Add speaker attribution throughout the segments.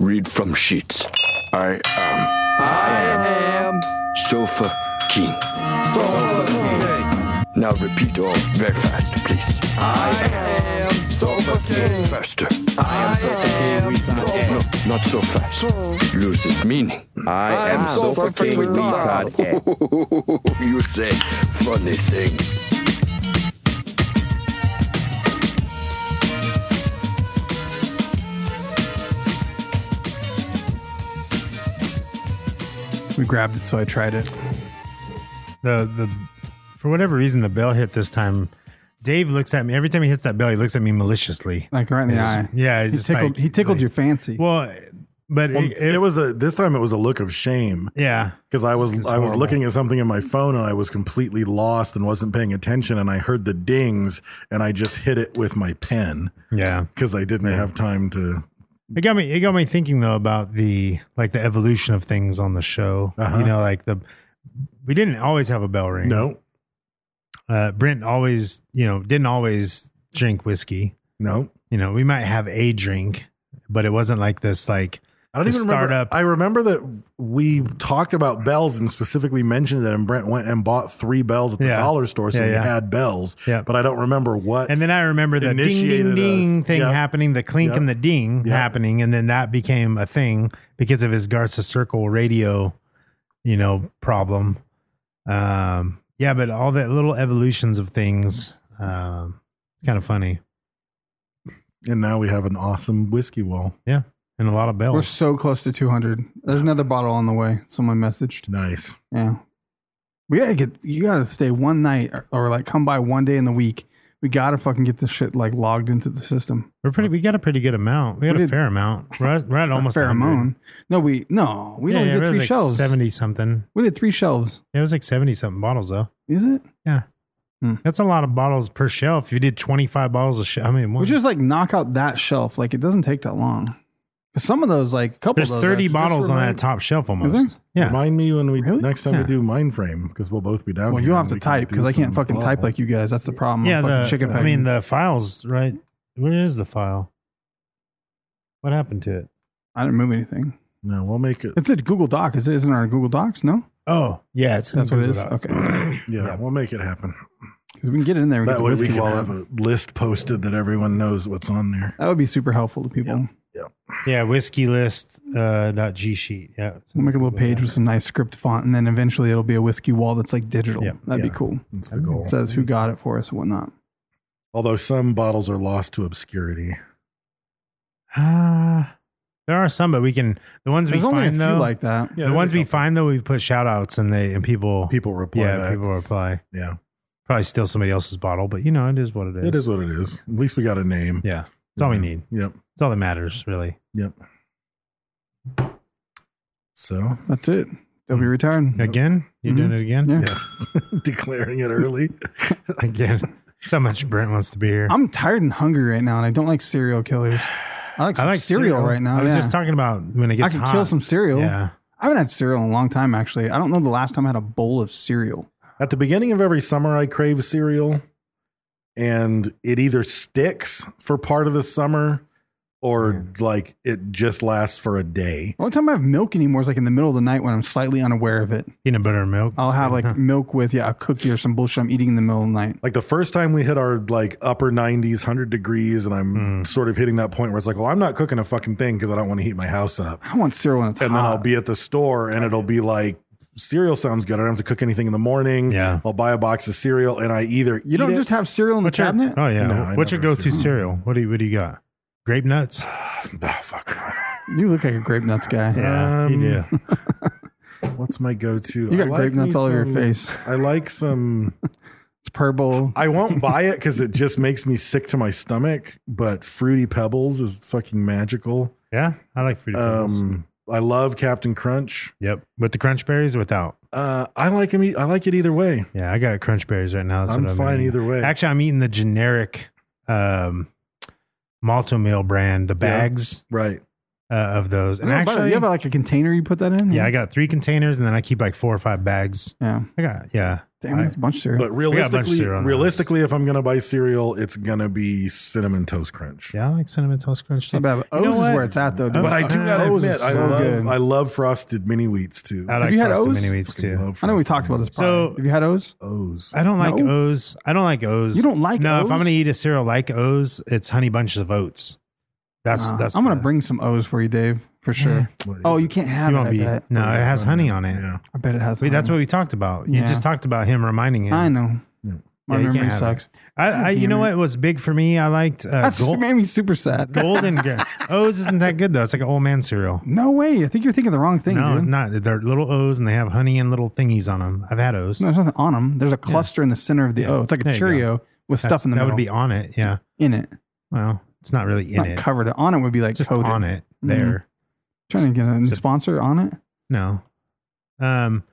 Speaker 1: read from sheets. I am. I am. Sofa King. Sofa King. Now repeat all very fast, please. I am Sofa King. Faster. I am Sofa King. No, not so fast. Loses meaning.
Speaker 2: I am Sofa King with me, Todd.
Speaker 1: you say funny thing.
Speaker 3: We grabbed it, so I tried it.
Speaker 4: the the for whatever reason the bell hit this time. Dave looks at me every time he hits that bell. He looks at me maliciously.
Speaker 3: Like right in the eye.
Speaker 4: yeah, it's
Speaker 3: he
Speaker 4: just
Speaker 3: tickled.
Speaker 4: like-
Speaker 3: he tickled your fancy.
Speaker 4: Well, but it,
Speaker 2: It was a this time it was a look of shame
Speaker 4: yeah.
Speaker 2: because I was
Speaker 4: It's
Speaker 2: I was
Speaker 4: horrible.
Speaker 2: looking at something in my phone and I was completely lost and wasn't paying attention and I heard the dings and I just hit it with my pen
Speaker 4: Yeah,
Speaker 2: because I didn't have time to
Speaker 4: it got me. It got me thinking though about the like the evolution of things on the show. You know, like the we didn't always have a bell ring.
Speaker 2: Uh-huh. no
Speaker 4: uh, Brent always you know didn't always drink whiskey.
Speaker 2: no
Speaker 4: You know, we might have a drink, but it wasn't like this. Like
Speaker 2: I don't
Speaker 4: the
Speaker 2: even remember.
Speaker 4: startup-
Speaker 2: I remember that we talked about bells and specifically mentioned that, and Brent went and bought three bells at the
Speaker 4: Yeah.
Speaker 2: dollar store, so
Speaker 4: Yeah,
Speaker 2: we
Speaker 4: yeah.
Speaker 2: had bells.
Speaker 4: Yeah.
Speaker 2: But I don't remember what.
Speaker 4: And then I remember the ding ding
Speaker 2: initiated
Speaker 4: ding
Speaker 2: us.
Speaker 4: thing
Speaker 2: Yep.
Speaker 4: happening, the clink
Speaker 2: Yep.
Speaker 4: and the ding
Speaker 2: Yep.
Speaker 4: happening, and then that became a thing because of his Garza Circle radio, you know, problem. Um, yeah, but all that little evolutions of things, um, kind of funny.
Speaker 2: and now we have an awesome whiskey wall.
Speaker 4: Yeah, and a lot of
Speaker 3: We're
Speaker 4: bells.
Speaker 3: so close to 200. There's another bottle on the way. Someone messaged.
Speaker 2: Nice.
Speaker 3: Yeah. We gotta get, you gotta stay one night or, or like come by one day in the week. We gotta fucking get this shit like logged into the system.
Speaker 4: We're pretty. We got a pretty good amount. We got
Speaker 3: We
Speaker 4: a
Speaker 3: did-
Speaker 4: fair amount. We're at, we're at
Speaker 3: A
Speaker 4: almost
Speaker 3: pheromone. No, we, no, we
Speaker 4: We yeah,
Speaker 3: only
Speaker 4: yeah,
Speaker 3: did
Speaker 4: it was
Speaker 3: three
Speaker 4: like
Speaker 3: shelves.
Speaker 4: seventy something.
Speaker 3: We did three shelves.
Speaker 4: It was like seventy something bottles though.
Speaker 3: Is it?
Speaker 4: Yeah,
Speaker 3: Hmm.
Speaker 4: that's a lot of bottles per shelf. If you did twenty five bottles a shelf, I mean,
Speaker 3: We
Speaker 4: one-
Speaker 3: just like knock out that shelf. Like it doesn't take that long. 'Cause Some of those, like a couple.
Speaker 4: There's
Speaker 3: of those
Speaker 4: 30
Speaker 3: actually-
Speaker 4: bottles on
Speaker 2: remind-
Speaker 4: that top shelf almost.
Speaker 3: Is there?
Speaker 4: Yeah.
Speaker 2: Remind me when we
Speaker 3: Really?
Speaker 2: next time
Speaker 4: Yeah.
Speaker 2: we do mind frame because we'll both be down.
Speaker 3: Well,
Speaker 2: here
Speaker 3: you'll have
Speaker 2: and
Speaker 3: to
Speaker 2: we can
Speaker 3: type
Speaker 2: do
Speaker 3: because I can't
Speaker 2: some
Speaker 3: fucking type
Speaker 2: ball.
Speaker 3: like you guys. That's the problem.
Speaker 4: yeah,
Speaker 3: I'm fucking
Speaker 4: the,
Speaker 3: chicken
Speaker 4: I mean
Speaker 3: pegging.
Speaker 4: the files, right? Where is the file? What happened to it?
Speaker 3: I didn't move anything.
Speaker 2: No, we'll make it.
Speaker 3: It's a Google Doc. Is it? Isn't our Google Docs? No,
Speaker 4: Oh, yeah, it's in
Speaker 3: that's what it
Speaker 4: Google
Speaker 3: is.
Speaker 4: Doc.
Speaker 3: Okay,
Speaker 2: Yeah, we'll make it happen.
Speaker 3: because we can get it in there. and get
Speaker 2: That
Speaker 3: the
Speaker 2: way we
Speaker 3: whiskey
Speaker 2: can
Speaker 3: wall
Speaker 2: have
Speaker 3: up.
Speaker 2: a list posted that everyone knows what's on there.
Speaker 3: That would be super helpful to people.
Speaker 4: Yeah, whiskey list uh, dot G sheet. Yeah, it's in
Speaker 3: We'll make a little
Speaker 4: Google
Speaker 3: page
Speaker 4: Doc.
Speaker 3: with some nice script font, and then eventually it'll be a whiskey wall that's like digital.
Speaker 4: Yeah.
Speaker 3: That'd
Speaker 2: Yeah.
Speaker 3: be cool.
Speaker 2: That's the goal.
Speaker 3: It says who got it for us and whatnot.
Speaker 2: Although some bottles are lost to obscurity.
Speaker 4: Ah, there are some, but we can the ones
Speaker 3: There's
Speaker 4: we
Speaker 3: only a
Speaker 4: find
Speaker 3: few
Speaker 4: though.
Speaker 3: like that.
Speaker 2: Yeah,
Speaker 4: the
Speaker 2: there's
Speaker 4: ones
Speaker 2: a
Speaker 4: we
Speaker 2: couple.
Speaker 4: find though, we put shout outs and they and people
Speaker 2: People reply
Speaker 4: Yeah,
Speaker 2: back.
Speaker 4: people reply.
Speaker 2: yeah.
Speaker 4: Probably steal somebody else's bottle, but you know it is what it is.
Speaker 2: It is what it is. At least we got a name.
Speaker 4: Yeah, it's all we need.
Speaker 2: Yep.
Speaker 4: It's all that matters, really.
Speaker 2: Yep. So
Speaker 3: That's it. They'll
Speaker 4: Mm.
Speaker 3: be retired.
Speaker 4: Again, you doing
Speaker 3: Mhm.
Speaker 4: it again?
Speaker 3: Yeah.
Speaker 2: declaring it early.
Speaker 4: again. So much Brent wants to be here.
Speaker 3: I'm tired and hungry right now, and I don't like serial killers. I like, some cereal, right now.
Speaker 4: I was
Speaker 3: yeah.
Speaker 4: just talking about when it
Speaker 3: I
Speaker 4: gets
Speaker 3: could
Speaker 4: hot.
Speaker 3: kill some cereal.
Speaker 4: Yeah.
Speaker 3: I haven't had cereal in a long time, actually. I don't know the last time I had a bowl of cereal.
Speaker 2: At the beginning of every summer, I crave cereal, and it either sticks for part of the summer, or like it just lasts for a day.
Speaker 3: The only time I have milk anymore is like in the middle of the night when I'm slightly unaware of it.
Speaker 4: Peanut butter and milk.
Speaker 3: I'll have like
Speaker 4: Huh.
Speaker 3: milk with yeah a cookie or some bullshit I'm eating in the middle of the night.
Speaker 2: Like the first time we hit our like upper nineties, hundred degrees, and
Speaker 3: Hmm.
Speaker 2: I'm sort of hitting that point where it's like, well, I'm not cooking a fucking thing because I don't want to heat my house up.
Speaker 3: I want cereal when it's
Speaker 2: and
Speaker 3: hot.
Speaker 2: then I'll be at the store and it'll be like cereal sounds good. I don't have to cook anything in the morning.
Speaker 4: Yeah.
Speaker 2: I'll buy a box of cereal and I either
Speaker 3: you don't
Speaker 2: eat
Speaker 3: just
Speaker 2: it-
Speaker 3: have cereal in the
Speaker 4: What's your,
Speaker 3: cabinet.
Speaker 4: oh yeah.
Speaker 2: No, I
Speaker 4: What's your
Speaker 2: never
Speaker 4: go-to
Speaker 2: do.
Speaker 4: cereal? What do you What do you got? Grape nuts.
Speaker 2: Ah, fuck.
Speaker 3: You look like a grape nuts guy.
Speaker 4: Yeah, you
Speaker 2: Um,
Speaker 4: do.
Speaker 2: What's my go-to?
Speaker 3: You got
Speaker 2: I
Speaker 3: grape
Speaker 2: me
Speaker 3: nuts all over your
Speaker 2: some-
Speaker 3: face.
Speaker 2: I like some.
Speaker 3: It's purple.
Speaker 2: I won't buy it because it just makes me sick to my stomach. But fruity pebbles is fucking magical.
Speaker 4: Yeah, I like fruity pebbles.
Speaker 2: Um, I love Captain Crunch.
Speaker 4: Yep. With the crunch berries or without?
Speaker 2: Uh, I like him. e- I like it either way.
Speaker 4: Yeah, I got crunch berries right now. That's
Speaker 2: I'm
Speaker 4: what
Speaker 2: fine
Speaker 4: eating.
Speaker 2: either way.
Speaker 4: Actually, I'm eating the generic um malto meal brand, the bags
Speaker 2: Right.
Speaker 4: uh, of those. And
Speaker 3: No, by the-
Speaker 4: actually,
Speaker 3: you have like a container you put that in.
Speaker 4: yeah, I got three containers and then I keep like four or five bags.
Speaker 3: Yeah.
Speaker 4: I got yeah.
Speaker 3: Damn,
Speaker 4: I-
Speaker 3: that's a bunch of cereal.
Speaker 2: But
Speaker 4: got a bunch of
Speaker 2: realistically,
Speaker 4: cereal on the
Speaker 2: realistically, if I'm gonna buy cereal, it's gonna be cinnamon toast crunch.
Speaker 4: yeah, I like cinnamon toast crunch.
Speaker 3: It's not bad. But
Speaker 4: You know
Speaker 3: O's
Speaker 4: what?
Speaker 3: is where it's at though. Dude.
Speaker 2: But I do gotta
Speaker 3: O's
Speaker 2: admit,
Speaker 3: is
Speaker 2: I
Speaker 3: Oh, so
Speaker 2: love
Speaker 3: good.
Speaker 2: I love frosted mini wheats too.
Speaker 4: I
Speaker 3: Have
Speaker 4: like
Speaker 3: you had
Speaker 4: frosted
Speaker 3: O's?
Speaker 4: mini wheats
Speaker 2: Fucking
Speaker 4: too.
Speaker 2: love
Speaker 3: I know
Speaker 2: frosted Oh,
Speaker 3: we talked about this.
Speaker 4: So-
Speaker 3: Probably. have you had O's?
Speaker 2: O's.
Speaker 4: I don't like
Speaker 3: No?
Speaker 4: O's. I don't like O's.
Speaker 3: You don't like
Speaker 4: No, if
Speaker 3: O's?
Speaker 4: I'm gonna eat a cereal like O's, it's honey bunches of oats. That's
Speaker 3: Nah,
Speaker 4: that's
Speaker 3: Uh-huh. Ah, I'm gonna
Speaker 4: the-
Speaker 3: bring some O's for you, Dave, for sure.
Speaker 2: What is
Speaker 3: oh, you
Speaker 2: it?
Speaker 3: can't have
Speaker 4: you
Speaker 3: it. I
Speaker 4: won't be
Speaker 3: bet.
Speaker 4: no, it has honey on it.
Speaker 2: Yeah.
Speaker 3: I bet it has.
Speaker 4: Wait, that's
Speaker 3: honey.
Speaker 4: what we talked about. You
Speaker 3: Yeah.
Speaker 4: just talked about him reminding him.
Speaker 3: I know. My
Speaker 4: Yeah, you can't
Speaker 3: memory
Speaker 4: have it.
Speaker 3: sucks.
Speaker 4: I, I you
Speaker 3: Damn
Speaker 4: know
Speaker 3: it.
Speaker 4: what was big for me? I liked uh,
Speaker 3: That's
Speaker 4: gold,
Speaker 3: made me super sad.
Speaker 4: golden Gra- O's. Isn't that good though? It's like an old man cereal.
Speaker 3: No way. I think you're thinking the wrong thing,
Speaker 4: no,
Speaker 3: dude.
Speaker 4: not they're little O's and they have honey and little thingies on them. I've had O's.
Speaker 3: No, there's nothing on them. There's a cluster in the center of the O. It's like
Speaker 4: There
Speaker 3: a
Speaker 4: you go.
Speaker 3: Cheerio with
Speaker 4: That's-
Speaker 3: stuff in the
Speaker 4: that
Speaker 3: middle.
Speaker 4: would be on it. Yeah.
Speaker 3: in it.
Speaker 4: Well, it's not really in
Speaker 3: not
Speaker 4: it.
Speaker 3: covered. On it would be like
Speaker 4: It's just
Speaker 3: coated.
Speaker 4: on it
Speaker 2: Mm-hmm.
Speaker 3: Mhm.
Speaker 4: there.
Speaker 3: Trying to get a
Speaker 4: It's a-
Speaker 3: sponsor on it.
Speaker 4: No. Um,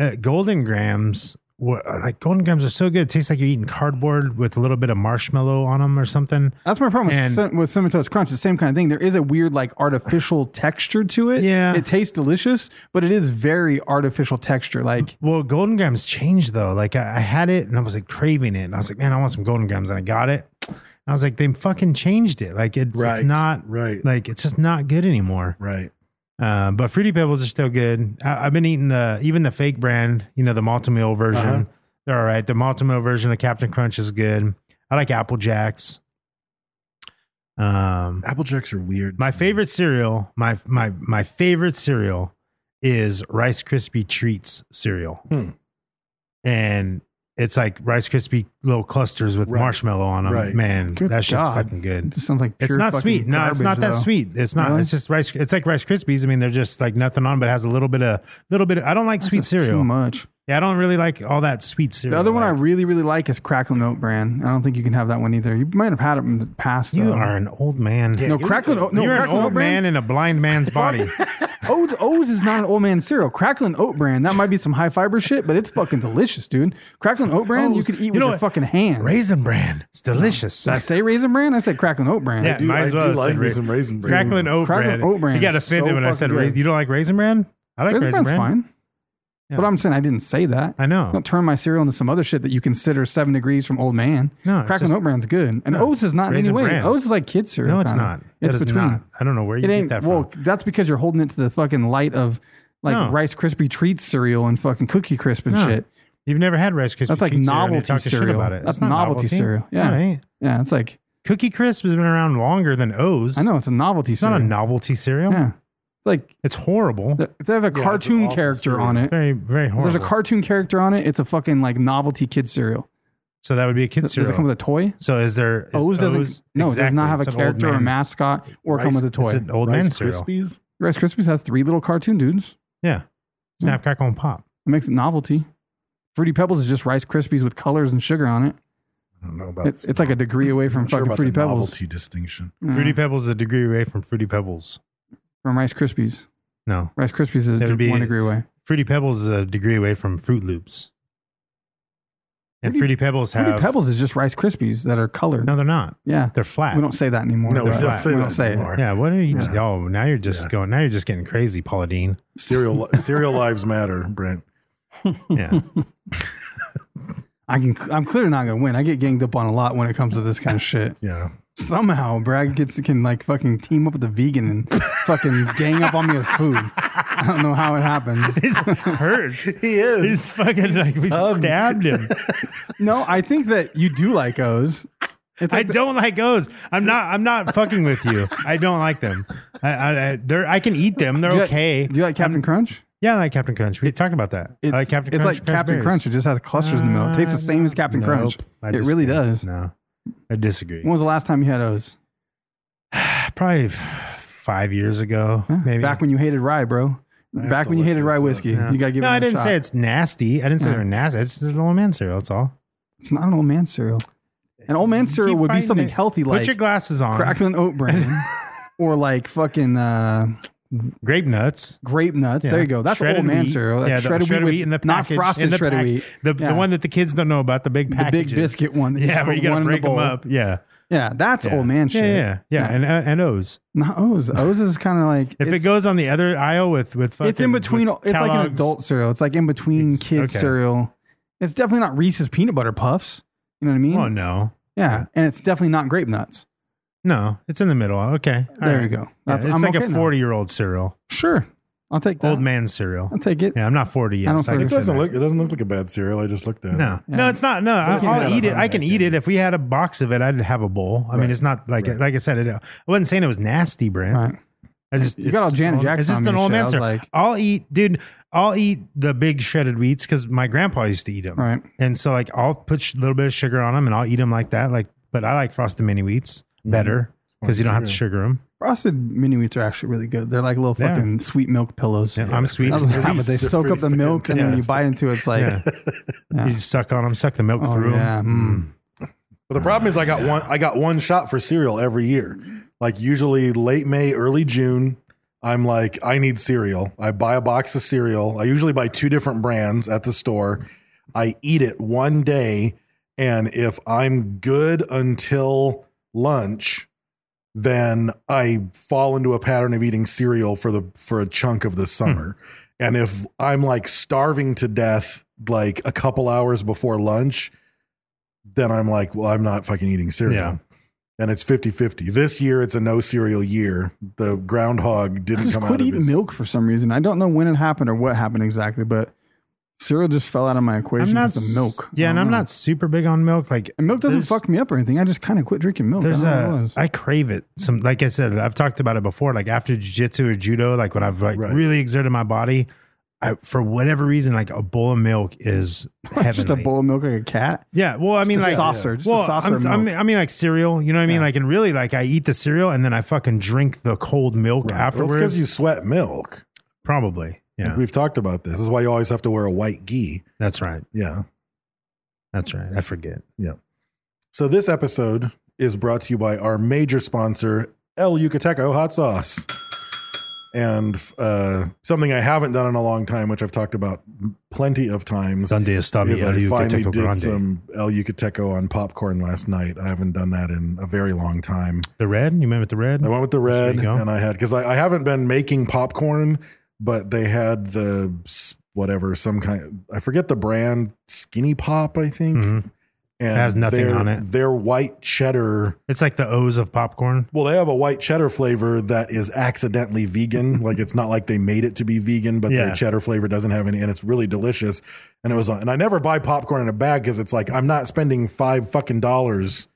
Speaker 4: uh, Golden Grams, were, like Golden Grams are so good. It tastes like you're eating cardboard with a little bit of marshmallow on them or something.
Speaker 3: That's my problem
Speaker 4: And-
Speaker 3: with, cin- with cinnamon toast crunch. The same kind of thing. There is a weird like artificial texture to it.
Speaker 4: Yeah.
Speaker 3: it tastes delicious, but it is very artificial texture. Like
Speaker 4: Well, Golden Grams changed though. Like I, I had it and I was like craving it. And I was like, man, I want some Golden Grams. And I got it. And I was like, they fucking changed it. Like it's,
Speaker 2: Right.
Speaker 4: it's not
Speaker 2: Right.
Speaker 4: Like it's just not good anymore.
Speaker 2: Right.
Speaker 4: Uh, but Fruity Pebbles are still good. I, I've been eating the even the fake brand, you know, the Maltamil version.
Speaker 2: Uh-huh.
Speaker 4: They're all right. The Maltamil version of Captain Crunch is good. I like Apple Jacks. Um,
Speaker 2: Apple Jacks are weird.
Speaker 4: my favorite cereal, my my my favorite cereal is Rice Krispie Treats cereal,
Speaker 2: Hmm.
Speaker 4: and it's like Rice Krispie little clusters with
Speaker 2: Right.
Speaker 4: marshmallow on them.
Speaker 2: Right.
Speaker 4: Man,
Speaker 3: good
Speaker 4: that shit's
Speaker 3: God.
Speaker 4: fucking good.
Speaker 3: It just sounds like
Speaker 4: It's
Speaker 3: pure
Speaker 4: not
Speaker 3: fucking
Speaker 4: sweet. No, it's not
Speaker 3: garbage,
Speaker 4: that
Speaker 3: though.
Speaker 4: sweet. It's not.
Speaker 3: Really?
Speaker 4: It's just rice. It's like Rice Krispies. I mean, they're just like nothing on, but it has a little bit of little bit. Of, I don't like
Speaker 3: That's
Speaker 4: sweet
Speaker 3: just Too
Speaker 4: cereal.
Speaker 3: much.
Speaker 4: Yeah, I don't really like all that sweet
Speaker 3: The
Speaker 4: cereal.
Speaker 3: other one I
Speaker 4: Like,
Speaker 3: really really like is Crackle Oat Brand. I don't think you can have that one either. You might have had it in the past.
Speaker 4: you
Speaker 3: though.
Speaker 4: are an old man.
Speaker 3: no Crackle Oat. No,
Speaker 4: You're an
Speaker 3: Crackle
Speaker 4: old
Speaker 3: Oat Brand.
Speaker 4: man in a blind man's body.
Speaker 3: O's, O's is not an old man cereal. Cracklin oat bran. That might be some high fiber shit, but it's fucking delicious, dude. Cracklin oat bran, you
Speaker 4: O's.
Speaker 3: could eat
Speaker 4: Oh, You
Speaker 3: with
Speaker 4: know
Speaker 3: your
Speaker 4: what?
Speaker 3: fucking hand.
Speaker 4: Raisin bran. It's delicious.
Speaker 3: Did Oh, I say raisin bran? I said cracklin oat bran.
Speaker 4: yeah,
Speaker 2: do-
Speaker 4: might
Speaker 2: I
Speaker 4: as well
Speaker 2: do
Speaker 4: have said
Speaker 2: like me
Speaker 4: ra-
Speaker 2: some Raisin Bran.
Speaker 4: Cracklin' oat
Speaker 3: Cracklin'
Speaker 4: bran.
Speaker 3: Oat Bran
Speaker 4: You got
Speaker 3: is
Speaker 4: offended
Speaker 3: so
Speaker 4: when I
Speaker 3: fucking
Speaker 4: said ra-
Speaker 3: good.
Speaker 4: you don't like raisin bran. I like
Speaker 3: raisin
Speaker 4: raisin,
Speaker 3: bran's
Speaker 4: bran.
Speaker 3: fine.
Speaker 4: Yeah.
Speaker 3: But I'm saying I didn't say that.
Speaker 4: I know.
Speaker 3: Don't turn my cereal into some other shit that you consider seven degrees from old man.
Speaker 4: No, it's
Speaker 3: cracklin
Speaker 4: just-
Speaker 3: oat bran's good, and O's is not in any
Speaker 4: Raisin
Speaker 3: way.
Speaker 4: Bran.
Speaker 3: O's is like kid cereal.
Speaker 4: No, it's
Speaker 3: kinda.
Speaker 4: not. That
Speaker 3: It's
Speaker 4: is
Speaker 3: between.
Speaker 4: not. I don't know where you
Speaker 3: it
Speaker 4: get
Speaker 3: ain't.
Speaker 4: that
Speaker 3: well,
Speaker 4: from.
Speaker 3: that's because you're holding it to the fucking light of like
Speaker 4: No.
Speaker 3: Rice Krispie Treats cereal and fucking Cookie Crisp and
Speaker 4: No.
Speaker 3: shit.
Speaker 4: You've never had Rice Krispies.
Speaker 3: That's like
Speaker 4: Treat cereal and you
Speaker 3: novelty
Speaker 4: talk shit
Speaker 3: cereal.
Speaker 4: About it.
Speaker 3: That's
Speaker 4: It's not
Speaker 3: novelty cereal. Yeah.
Speaker 4: No, it ain't.
Speaker 3: Yeah, it's like
Speaker 4: Cookie Crisp has been around longer than O's.
Speaker 3: I know it's a novelty
Speaker 4: It's not a
Speaker 3: cereal.
Speaker 4: novelty cereal.
Speaker 3: Yeah, it's like
Speaker 4: It's horrible.
Speaker 3: th- if they have a
Speaker 2: an
Speaker 3: cartoon
Speaker 2: awful
Speaker 3: character
Speaker 2: cereal.
Speaker 3: on it.
Speaker 4: Very, very horrible.
Speaker 3: If there's a cartoon character on it. It's a fucking like novelty kid cereal.
Speaker 4: So that would be a kid
Speaker 3: Does- Does
Speaker 4: cereal.
Speaker 3: it come with a toy?
Speaker 4: so is there is
Speaker 3: O's doesn't. no, it does
Speaker 4: exactly.
Speaker 3: not have a
Speaker 4: It's an old
Speaker 3: character or a
Speaker 4: man.
Speaker 3: mascot or come
Speaker 2: Rice-
Speaker 3: with a toy.
Speaker 4: It's an old man
Speaker 2: Rice
Speaker 4: cereal.
Speaker 2: Krispies.
Speaker 3: Rice Krispies has three little cartoon dudes.
Speaker 4: Yeah.
Speaker 3: Mm.
Speaker 4: Snap, crackle, and pop.
Speaker 3: It makes it novelty. Fruity Pebbles is just Rice Krispies with colors and sugar on it.
Speaker 2: I don't know about.
Speaker 3: It's, it's like a degree away from
Speaker 2: I'm sure
Speaker 3: fucking
Speaker 2: about
Speaker 3: Fruity
Speaker 2: the
Speaker 3: Pebbles.
Speaker 2: novelty distinction.
Speaker 3: Yeah,
Speaker 4: Fruity Pebbles is a degree away from Fruity Pebbles.
Speaker 3: from Rice Krispies.
Speaker 4: No.
Speaker 3: Rice Krispies is a
Speaker 4: That would
Speaker 3: de-
Speaker 4: be-
Speaker 3: one degree away.
Speaker 4: Fruity Pebbles is a degree away from Fruit Loops. And
Speaker 3: Fruity-
Speaker 4: Fruity, Pebbles have.
Speaker 3: Fruity Pebbles is just Rice Krispies that are colored.
Speaker 4: No, they're not.
Speaker 3: yeah,
Speaker 4: They're flat.
Speaker 3: we don't say that anymore.
Speaker 2: No, we
Speaker 3: Right.
Speaker 2: don't say that anymore.
Speaker 4: Yeah, what are you?
Speaker 2: Yeah.
Speaker 4: Oh, now you're just
Speaker 2: Yeah.
Speaker 4: going. Now you're just getting crazy, Paula Dean.
Speaker 2: Cereal cereal lives matter, Brent.
Speaker 4: Yeah,
Speaker 3: I can. I'm clearly not gonna win. I get ganged up on a lot when it comes to this kind of shit.
Speaker 2: Yeah.
Speaker 3: Somehow, Brad gets can like fucking team up with the vegan and fucking gang up on me with food. I don't know how it happens.
Speaker 4: he's hurt.
Speaker 2: He is.
Speaker 4: He's fucking like we
Speaker 2: stung.
Speaker 4: stabbed him.
Speaker 3: No, I think that you do like O's. It's
Speaker 4: I
Speaker 3: like the-
Speaker 4: don't like O's. I'm not. I'm not fucking with you. I don't like them. I, I, I they're. I can eat them. They're
Speaker 3: do you like-
Speaker 4: okay.
Speaker 3: do you like Captain
Speaker 4: I'm-
Speaker 3: Crunch?
Speaker 4: Yeah, I like Captain Crunch. We talked about that. I like Captain
Speaker 3: it's
Speaker 4: Crunch.
Speaker 3: like Captain
Speaker 4: berries.
Speaker 3: Crunch. It just has clusters in the middle. It tastes the same as Captain
Speaker 4: Nope.
Speaker 3: Crunch.
Speaker 4: I
Speaker 3: It really
Speaker 4: disagree.
Speaker 3: does.
Speaker 4: No, I disagree.
Speaker 3: When was the last time you had O's?
Speaker 4: Probably five years ago,
Speaker 3: Huh?
Speaker 4: maybe.
Speaker 3: Back when you hated rye, bro.
Speaker 2: have
Speaker 3: Back
Speaker 2: to
Speaker 3: when you
Speaker 2: look
Speaker 3: hated
Speaker 2: this
Speaker 3: rye
Speaker 2: up.
Speaker 3: whiskey.
Speaker 4: Yeah.
Speaker 3: You got to give
Speaker 4: no,
Speaker 3: it
Speaker 4: I
Speaker 3: a
Speaker 4: didn't
Speaker 3: shot.
Speaker 4: say it's nasty. I didn't say
Speaker 3: Yeah.
Speaker 4: they're nasty. It's just an old man cereal. That's all.
Speaker 3: It's not an old man cereal. An old man cereal
Speaker 4: Keep
Speaker 3: would be
Speaker 4: fighting
Speaker 3: something
Speaker 4: it.
Speaker 3: healthy
Speaker 4: Put
Speaker 3: like
Speaker 4: your glasses on.
Speaker 3: crackling oat bran or like fucking uh,
Speaker 4: grape nuts.
Speaker 3: Grape nuts.
Speaker 4: Yeah.
Speaker 3: There you go. That's
Speaker 4: Shredded
Speaker 3: old man
Speaker 4: wheat.
Speaker 3: cereal. That's
Speaker 4: yeah, the shredded, wheat, in the
Speaker 3: not
Speaker 4: package, in
Speaker 3: frosted
Speaker 4: the
Speaker 3: shredded
Speaker 4: pack-
Speaker 3: wheat.
Speaker 4: The,
Speaker 3: Yeah.
Speaker 4: the one that the kids don't know about, the big
Speaker 3: The big
Speaker 4: packages.
Speaker 3: biscuit one that you
Speaker 4: Yeah,
Speaker 3: just
Speaker 4: where you
Speaker 3: put
Speaker 4: got
Speaker 3: one
Speaker 4: to
Speaker 3: in the
Speaker 4: break them
Speaker 3: bowl.
Speaker 4: up. Yeah.
Speaker 3: yeah, that's
Speaker 4: yeah.
Speaker 3: old man
Speaker 4: Yeah,
Speaker 3: shit.
Speaker 4: Yeah, yeah, yeah, and and, and O's.
Speaker 3: Not O's. O's is kind of like
Speaker 4: If it
Speaker 3: it's-
Speaker 4: goes on the other aisle with with fucking,
Speaker 3: It's in between. It's
Speaker 4: with
Speaker 3: like an
Speaker 4: Kellogg's-
Speaker 3: adult cereal. It's like in between
Speaker 4: It's-
Speaker 3: kids
Speaker 4: okay.
Speaker 3: cereal. It's definitely not Reese's peanut butter puffs. You know what I mean?
Speaker 4: Oh no,
Speaker 3: Yeah, and it's definitely not grape nuts.
Speaker 4: no, it's in the middle. Okay, All
Speaker 3: There
Speaker 4: right.
Speaker 3: you go.
Speaker 4: Yeah,
Speaker 3: That's-
Speaker 4: it's
Speaker 3: I'm
Speaker 4: like
Speaker 3: okay
Speaker 4: a
Speaker 3: now.
Speaker 4: forty-year-old cereal,
Speaker 3: Sure, I'll take that.
Speaker 4: old man cereal.
Speaker 3: I'll take it.
Speaker 4: Yeah, I'm not forty yet.
Speaker 3: I don't
Speaker 4: so I
Speaker 3: think
Speaker 4: can
Speaker 2: It
Speaker 4: say
Speaker 2: doesn't
Speaker 4: that.
Speaker 2: look. It doesn't look like a bad cereal. I just looked at
Speaker 4: No,
Speaker 2: it.
Speaker 4: no,
Speaker 3: Yeah.
Speaker 4: it's not. No, I,
Speaker 2: Yeah,
Speaker 4: I'll
Speaker 2: that's
Speaker 4: eat it.
Speaker 2: fine.
Speaker 4: I can eat it. If we had a box of it, I'd have a bowl. I mean,
Speaker 2: Right.
Speaker 4: it's not like
Speaker 2: Right.
Speaker 4: like I said. It, I wasn't saying it was nasty, Brent.
Speaker 3: Right.
Speaker 4: I just
Speaker 3: You got all
Speaker 4: it's
Speaker 3: Janet
Speaker 4: old-
Speaker 3: Jackson
Speaker 4: It's just
Speaker 3: on me
Speaker 4: an
Speaker 3: and
Speaker 4: old
Speaker 3: shit. I
Speaker 4: man
Speaker 3: was
Speaker 4: cereal.
Speaker 3: like-
Speaker 4: I'll eat, dude. I'll eat the big shredded wheats because my grandpa used to eat them.
Speaker 3: Right.
Speaker 4: And so like I'll put a little bit of sugar on them and I'll eat them like that. Like, but I like frosted mini wheats
Speaker 3: Mm-hmm.
Speaker 4: better because you don't have to sugar them.
Speaker 3: Frosted mini wheats are actually really good. They're like little
Speaker 4: They are.
Speaker 3: fucking sweet milk pillows.
Speaker 4: Yeah, I'm sweet.
Speaker 3: That's what happens.
Speaker 2: These
Speaker 3: They
Speaker 2: are
Speaker 3: soak up
Speaker 2: pretty
Speaker 3: the milk, and then you
Speaker 4: fantastic.
Speaker 3: bite into it. It's like
Speaker 4: Yeah. You just suck on them, suck the milk
Speaker 3: Oh,
Speaker 4: through
Speaker 3: yeah.
Speaker 4: them.
Speaker 2: But the problem is, I got one. I got one shot for cereal every year. Like usually late May, early June. I'm like, I need cereal. I buy a box of cereal. I usually buy two different brands at the store. I eat it one day, and if I'm good until lunch, then I fall into a pattern of eating cereal for the for a chunk of the summer. And if I'm like starving to death, like a couple hours before lunch, then I'm like, well, I'm not fucking eating cereal.
Speaker 4: Yeah.
Speaker 2: And it's 50 50. This year, it's a no cereal year. The groundhog
Speaker 3: I
Speaker 2: didn't
Speaker 3: just
Speaker 2: come out
Speaker 3: quit
Speaker 2: of
Speaker 3: eating
Speaker 2: his-
Speaker 3: milk for some reason. I don't know when it happened or what happened exactly, but cereal just fell out of my equation because of milk.
Speaker 4: Yeah,
Speaker 3: I
Speaker 4: and
Speaker 3: don't
Speaker 4: I'm
Speaker 3: know.
Speaker 4: not super big on milk. Like
Speaker 3: And milk doesn't
Speaker 4: there's-
Speaker 3: fuck me up or anything. I just kind of quit drinking milk.
Speaker 4: There's
Speaker 3: I don't know what it
Speaker 4: a
Speaker 3: was.
Speaker 4: I crave it. Some like I said, I've talked about it before. Like after jujitsu or judo, like when I've like
Speaker 2: Right.
Speaker 4: really exerted my body, I for whatever reason, like a bowl of milk is heavenly.
Speaker 3: just a bowl of milk like a cat.
Speaker 4: Yeah. Well, I mean,
Speaker 3: a
Speaker 4: like
Speaker 3: saucer, just a
Speaker 4: well,
Speaker 3: saucer
Speaker 4: I'm-
Speaker 3: of
Speaker 4: I'm- i
Speaker 3: milk.
Speaker 4: mean, like cereal. You know what I mean? Like, and really, like I eat the cereal and then I fucking drink the cold milk
Speaker 2: Well, it's
Speaker 4: afterwards.
Speaker 2: because you sweat milk.
Speaker 4: Probably. Yeah.
Speaker 2: We've talked about this. This is why you always have to wear a white gi.
Speaker 4: That's right.
Speaker 2: Yeah.
Speaker 4: That's right. I forget.
Speaker 2: Yeah. So this episode is brought to you by our major sponsor, El Yucateco Hot Sauce. And uh, something I haven't done in a long time, which I've talked about plenty of times,
Speaker 4: Grande está mi
Speaker 2: is I
Speaker 4: El
Speaker 2: finally
Speaker 4: Yucateco
Speaker 2: did
Speaker 4: Grande.
Speaker 2: some El Yucateco on popcorn last night. I haven't done that in a very long time.
Speaker 4: The red. You went with the red.
Speaker 2: I went with the
Speaker 4: There
Speaker 2: red,
Speaker 4: you go.
Speaker 2: and I had because I, I haven't been making popcorn, but they had the s- whatever some kind. I forget the brand, Skinny Pop, I think.
Speaker 4: Mhm.
Speaker 2: And
Speaker 4: has nothing
Speaker 2: their-
Speaker 4: on it.
Speaker 2: Their white cheddar.
Speaker 4: It's like the O's of popcorn.
Speaker 2: Well, they have a white cheddar flavor that is accidentally vegan. like it's not like they made it to be vegan, but
Speaker 4: Yeah.
Speaker 2: their cheddar flavor doesn't have any, and it's really delicious. And it was, on, and I never buy popcorn in a bag because it's like I'm not spending five fucking dollars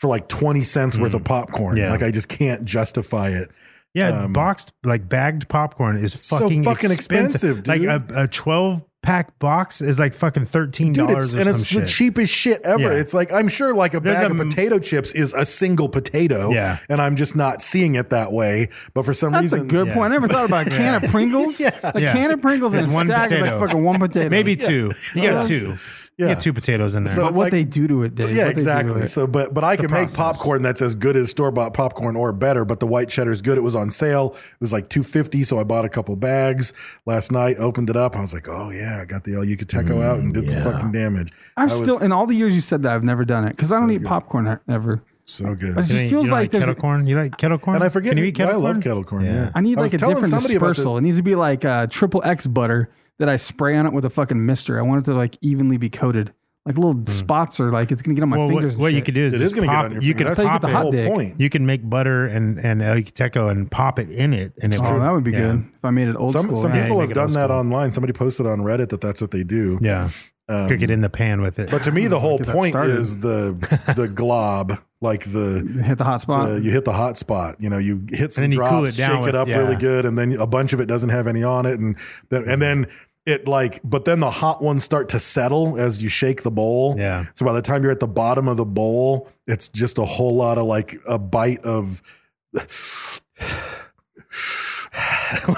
Speaker 2: for like twenty cents worth of popcorn.
Speaker 4: Mm. Yeah.
Speaker 2: Like I just can't justify it.
Speaker 4: Yeah,
Speaker 2: Um,
Speaker 4: boxed like bagged popcorn is
Speaker 2: so
Speaker 4: fucking
Speaker 2: fucking
Speaker 4: expensive.
Speaker 2: expensive, dude.
Speaker 4: Like a, a twelve pack box is like fucking thirteen
Speaker 2: Dude, it's,
Speaker 4: dollars or
Speaker 2: and
Speaker 4: some
Speaker 2: it's the
Speaker 4: shit.
Speaker 2: cheapest shit ever.
Speaker 4: Yeah.
Speaker 2: It's like I'm sure like a
Speaker 4: There's
Speaker 2: bag
Speaker 4: a
Speaker 2: of
Speaker 4: m-
Speaker 2: potato chips is a single potato.
Speaker 4: Yeah.
Speaker 2: And I'm just not seeing it that way. But for some
Speaker 3: That's
Speaker 2: reason
Speaker 3: a good
Speaker 4: Yeah.
Speaker 3: point. I never thought about a can of Pringles. A
Speaker 4: Yeah.
Speaker 3: can of Pringles and
Speaker 4: It's
Speaker 3: a
Speaker 4: one
Speaker 3: stack is like
Speaker 4: potato.
Speaker 3: fucking one potato.
Speaker 4: Maybe two. You
Speaker 2: Uh,
Speaker 4: got two. You
Speaker 2: yeah.
Speaker 4: get two potatoes in there.
Speaker 2: So-
Speaker 3: But
Speaker 2: It's
Speaker 3: what
Speaker 2: like-
Speaker 3: they do to it, Dave.
Speaker 2: yeah,
Speaker 3: what they do to
Speaker 2: exactly.
Speaker 3: it.
Speaker 2: So, but but I
Speaker 4: The
Speaker 2: can
Speaker 4: process.
Speaker 2: make popcorn that's as good as store bought popcorn or better. But the white cheddar's good. It was on sale. It was like two fifty, so I bought a couple bags last night. Opened it up. I was like, oh yeah, I got the El Yucateco out and did some
Speaker 4: Mm,
Speaker 2: fucking damage.
Speaker 3: I've
Speaker 2: I was
Speaker 3: still in all the years you said that I've never done it because I don't eat
Speaker 2: good.
Speaker 3: popcorn e-, ever.
Speaker 2: so good.
Speaker 3: I
Speaker 4: You
Speaker 3: just
Speaker 4: don't- you
Speaker 3: feels
Speaker 4: don't
Speaker 3: like there's.
Speaker 4: kettle corn. You like kettle corn?
Speaker 2: And I forget.
Speaker 4: Can you eat kettle
Speaker 2: I
Speaker 4: corn?
Speaker 2: love kettle corn. Yeah.
Speaker 3: I need
Speaker 2: I
Speaker 3: like
Speaker 2: was
Speaker 3: a
Speaker 2: telling
Speaker 3: different
Speaker 2: somebody about
Speaker 3: dispersal. It needs to be like uh, triple X butter that I spray on it with a fucking mister. I want it to like evenly be coated, like little
Speaker 2: Hmm.
Speaker 3: spots or like it's gonna get on my
Speaker 4: Well,
Speaker 3: fingers.
Speaker 4: what,
Speaker 3: and
Speaker 4: what you
Speaker 3: shit.
Speaker 4: could do is
Speaker 2: It
Speaker 4: just
Speaker 2: is going to get
Speaker 4: pop-
Speaker 2: on your
Speaker 4: You
Speaker 2: finger.
Speaker 4: can
Speaker 2: That's like
Speaker 4: pop
Speaker 2: the
Speaker 4: it.
Speaker 2: whole
Speaker 3: dick.
Speaker 2: point.
Speaker 4: You can make butter and and El Yucateco and pop it in it, and it.
Speaker 3: Oh, that would be good if I made it old
Speaker 2: Some,
Speaker 3: school.
Speaker 2: some
Speaker 3: yeah.
Speaker 2: people
Speaker 4: you
Speaker 2: have
Speaker 4: make it old
Speaker 2: done that
Speaker 4: school.
Speaker 2: online. Somebody posted on Reddit that that's what they do.
Speaker 4: Yeah,
Speaker 2: Um,
Speaker 4: cook it in the pan with it.
Speaker 2: But to me, the whole
Speaker 3: Get that
Speaker 2: point
Speaker 3: started.
Speaker 2: is the the glob, like the.
Speaker 3: hit the hot spot.
Speaker 2: the- you hit the hot spot. You know, you hit some
Speaker 4: then you cool
Speaker 2: drops,
Speaker 4: it down
Speaker 2: shake
Speaker 4: with-
Speaker 2: it up
Speaker 4: yeah.
Speaker 2: really good, and then a bunch of it doesn't have any on it, and then and then it like, but then the hot ones start to settle as you shake the bowl.
Speaker 4: Yeah.
Speaker 2: So by the time you're at the bottom of the bowl, it's just a whole lot of like a bite of.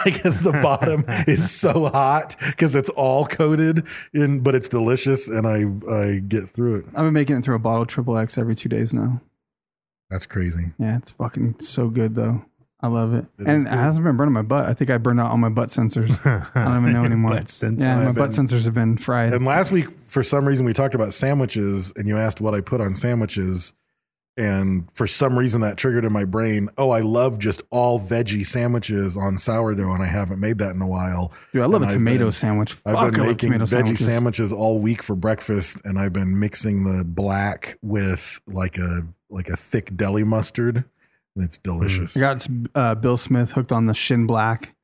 Speaker 2: like as the bottom is so hot because it's all coated in, but it's delicious, and I I get through it.
Speaker 3: I've been making it through a bottle of triple X every two days now.
Speaker 2: That's crazy.
Speaker 3: Yeah, it's fucking so good though. I love it. and it hasn't been burning my butt. I think I burned out all my butt sensors. I don't even know anymore.
Speaker 4: Butt sensors.
Speaker 3: Yeah, my
Speaker 4: I've
Speaker 3: butt sensors have been fried.
Speaker 2: And last week, for some reason, we talked about sandwiches, and you asked what I put on sandwiches. And for some reason, that triggered in my brain, oh, I love just all veggie sandwiches on sourdough, and I haven't made that in a while.
Speaker 3: Dude, I love
Speaker 2: And
Speaker 3: a
Speaker 2: I've
Speaker 3: tomato
Speaker 2: been-
Speaker 3: sandwich. Fuck, I
Speaker 2: I've been
Speaker 3: love
Speaker 2: making
Speaker 3: tomato
Speaker 2: veggie
Speaker 3: sandwiches.
Speaker 2: sandwiches. all week for breakfast, and I've been mixing the black with like a like a thick deli mustard, and it's delicious.
Speaker 3: I got uh, Bill Smith hooked on the Shin Black.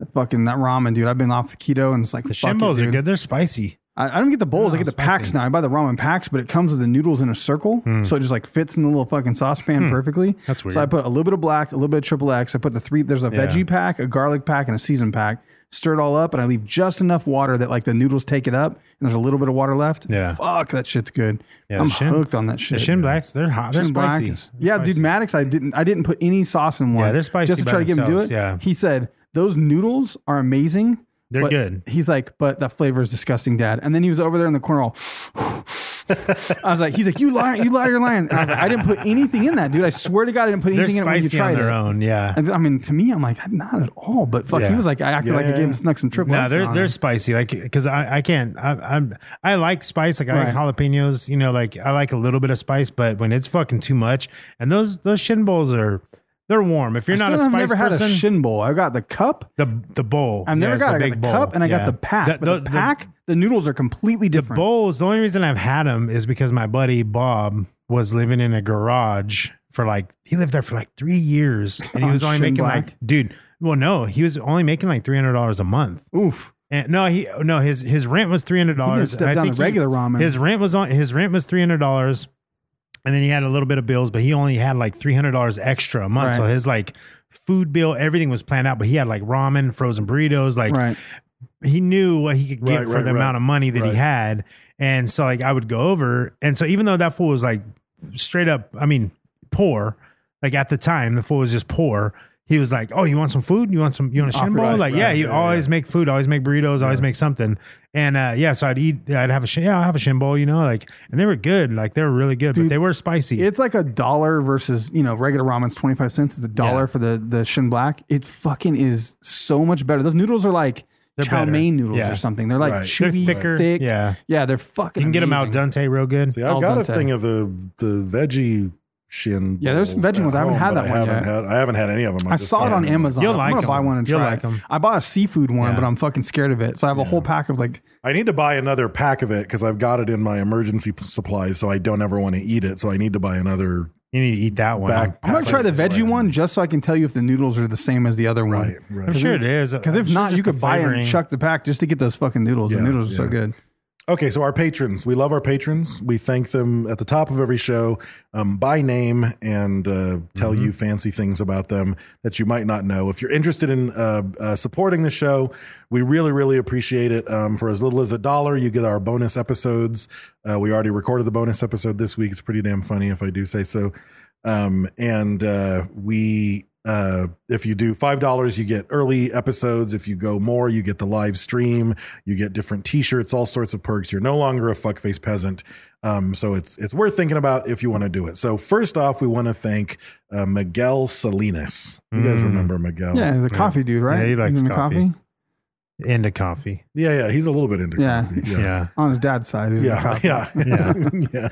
Speaker 3: That fucking that ramen, dude. I've been off the keto and it's like
Speaker 4: The
Speaker 3: fuck it,
Speaker 4: shimbos are
Speaker 3: dude.
Speaker 4: good. They're spicy.
Speaker 3: I, I don't get the bowls.
Speaker 4: No,
Speaker 3: I get the
Speaker 4: spicy. Hmm.
Speaker 3: packs now. I buy the ramen packs, but it comes with the noodles in a circle, so it just like fits in the little fucking saucepan perfectly.
Speaker 4: That's weird.
Speaker 3: So I put a little bit of black, a little bit of triple X. I put the three. There's a
Speaker 4: Yeah.
Speaker 3: veggie pack, a garlic pack, and a season pack. Stir it all up, and I leave just enough water that like the noodles take it up, and there's a little bit of water left.
Speaker 4: Yeah.
Speaker 3: fuck that shit's good.
Speaker 4: Yeah,
Speaker 3: I'm
Speaker 4: the shin-
Speaker 3: hooked on that
Speaker 4: The
Speaker 3: shit.
Speaker 4: shin blacks, they're hot. They're
Speaker 3: Chin Black
Speaker 4: spicy.
Speaker 3: is- yeah, dude, Maddox, I didn't, I didn't put any sauce in one.
Speaker 4: they're spicy
Speaker 3: Just to
Speaker 4: by
Speaker 3: try to get him to do it.
Speaker 4: themselves, yeah.
Speaker 3: He said those noodles are amazing.
Speaker 4: They're
Speaker 3: but-"
Speaker 4: good.
Speaker 3: He's like, but that flavor is disgusting, Dad. And then he was over there in the corner, all. I was like, he's like, you liar, you liar, you're lying. And I was like, I didn't put anything in that, dude. I swear to God, I didn't put
Speaker 4: They're
Speaker 3: anything in it when you
Speaker 4: spicy on
Speaker 3: tried
Speaker 4: their
Speaker 3: it.
Speaker 4: own. Yeah.
Speaker 3: And I mean, to me, I'm like, not at all. But fuck, he
Speaker 4: Yeah.
Speaker 3: was like, I acted like I
Speaker 2: Yeah.
Speaker 3: gave him snuck some triple.
Speaker 4: No,
Speaker 3: X's
Speaker 4: they're
Speaker 3: on
Speaker 4: they're
Speaker 3: him.
Speaker 4: spicy. Like because I, I can't I, I'm I like spice. Like I like jalapenos. You know, like I like a little bit of spice, but when it's fucking too much, and those those shin bowls are they're warm. If you're
Speaker 3: I
Speaker 4: not a
Speaker 3: still
Speaker 4: spice
Speaker 3: have never had
Speaker 4: person,
Speaker 3: a shin bowl. I got the cup.
Speaker 4: the the bowl.
Speaker 3: I've never
Speaker 4: Yeah, it's
Speaker 3: got. it. I
Speaker 4: big
Speaker 3: got the
Speaker 4: bowl.
Speaker 3: cup and I
Speaker 4: Yeah.
Speaker 3: got the pack. but the, pack, the noodles are completely
Speaker 4: the
Speaker 3: different.
Speaker 4: bowls. The only reason I've had them is because my buddy Bob was living in a garage for like he lived there for like three years, and he
Speaker 3: On
Speaker 4: was only
Speaker 3: Shin
Speaker 4: making
Speaker 3: Oh, Black?
Speaker 4: like dude. Well, no, he was only making like three hundred dollars a month.
Speaker 3: Oof.
Speaker 4: And no, he no his his rent was three hundred dollars.
Speaker 3: He didn't step down the regular ramen.
Speaker 4: His rent was on his rent was three hundred dollars, and then he had a little bit of bills, but he only had like three hundred dollars extra a month.
Speaker 3: Right.
Speaker 4: So his like food bill, everything was planned out, but he had like ramen, frozen burritos, like
Speaker 3: right.
Speaker 4: he knew what he could get
Speaker 2: Right,
Speaker 4: for
Speaker 2: right,
Speaker 4: the
Speaker 2: right.
Speaker 4: amount of money that he
Speaker 2: Right.
Speaker 4: had. And so like I would go over. And so even though that fool was like straight up, I mean, poor, like at the time, the fool was just poor. He was like, Oh, you want some food? You want some you want a shin
Speaker 3: Offered
Speaker 4: bowl?
Speaker 3: us,
Speaker 4: Like, yeah,
Speaker 2: right,
Speaker 4: you
Speaker 2: yeah,
Speaker 4: always make food, always make burritos, always make something. And uh yeah, so I'd eat I'd have a shin yeah, I'll have a shin bowl, you know, like and they were good, like they were really good, but
Speaker 3: Dude,
Speaker 4: they were spicy.
Speaker 3: It's like a dollar versus you know regular ramen's twenty five cents. It's a dollar
Speaker 4: Yeah.
Speaker 3: for the the shin black. It fucking is so much better. Those noodles are like
Speaker 4: They're
Speaker 3: chow
Speaker 4: better.
Speaker 3: mein noodles
Speaker 4: Yeah.
Speaker 3: or something. They're like
Speaker 2: Right.
Speaker 4: They're
Speaker 3: chewy,
Speaker 4: thicker.
Speaker 3: thick.
Speaker 4: Yeah.
Speaker 3: yeah, they're fucking.
Speaker 4: You can get them out
Speaker 3: amazing.
Speaker 4: dente real good.
Speaker 2: See, I've
Speaker 3: Al
Speaker 2: got a
Speaker 3: dente.
Speaker 2: thing of the the veggie shin.
Speaker 3: Yeah, there's
Speaker 2: bowls
Speaker 3: veggie
Speaker 2: at
Speaker 3: ones. I haven't
Speaker 2: home,
Speaker 3: had
Speaker 2: but
Speaker 3: that
Speaker 2: I
Speaker 3: one
Speaker 2: haven't
Speaker 3: yet.
Speaker 2: Had, I haven't had any of them.
Speaker 3: I saw it on Amazon.
Speaker 4: You'll
Speaker 3: I'm
Speaker 4: like
Speaker 3: gonna
Speaker 4: 'em.
Speaker 3: buy one and
Speaker 4: You'll
Speaker 3: try
Speaker 4: like
Speaker 3: it.
Speaker 4: 'em.
Speaker 3: I bought a seafood one,
Speaker 4: Yeah.
Speaker 3: but I'm fucking scared of it. So I have a whole pack of like
Speaker 2: I need to buy another pack of it because I've got it in my emergency p- supplies, so I don't ever want to eat it. So I need to buy another
Speaker 4: You need to eat that one.
Speaker 2: back.
Speaker 3: I'm gonna try the veggie one just so I can tell you if the noodles are the same as the other one.
Speaker 2: Right, right.
Speaker 4: I'm sure it is.
Speaker 3: Because
Speaker 4: I'm
Speaker 3: if
Speaker 4: sure
Speaker 3: not,
Speaker 4: just
Speaker 3: you
Speaker 4: the
Speaker 3: could buy it and
Speaker 4: flavoring.
Speaker 3: chuck the pack just to get those fucking noodles.
Speaker 2: Yeah,
Speaker 3: the noodles are so
Speaker 2: yeah.
Speaker 3: good.
Speaker 2: Okay, so our patrons, we love our patrons. We thank them at the top of every show um, by name and uh, tell
Speaker 3: Mm-hmm.
Speaker 2: you fancy things about them that you might not know. If you're interested in uh, uh, supporting the show, we really, really appreciate it. Um, for as little as a dollar, you get our bonus episodes. Uh, we already recorded the bonus episode this week. It's pretty damn funny, if I do say so. Um, and uh, we, uh, if you do five dollars, you get early episodes. If you go more, you get the live stream. You get different T-shirts, all sorts of perks. You're no longer a fuckface peasant. Um, so it's it's worth thinking about if you want to do it. So first off, we want to thank uh, Miguel Salinas. You guys remember Miguel?
Speaker 3: Yeah, he's a coffee dude, right?
Speaker 4: Yeah, he likes
Speaker 3: He's into
Speaker 4: coffee. into coffee.
Speaker 2: yeah, yeah. He's a little bit into
Speaker 3: Yeah.
Speaker 2: comedy.
Speaker 4: Yeah.
Speaker 3: On his dad's side, he's yeah,
Speaker 2: Yeah,
Speaker 3: coffee.
Speaker 2: yeah, yeah, yeah.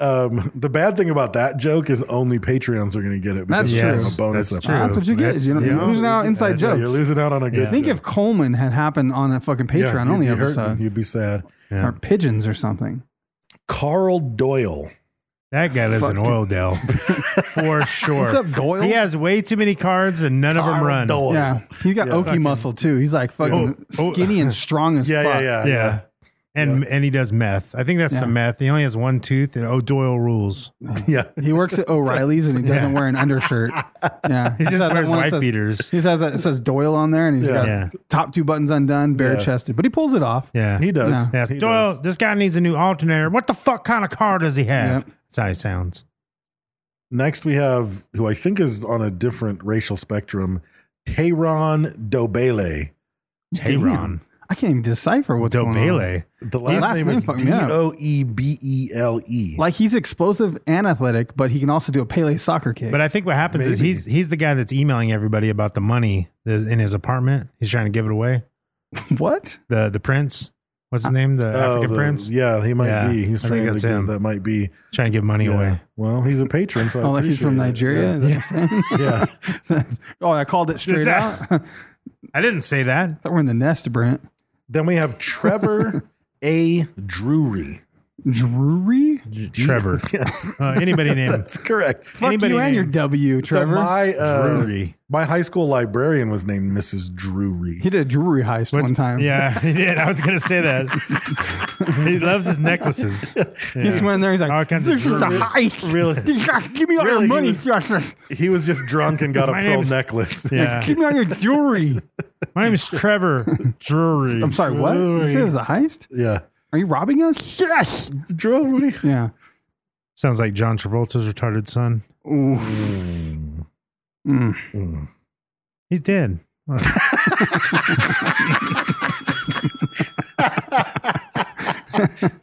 Speaker 2: Um, the bad thing about that joke is only Patreons are going to get it. because
Speaker 3: That's
Speaker 2: it's
Speaker 3: true.
Speaker 2: A bonus
Speaker 4: That's
Speaker 2: episode.
Speaker 4: true.
Speaker 3: That's what you get.
Speaker 4: That's-
Speaker 3: you know,
Speaker 4: yeah.
Speaker 3: you're losing out on inside
Speaker 2: Yeah,
Speaker 3: jokes.
Speaker 2: you're losing out on a good.
Speaker 4: Yeah.
Speaker 3: Think
Speaker 2: joke.
Speaker 3: if Coleman had happened on a fucking Patreon
Speaker 2: Yeah,
Speaker 3: only
Speaker 2: you'd be hurting.
Speaker 3: episode,
Speaker 2: You'd be sad.
Speaker 4: Yeah.
Speaker 3: or pigeons or something.
Speaker 2: Carl Doyle.
Speaker 4: That guy lives in
Speaker 3: Fucking-
Speaker 4: oil Dell for sure.
Speaker 3: What's up, Doyle?
Speaker 4: He has way too many cards and none of them
Speaker 2: Carl
Speaker 4: run.
Speaker 2: Doyle.
Speaker 3: Yeah, he's got
Speaker 2: Yeah.
Speaker 3: oaky
Speaker 2: Fucking-
Speaker 3: muscle too. He's like fucking
Speaker 4: Oh, oh.
Speaker 3: skinny and strong as
Speaker 2: Yeah,
Speaker 3: fuck.
Speaker 2: yeah, yeah,
Speaker 4: Yeah. And and he does meth. I think that's
Speaker 3: Yeah.
Speaker 4: the meth. He only has one tooth and oh Doyle rules.
Speaker 2: yeah.
Speaker 3: He works at O'Reilly's and he doesn't wear an undershirt. Yeah,
Speaker 4: He just
Speaker 3: has that
Speaker 4: wears
Speaker 3: one that
Speaker 4: wife
Speaker 3: says-
Speaker 4: beaters.
Speaker 3: He says that it says Doyle on there, and he's
Speaker 2: Yeah.
Speaker 3: got
Speaker 4: Yeah.
Speaker 3: top two buttons undone, bare chested, but he pulls it off.
Speaker 4: Yeah.
Speaker 2: He does.
Speaker 3: Yeah.
Speaker 4: Yeah.
Speaker 2: He
Speaker 4: Doyle,
Speaker 2: does.
Speaker 4: this guy needs a new alternator. What the fuck kind of car does he have?
Speaker 3: Yep.
Speaker 4: That's how he sounds.
Speaker 2: Next, we have who I think is on a different racial spectrum, Tehran Dobele.
Speaker 4: Tehran.
Speaker 3: I can't even decipher what's going on.
Speaker 4: Dobele.
Speaker 2: The last,
Speaker 3: last
Speaker 2: name,
Speaker 3: name
Speaker 2: is
Speaker 3: fucked
Speaker 2: D
Speaker 3: me up.
Speaker 2: O E B E L E.
Speaker 3: Like he's explosive and athletic, but he can also do a Pele soccer kick.
Speaker 4: But I think what happens is
Speaker 2: Maybe.
Speaker 4: he's he's the guy that's emailing everybody about the money that's in his apartment. He's trying to give it away.
Speaker 3: what?
Speaker 4: The the prince, what's his name? The
Speaker 2: Oh,
Speaker 4: African
Speaker 2: the-
Speaker 4: prince,
Speaker 2: Yeah, he might
Speaker 4: Yeah,
Speaker 2: be. He's
Speaker 4: I think
Speaker 2: trying to
Speaker 4: that's
Speaker 2: get-
Speaker 4: him.
Speaker 2: that might be.
Speaker 4: trying to give money
Speaker 2: Yeah.
Speaker 4: away.
Speaker 2: Well, he's a patron, so I
Speaker 3: Oh, like he's from
Speaker 2: appreciate it.
Speaker 3: Nigeria. Is that what I'm saying?
Speaker 2: Yeah. Yeah.
Speaker 3: oh, I called it straight out.
Speaker 4: that- I didn't say that.
Speaker 3: Thought we're in the nest, Brent.
Speaker 2: Then we have Trevor A. Drury.
Speaker 3: Drury?
Speaker 4: Trevor.
Speaker 2: Yes,
Speaker 4: Uh, anybody named
Speaker 2: that's correct.
Speaker 3: Fuck
Speaker 4: Anybody
Speaker 3: you and your
Speaker 4: named-
Speaker 3: W, Trevor.
Speaker 2: So my uh,
Speaker 4: Drury.
Speaker 2: my high school librarian was named Mrs. Drury.
Speaker 3: he did a Drury heist
Speaker 4: What's-
Speaker 3: one time.
Speaker 4: Yeah, he did. I was gonna say that. he loves his necklaces.
Speaker 3: He just
Speaker 4: Yeah.
Speaker 3: went in there. He's
Speaker 4: All
Speaker 3: like,
Speaker 4: kinds of
Speaker 3: this is a
Speaker 4: Drury.
Speaker 3: heist. Really? Give me all
Speaker 2: Really,
Speaker 3: your
Speaker 2: he
Speaker 3: money.
Speaker 2: was- He was just drunk and got a
Speaker 4: My
Speaker 2: pearl
Speaker 4: name's-
Speaker 2: necklace.
Speaker 4: Yeah.
Speaker 3: Give me all your jewelry.
Speaker 4: My name is Trevor Drury.
Speaker 3: I'm sorry, what? You said it was a heist?
Speaker 2: Yeah.
Speaker 3: Are you robbing us?
Speaker 4: Yes.
Speaker 2: Drury.
Speaker 3: Yeah.
Speaker 4: Sounds like John Travolta's retarded son.
Speaker 3: Mm.
Speaker 4: He's dead. Wow.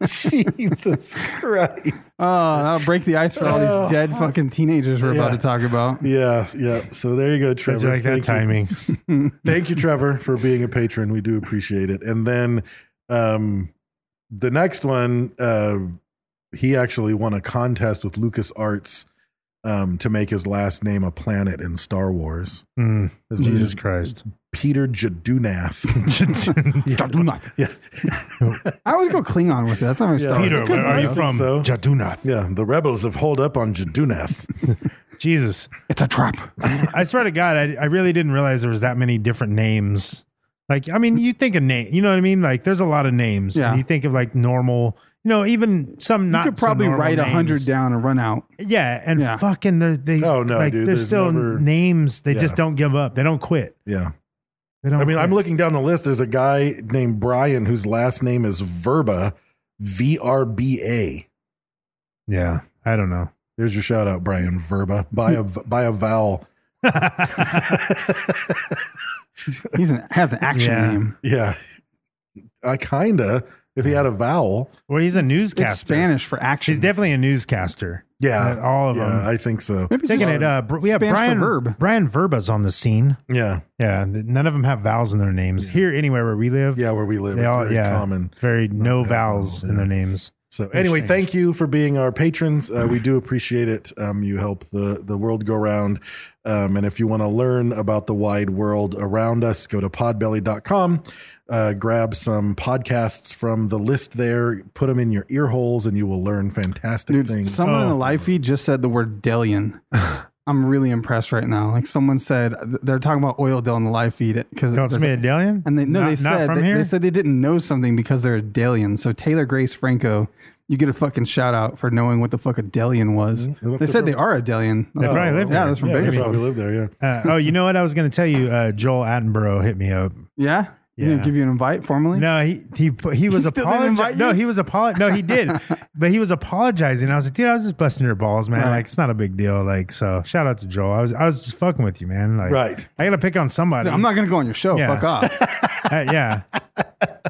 Speaker 2: Jesus Christ.
Speaker 3: Oh, that'll break the ice for all
Speaker 4: Oh.
Speaker 3: these dead fucking teenagers we're about
Speaker 2: Yeah.
Speaker 3: to talk about.
Speaker 2: Yeah, yeah. So there you go,
Speaker 4: Did
Speaker 2: Trevor.
Speaker 4: you like that
Speaker 2: Thank you.
Speaker 4: timing?
Speaker 2: Thank you, Trevor, for being a patron. We do appreciate it. And then um, the next one, uh, he actually won a contest with Lucas Arts um, to make his last name a planet in Star Wars.
Speaker 4: Mm,
Speaker 2: His name
Speaker 4: Jesus
Speaker 2: is
Speaker 4: Christ.
Speaker 2: Peter Jadunath.
Speaker 3: Don't do nothing.
Speaker 2: yeah,
Speaker 3: I always go Klingon with it. That's not my story.
Speaker 4: Peter, where are you
Speaker 2: I think
Speaker 4: from?
Speaker 2: so.
Speaker 4: Jadunath.
Speaker 2: yeah. The rebels have holed up on Jadunath.
Speaker 4: Jesus.
Speaker 3: It's a trap.
Speaker 4: I swear to God, I, I really didn't realize there was that many different names. Like, I mean, you think of name, you know what I mean? Like, there's a lot of names.
Speaker 3: Yeah.
Speaker 4: And you think of like normal, you know, even some
Speaker 3: You
Speaker 4: not.
Speaker 3: could probably
Speaker 4: so normal
Speaker 3: write a hundred
Speaker 4: names.
Speaker 3: down and run out.
Speaker 4: Yeah, and
Speaker 3: Yeah.
Speaker 4: fucking they're, they.
Speaker 2: Oh, no,
Speaker 4: like,
Speaker 2: dude,
Speaker 4: There's
Speaker 2: there's
Speaker 4: still
Speaker 2: never-
Speaker 4: names. They just
Speaker 2: Yeah.
Speaker 4: don't give up. They don't quit.
Speaker 2: Yeah.
Speaker 4: They don't.
Speaker 2: I mean,
Speaker 4: quit.
Speaker 2: I'm looking down the list. There's a guy named Brian whose last name is Verba, V R B A.
Speaker 4: Yeah, I don't know.
Speaker 2: There's your shout out, Brian Verba. Buy a buy a vowel.
Speaker 3: He's an, has an action
Speaker 4: Yeah.
Speaker 3: name.
Speaker 2: Yeah, I kinda. If he had a vowel,
Speaker 4: Well, he's a newscaster.
Speaker 3: It's Spanish for action.
Speaker 4: He's definitely a newscaster.
Speaker 2: yeah,
Speaker 4: Uh, all of
Speaker 2: yeah,
Speaker 4: them.
Speaker 2: I think so.
Speaker 3: Maybe
Speaker 4: Taking
Speaker 3: just
Speaker 4: it up, we have
Speaker 3: Spanish for
Speaker 4: Brian
Speaker 3: verb.
Speaker 4: Brian Verba's on the scene.
Speaker 2: Yeah,
Speaker 4: Yeah, th- none of them have vowels in their names. Here, anywhere where we live,
Speaker 2: yeah, where we live,
Speaker 4: they
Speaker 2: it's
Speaker 4: all
Speaker 2: very
Speaker 4: yeah,
Speaker 2: common.
Speaker 4: very no
Speaker 2: Not that
Speaker 4: vowels
Speaker 2: well,
Speaker 4: in their
Speaker 2: yeah.
Speaker 4: names.
Speaker 2: So anyway, thank you for being our patrons. Uh, we do appreciate it. Um, you help the the world go round. Um, and if you want to learn about the wide world around us, go to podbelly.com, uh, grab some podcasts from the list there, put them in your ear holes, and you will learn fantastic
Speaker 3: Dude,
Speaker 2: things.
Speaker 3: someone in the
Speaker 4: Oh.
Speaker 3: live feed just said the word Delian. I'm really impressed right now. Like someone said, they're talking about oil Dell in the live feed because
Speaker 4: Don't smell Italian?
Speaker 3: And they no,
Speaker 4: Not-
Speaker 3: they
Speaker 4: not
Speaker 3: said
Speaker 4: from
Speaker 3: they,
Speaker 4: here?
Speaker 3: they said they didn't know something because they're a Delian. So Taylor Grace Franco, you get a fucking shout out for knowing what the fuck a Delian was.
Speaker 2: Well,
Speaker 3: They
Speaker 2: that's
Speaker 3: said they
Speaker 2: different.
Speaker 3: are a Delian. That's
Speaker 4: They probably live
Speaker 3: yeah,
Speaker 4: there.
Speaker 3: that's from
Speaker 2: yeah, they probably
Speaker 3: Bakersfield.
Speaker 2: live there. Yeah.
Speaker 4: Uh, oh, you know what? I was going to tell you. Uh, Joel Attenborough hit me up.
Speaker 3: Yeah, yeah.
Speaker 4: Yeah.
Speaker 3: didn't give you an invite formally.
Speaker 4: No, he he he was
Speaker 3: He still didn't invite
Speaker 4: apologizing. No,
Speaker 3: you?
Speaker 4: he was apolog. No, he did, but he was apologizing. I was like, dude, I was just busting your balls, man.
Speaker 3: Right.
Speaker 4: Like it's not a big deal. Like so, shout out to Joel. I was I was just fucking with you, man. Like
Speaker 2: Right.
Speaker 4: I gotta pick on somebody.
Speaker 3: I'm not gonna go on your show.
Speaker 4: Yeah.
Speaker 3: Fuck off.
Speaker 4: Uh, yeah,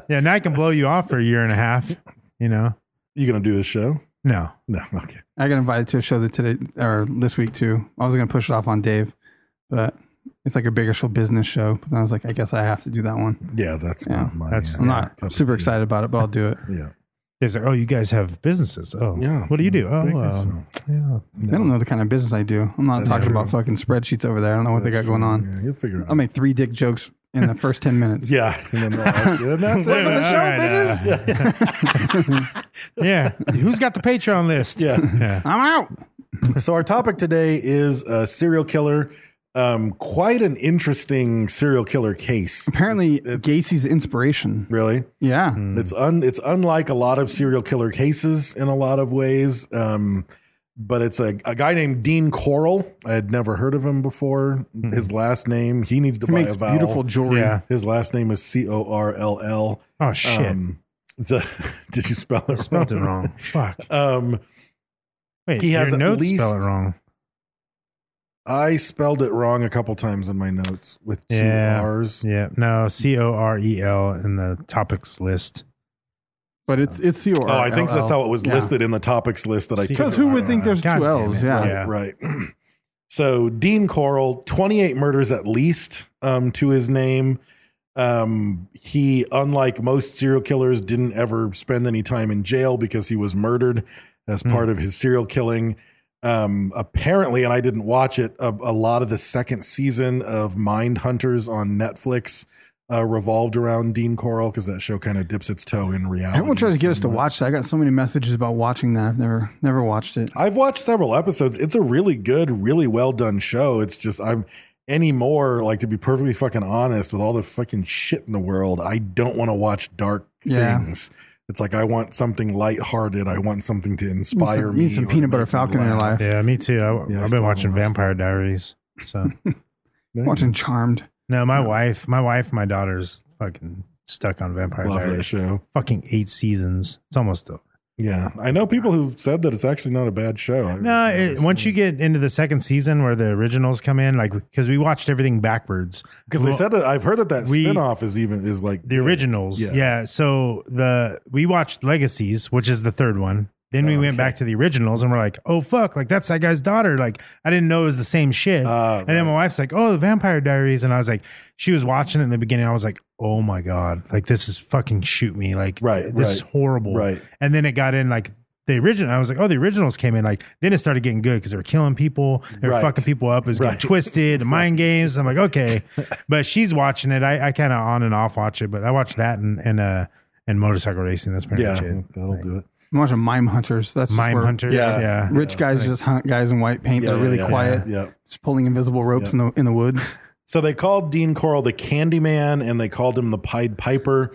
Speaker 4: yeah. Now I can blow you off for a year and a half. You know?
Speaker 2: You going to do this show?
Speaker 4: No.
Speaker 2: No. Okay.
Speaker 3: I got invited to a show that today or this week too. I was gonna push it off on Dave, but it's like a Bakersfield business show. But then I was like, I guess I have to do that one.
Speaker 2: Yeah, that's
Speaker 3: Yeah,
Speaker 2: not my.
Speaker 4: that's-
Speaker 2: uh,
Speaker 3: I'm
Speaker 2: cup
Speaker 3: not
Speaker 2: of
Speaker 3: super
Speaker 2: tea.
Speaker 3: excited about it, but I'll do it.
Speaker 2: Yeah.
Speaker 4: There's like, oh, you guys have businesses. Oh,
Speaker 2: Yeah.
Speaker 4: What do you do? Oh,
Speaker 2: Bakersfield.
Speaker 4: um, yeah.
Speaker 3: They don't know the kind of business I do. I'm not
Speaker 2: That's
Speaker 3: talking
Speaker 2: true.
Speaker 3: about fucking spreadsheets over there. I don't know what they got going on.
Speaker 2: Yeah, you'll figure it out.
Speaker 3: I'll make three dick jokes in the first 10 minutes.
Speaker 2: yeah. And then they'll ask you, and that's
Speaker 4: Wait a
Speaker 2: it.
Speaker 4: minute, all right, uh, yeah. Who's got the Patreon list?
Speaker 2: Yeah.
Speaker 4: Yeah.
Speaker 3: I'm out.
Speaker 2: So our topic today is a serial killer. Um, quite an interesting serial killer case.
Speaker 3: Apparently,
Speaker 2: It's- Mm. it's-
Speaker 3: Gacy's inspiration.
Speaker 2: Really,
Speaker 3: Yeah.
Speaker 4: Hmm.
Speaker 2: it's un it's unlike a lot of serial killer cases in a lot of ways. Um, but it's a, a guy named Dean Coral. I had never heard of him before.
Speaker 4: Hmm.
Speaker 2: His last name he needs to
Speaker 3: He
Speaker 2: buy
Speaker 3: makes
Speaker 2: a vowel.
Speaker 3: beautiful jewelry.
Speaker 4: Yeah.
Speaker 2: His last name is C O R L L.
Speaker 4: Oh shit.
Speaker 2: Um, the did you spell it?
Speaker 4: Spelled it wrong. Fuck.
Speaker 2: Um,
Speaker 4: Wait,
Speaker 2: He
Speaker 4: your
Speaker 2: has at
Speaker 4: notes
Speaker 2: least-
Speaker 4: spell it wrong.
Speaker 2: I spelled it wrong a couple times in my notes with two
Speaker 4: yeah.
Speaker 2: R's.
Speaker 4: Yeah. No, C O R E L in the topics list.
Speaker 3: But it's it's C O R.
Speaker 2: Oh, I think that's how it was
Speaker 3: Yeah.
Speaker 2: listed in the topics list that I took.
Speaker 3: Because who would think there's
Speaker 4: God
Speaker 3: two
Speaker 4: damn
Speaker 3: L's?
Speaker 4: it.
Speaker 3: Yeah.
Speaker 4: Yeah.
Speaker 2: Right. So Dean Coral, 28 murders at least um, to his name. Um, he, unlike most serial killers, didn't ever spend any time in jail because he was murdered as
Speaker 3: Hmm.
Speaker 2: part of his serial killing. Um, apparently, and I didn't watch it, a, a lot of the second season of Mind Hunters on Netflix uh, revolved around Dean Coral because that show kind of dips its toe in reality.
Speaker 3: Everyone tries to get us to
Speaker 2: somewhat.
Speaker 3: watch that. I got so many messages about watching that. I've never never watched it.
Speaker 2: I've watched several episodes. It's a really good, really well done show. It's just I'm anymore like to be perfectly fucking honest with all the fucking shit in the world. I don't want to watch dark
Speaker 3: Yeah.
Speaker 2: things. It's like I want something lighthearted. I want something to inspire
Speaker 3: some-
Speaker 2: me.
Speaker 3: need some
Speaker 2: or
Speaker 3: peanut butter
Speaker 2: make me
Speaker 3: falcon in your
Speaker 2: laugh.
Speaker 3: life.
Speaker 4: Yeah, me too. I,
Speaker 2: Yeah, I
Speaker 4: I've
Speaker 2: saw
Speaker 4: been watching
Speaker 2: the rest of
Speaker 4: Vampire Diaries. So
Speaker 3: Watching Charmed.
Speaker 4: no, my wife, my wife, my daughter's fucking stuck on Vampire
Speaker 2: Love that
Speaker 4: Diaries.
Speaker 2: show.
Speaker 4: Fucking eight seasons. It's almost over.
Speaker 2: Yeah, I know people who've said that it's actually not a bad show.
Speaker 4: No, it, once you get into the second season where the originals come in, like because we watched everything backwards
Speaker 2: because they
Speaker 4: Well,
Speaker 2: said that I've heard that that
Speaker 4: we-
Speaker 2: spinoff is even is like
Speaker 4: the originals.
Speaker 2: Yeah.
Speaker 4: Yeah. So the we watched Legacies, which is the third one. Then we
Speaker 2: Oh,
Speaker 4: went
Speaker 2: okay.
Speaker 4: back to the originals and we're like, oh fuck, like that's that guy's daughter. Like I didn't know it was the same shit.
Speaker 2: Ah,
Speaker 4: and then my wife's like, oh, the Vampire Diaries, and I was like, she was watching it in the beginning. I was like, oh my god, like this is fucking shoot me, like
Speaker 2: Right,
Speaker 4: this
Speaker 2: right,
Speaker 4: is horrible,
Speaker 2: right.
Speaker 4: And then it got in like. The original, I was like, oh, the originals came in. Like, then it started getting good because they were killing people, they were
Speaker 2: Right.
Speaker 4: fucking people up, it was
Speaker 2: Right.
Speaker 4: getting twisted, the mind games. I'm like, okay, but she's watching it. I, I kind of on and off watch it, but I watch that and and uh and motorcycle racing. That's pretty
Speaker 2: Yeah,
Speaker 4: much it.
Speaker 2: that'll do it.
Speaker 3: I'm watching Mime Hunters. That's just
Speaker 4: Mime
Speaker 3: where
Speaker 4: hunters.
Speaker 2: Yeah.
Speaker 4: Yeah.
Speaker 3: Rich guys just hunt guys in white paint.
Speaker 2: Yeah,
Speaker 3: They're
Speaker 2: yeah,
Speaker 3: really
Speaker 2: yeah,
Speaker 3: quiet.
Speaker 2: yeah, yeah.
Speaker 3: Just pulling invisible ropes in the in the woods.
Speaker 2: So they called Dean Coral the Candyman and they called him the Pied Piper.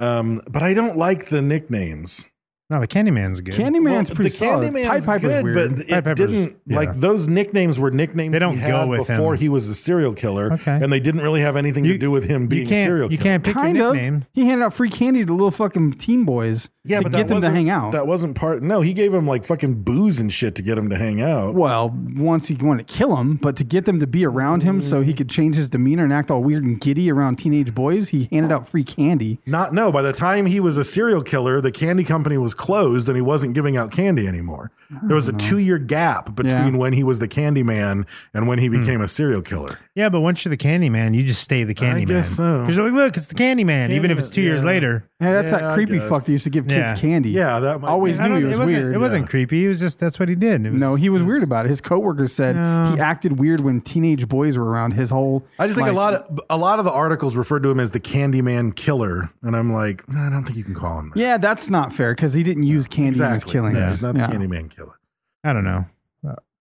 Speaker 2: Um, but I don't like the nicknames.
Speaker 4: No, the Candyman's good.
Speaker 3: Candyman's
Speaker 2: Well,
Speaker 3: pretty
Speaker 2: the
Speaker 3: solid.
Speaker 2: Candyman's
Speaker 3: Pied Piper's
Speaker 2: good,
Speaker 3: weird.
Speaker 2: but it
Speaker 4: Pied Piper's-
Speaker 2: didn't
Speaker 4: yeah.
Speaker 2: like those nicknames were nicknames
Speaker 4: They don't
Speaker 2: he
Speaker 4: go
Speaker 2: had
Speaker 4: with him.
Speaker 2: before he was a serial killer,
Speaker 4: Okay.
Speaker 2: and they didn't really have anything to do with him being
Speaker 4: you
Speaker 2: a
Speaker 4: can't,
Speaker 2: serial
Speaker 4: You
Speaker 2: killer.
Speaker 4: can't pick
Speaker 3: kind
Speaker 4: your
Speaker 3: of.
Speaker 4: nickname.
Speaker 3: He handed out free candy to little fucking teen boys
Speaker 2: yeah,
Speaker 3: to
Speaker 2: but
Speaker 3: get
Speaker 2: that
Speaker 3: them to
Speaker 2: wasn't-
Speaker 3: hang out.
Speaker 2: That wasn't part. No, he gave him like fucking booze and shit to get him to hang out.
Speaker 3: well, once he wanted to kill him, but to get them to be around him so
Speaker 2: Mm.
Speaker 3: he could change his demeanor and act all weird and giddy around teenage boys, he handed out free candy.
Speaker 2: Not no. By the time he was a serial killer, the candy company was closed, and he wasn't giving out candy anymore. There was a two-year gap between
Speaker 3: Mm-hmm. Yeah. Hmm.
Speaker 2: when he was the candy man and when he became a serial killer.
Speaker 4: Yeah, but once you're the Candyman, you just stay the Candyman.
Speaker 2: guess so.
Speaker 4: Because you're like, look, it's the Candyman, even if it's
Speaker 2: Candyman,
Speaker 4: two years
Speaker 2: yeah.
Speaker 4: later.
Speaker 3: Hey, that's
Speaker 2: Yeah,
Speaker 3: that
Speaker 2: I
Speaker 3: creepy
Speaker 2: guess.
Speaker 3: fuck that used to give kids
Speaker 4: Yeah.
Speaker 3: candy.
Speaker 2: Yeah, that might
Speaker 3: always
Speaker 2: be-
Speaker 4: I
Speaker 3: knew
Speaker 4: don't-
Speaker 3: he was
Speaker 4: it wasn't,
Speaker 3: weird.
Speaker 4: It wasn't creepy. It was just that's what he did. It was,
Speaker 3: No, he was weird about it. His coworkers said he acted weird when teenage boys were around. His whole
Speaker 2: I just think a
Speaker 3: like,
Speaker 2: lot of a lot of the articles referred to him as the Candyman Killer, and I'm like, "Nah, I don't think you can call him that.
Speaker 3: Yeah, that's not fair because he didn't use candy in his
Speaker 2: exactly.
Speaker 3: killing.
Speaker 2: Yeah, he's not the Candyman Killer.
Speaker 4: I don't know.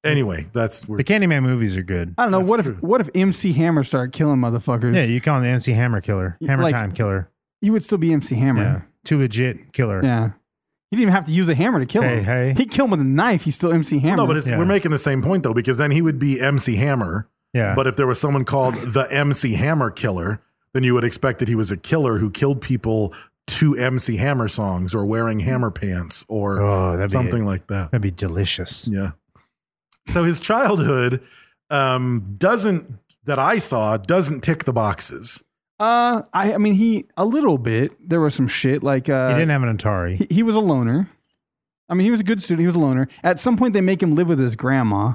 Speaker 2: Anyway, that's where
Speaker 4: The Candyman movies are good.
Speaker 3: I don't know
Speaker 2: That's
Speaker 3: what
Speaker 2: true.
Speaker 3: if what if MC Hammer started killing motherfuckers?
Speaker 4: Yeah, you call him the MC Hammer Killer, Hammer
Speaker 3: Like-
Speaker 4: Time Killer.
Speaker 3: he would still be MC
Speaker 4: Yeah,
Speaker 3: Hammer.
Speaker 4: too legit killer.
Speaker 3: Yeah. He didn't even have to use a hammer to kill
Speaker 4: Hey,
Speaker 3: him.
Speaker 4: hey.
Speaker 3: He killed him with a knife. He's still MC Hammer.
Speaker 2: no, but it's,
Speaker 4: Yeah.
Speaker 2: we're making the same point though, because then he would be MC Hammer.
Speaker 4: Yeah.
Speaker 2: But if there was someone called the MC Hammer Killer, then you would expect that he was a killer who killed people to MC Hammer songs or wearing hammer pants or
Speaker 4: Oh, that'd be
Speaker 2: something
Speaker 4: it.
Speaker 2: like that.
Speaker 4: That'd be delicious.
Speaker 2: Yeah. So his childhood um, doesn't that I saw doesn't tick the boxes.
Speaker 3: uh, I, I mean, he a little bit. There was some shit like uh,
Speaker 4: He didn't have an Atari.
Speaker 3: he, he was a loner. I mean, he was a good student. He was a loner. At some point, they make him live with his grandma.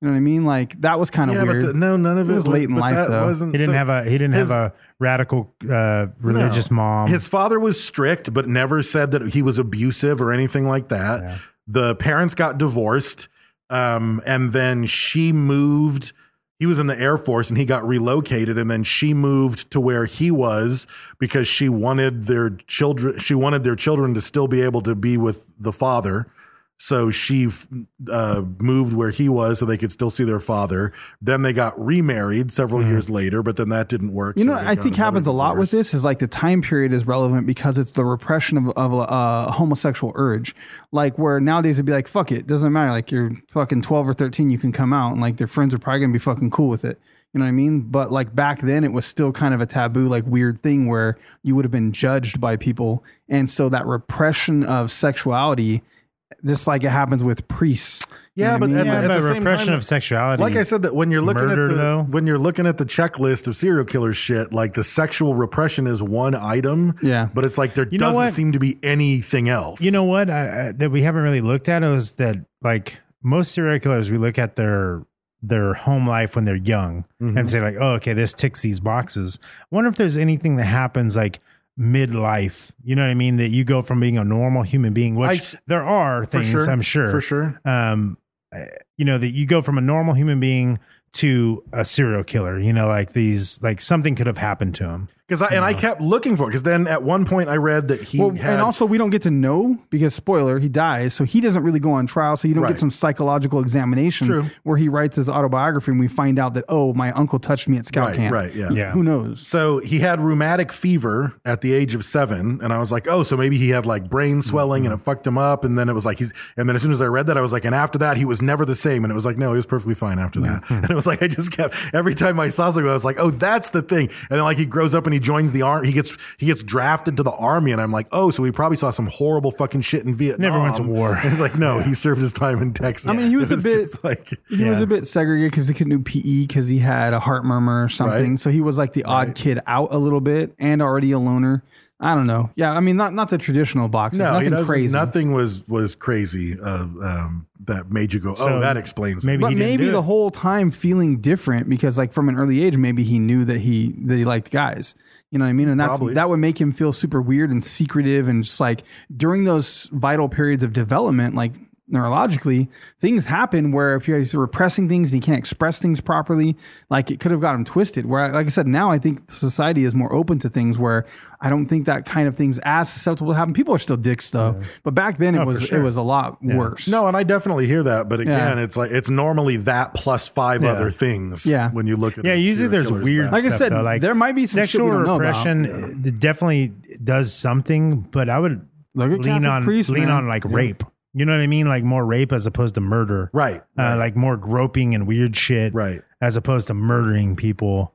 Speaker 3: You know what I mean? Like that was kind of weird.
Speaker 2: the- no, none of
Speaker 3: It
Speaker 2: it
Speaker 3: was late in
Speaker 2: but
Speaker 3: life,
Speaker 2: that
Speaker 3: though.
Speaker 2: Wasn't,
Speaker 4: He didn't
Speaker 2: so-
Speaker 4: have a he didn't
Speaker 2: his-
Speaker 4: have a radical uh,
Speaker 2: no.
Speaker 4: religious mom.
Speaker 2: His father was strict, but never said that he was abusive or anything like that. The parents got divorced, um, and then she moved. He was in the Air Force, and he got relocated, and then she moved to where he was because she wanted their children. She wanted their children to still be able to be with the father. So she f- uh, moved where he was so they could still see their father. Then they got remarried several years later, but then that didn't work.
Speaker 3: Mm-hmm. You
Speaker 2: so
Speaker 3: know,
Speaker 2: they
Speaker 3: I
Speaker 2: got
Speaker 3: think
Speaker 2: another
Speaker 3: happens a lot with
Speaker 2: divorce.
Speaker 3: this is like the time period is relevant because it's the repression of, of uh, homosexual urge. Like where nowadays it'd be like, fuck it, doesn't matter. Like you're fucking 12 or 13, you can come out and like their friends are probably going to be fucking cool with it. You know what I mean? But like back then it was still kind of a taboo, like weird thing where you would have been judged by people. And so that repression of sexuality, just like it happens with priests.
Speaker 2: Yeah,
Speaker 3: what
Speaker 2: but
Speaker 3: I
Speaker 2: at
Speaker 3: mean?
Speaker 2: the,
Speaker 3: Yeah,
Speaker 2: at
Speaker 4: but
Speaker 2: the same
Speaker 4: repression
Speaker 2: time,
Speaker 4: of sexuality.
Speaker 2: Like I said, that when you're looking
Speaker 4: Murder,
Speaker 2: at the
Speaker 4: though?
Speaker 2: when you're looking at the checklist of serial killer shit, like the sexual repression is one item.
Speaker 3: Yeah.
Speaker 2: but it's like there
Speaker 4: You know
Speaker 2: doesn't
Speaker 4: what?
Speaker 2: seem to be anything else.
Speaker 4: You know what? I, I, that we haven't really looked at is that like most serial killers, we look at their their home life when they're young
Speaker 2: Mm-hmm.
Speaker 4: and say like, oh, okay, this ticks these boxes. I wonder if there's anything that happens like midlife. You know what I mean? That you go from being a normal human being, which
Speaker 2: I-
Speaker 4: there are
Speaker 2: For
Speaker 4: things
Speaker 2: sure.
Speaker 4: I'm sure
Speaker 2: For sure.
Speaker 4: Um, uh, you know that you go from a normal human being to a serial killer. You know, like these, like something could have happened to him.
Speaker 2: because I and I kept looking for it because then at one point I read that he
Speaker 3: Well,
Speaker 2: had
Speaker 3: and also we don't get to know because spoiler, he dies, so he doesn't really go on trial. So you don't
Speaker 2: Right.
Speaker 3: get some psychological examination
Speaker 2: True.
Speaker 3: where he writes his autobiography, and we find out that oh, my uncle touched me at scout
Speaker 2: right,
Speaker 3: camp.
Speaker 2: right, yeah.
Speaker 4: Yeah.
Speaker 3: Who knows?
Speaker 2: So he had rheumatic fever at the age of seven, and I was like, oh, so maybe he had like brain swelling and it fucked him up. And then it was like he's, and then as soon as I read that, I was like, and after that, he was never the same. And it was like, no, he was perfectly fine after that. And it was like I just kept every time I saw something, I was like, oh, that's the thing. And then like he grows up and he joins the army. He gets he gets drafted to the army, and I'm like, oh, so he probably saw some horrible fucking shit in Vietnam.
Speaker 4: Never went to war.
Speaker 2: And it's like, no, he served his time in Texas.
Speaker 3: I mean, he was
Speaker 2: It
Speaker 3: a bit-
Speaker 2: just like
Speaker 3: He was
Speaker 4: Yeah.
Speaker 3: a bit segregated because he couldn't do PE because he had a heart murmur or something.
Speaker 2: Right.
Speaker 3: So he was like the odd kid out a little bit and already a loner. I don't know. Yeah, I mean, not not the traditional boxes.
Speaker 2: no, he
Speaker 3: nothing
Speaker 2: doesn't-
Speaker 3: crazy.
Speaker 2: Nothing was was crazy uh, um, that made you go, oh,
Speaker 4: So
Speaker 2: that explains.
Speaker 4: maybe
Speaker 2: it.
Speaker 4: he
Speaker 3: but
Speaker 4: didn't
Speaker 3: maybe
Speaker 4: do
Speaker 3: the
Speaker 4: it.
Speaker 3: whole time feeling different because like from an early age maybe he knew that he that he liked guys you know what i mean and that's
Speaker 2: Probably.
Speaker 3: that would make him feel super weird and secretive and just like during those vital periods of development like neurologically things happen where if you're he's repressing things and he can't express things properly like it could have got him twisted where like i said now i think society is more open to things where i don't think that kind of things as susceptible to happen people are still dicks though but back then it
Speaker 4: Oh, for
Speaker 3: was
Speaker 4: sure.
Speaker 3: it was a lot worse
Speaker 2: No, and I definitely hear that, but again,
Speaker 3: Yeah.
Speaker 2: it's like it's normally that plus five
Speaker 4: Yeah.
Speaker 2: other things.
Speaker 3: Yeah.
Speaker 2: when you look at
Speaker 4: Yeah,
Speaker 2: a
Speaker 4: usually
Speaker 2: serial
Speaker 4: there's
Speaker 2: killer's
Speaker 4: weird.
Speaker 2: past.
Speaker 3: Like I
Speaker 4: stuff,
Speaker 3: said,
Speaker 4: though. like
Speaker 3: there might be some shit
Speaker 4: sexual
Speaker 3: we don't know about.
Speaker 4: repression. uh, Definitely does something, but I would
Speaker 3: Look at
Speaker 4: lean
Speaker 3: Catholic
Speaker 4: on
Speaker 3: priests,
Speaker 4: lean
Speaker 3: man.
Speaker 4: on like rape. You know what I mean? Like more rape as opposed to murder.
Speaker 2: Right, right.
Speaker 4: Uh, like more groping and weird shit.
Speaker 2: Right.
Speaker 4: As opposed to murdering people.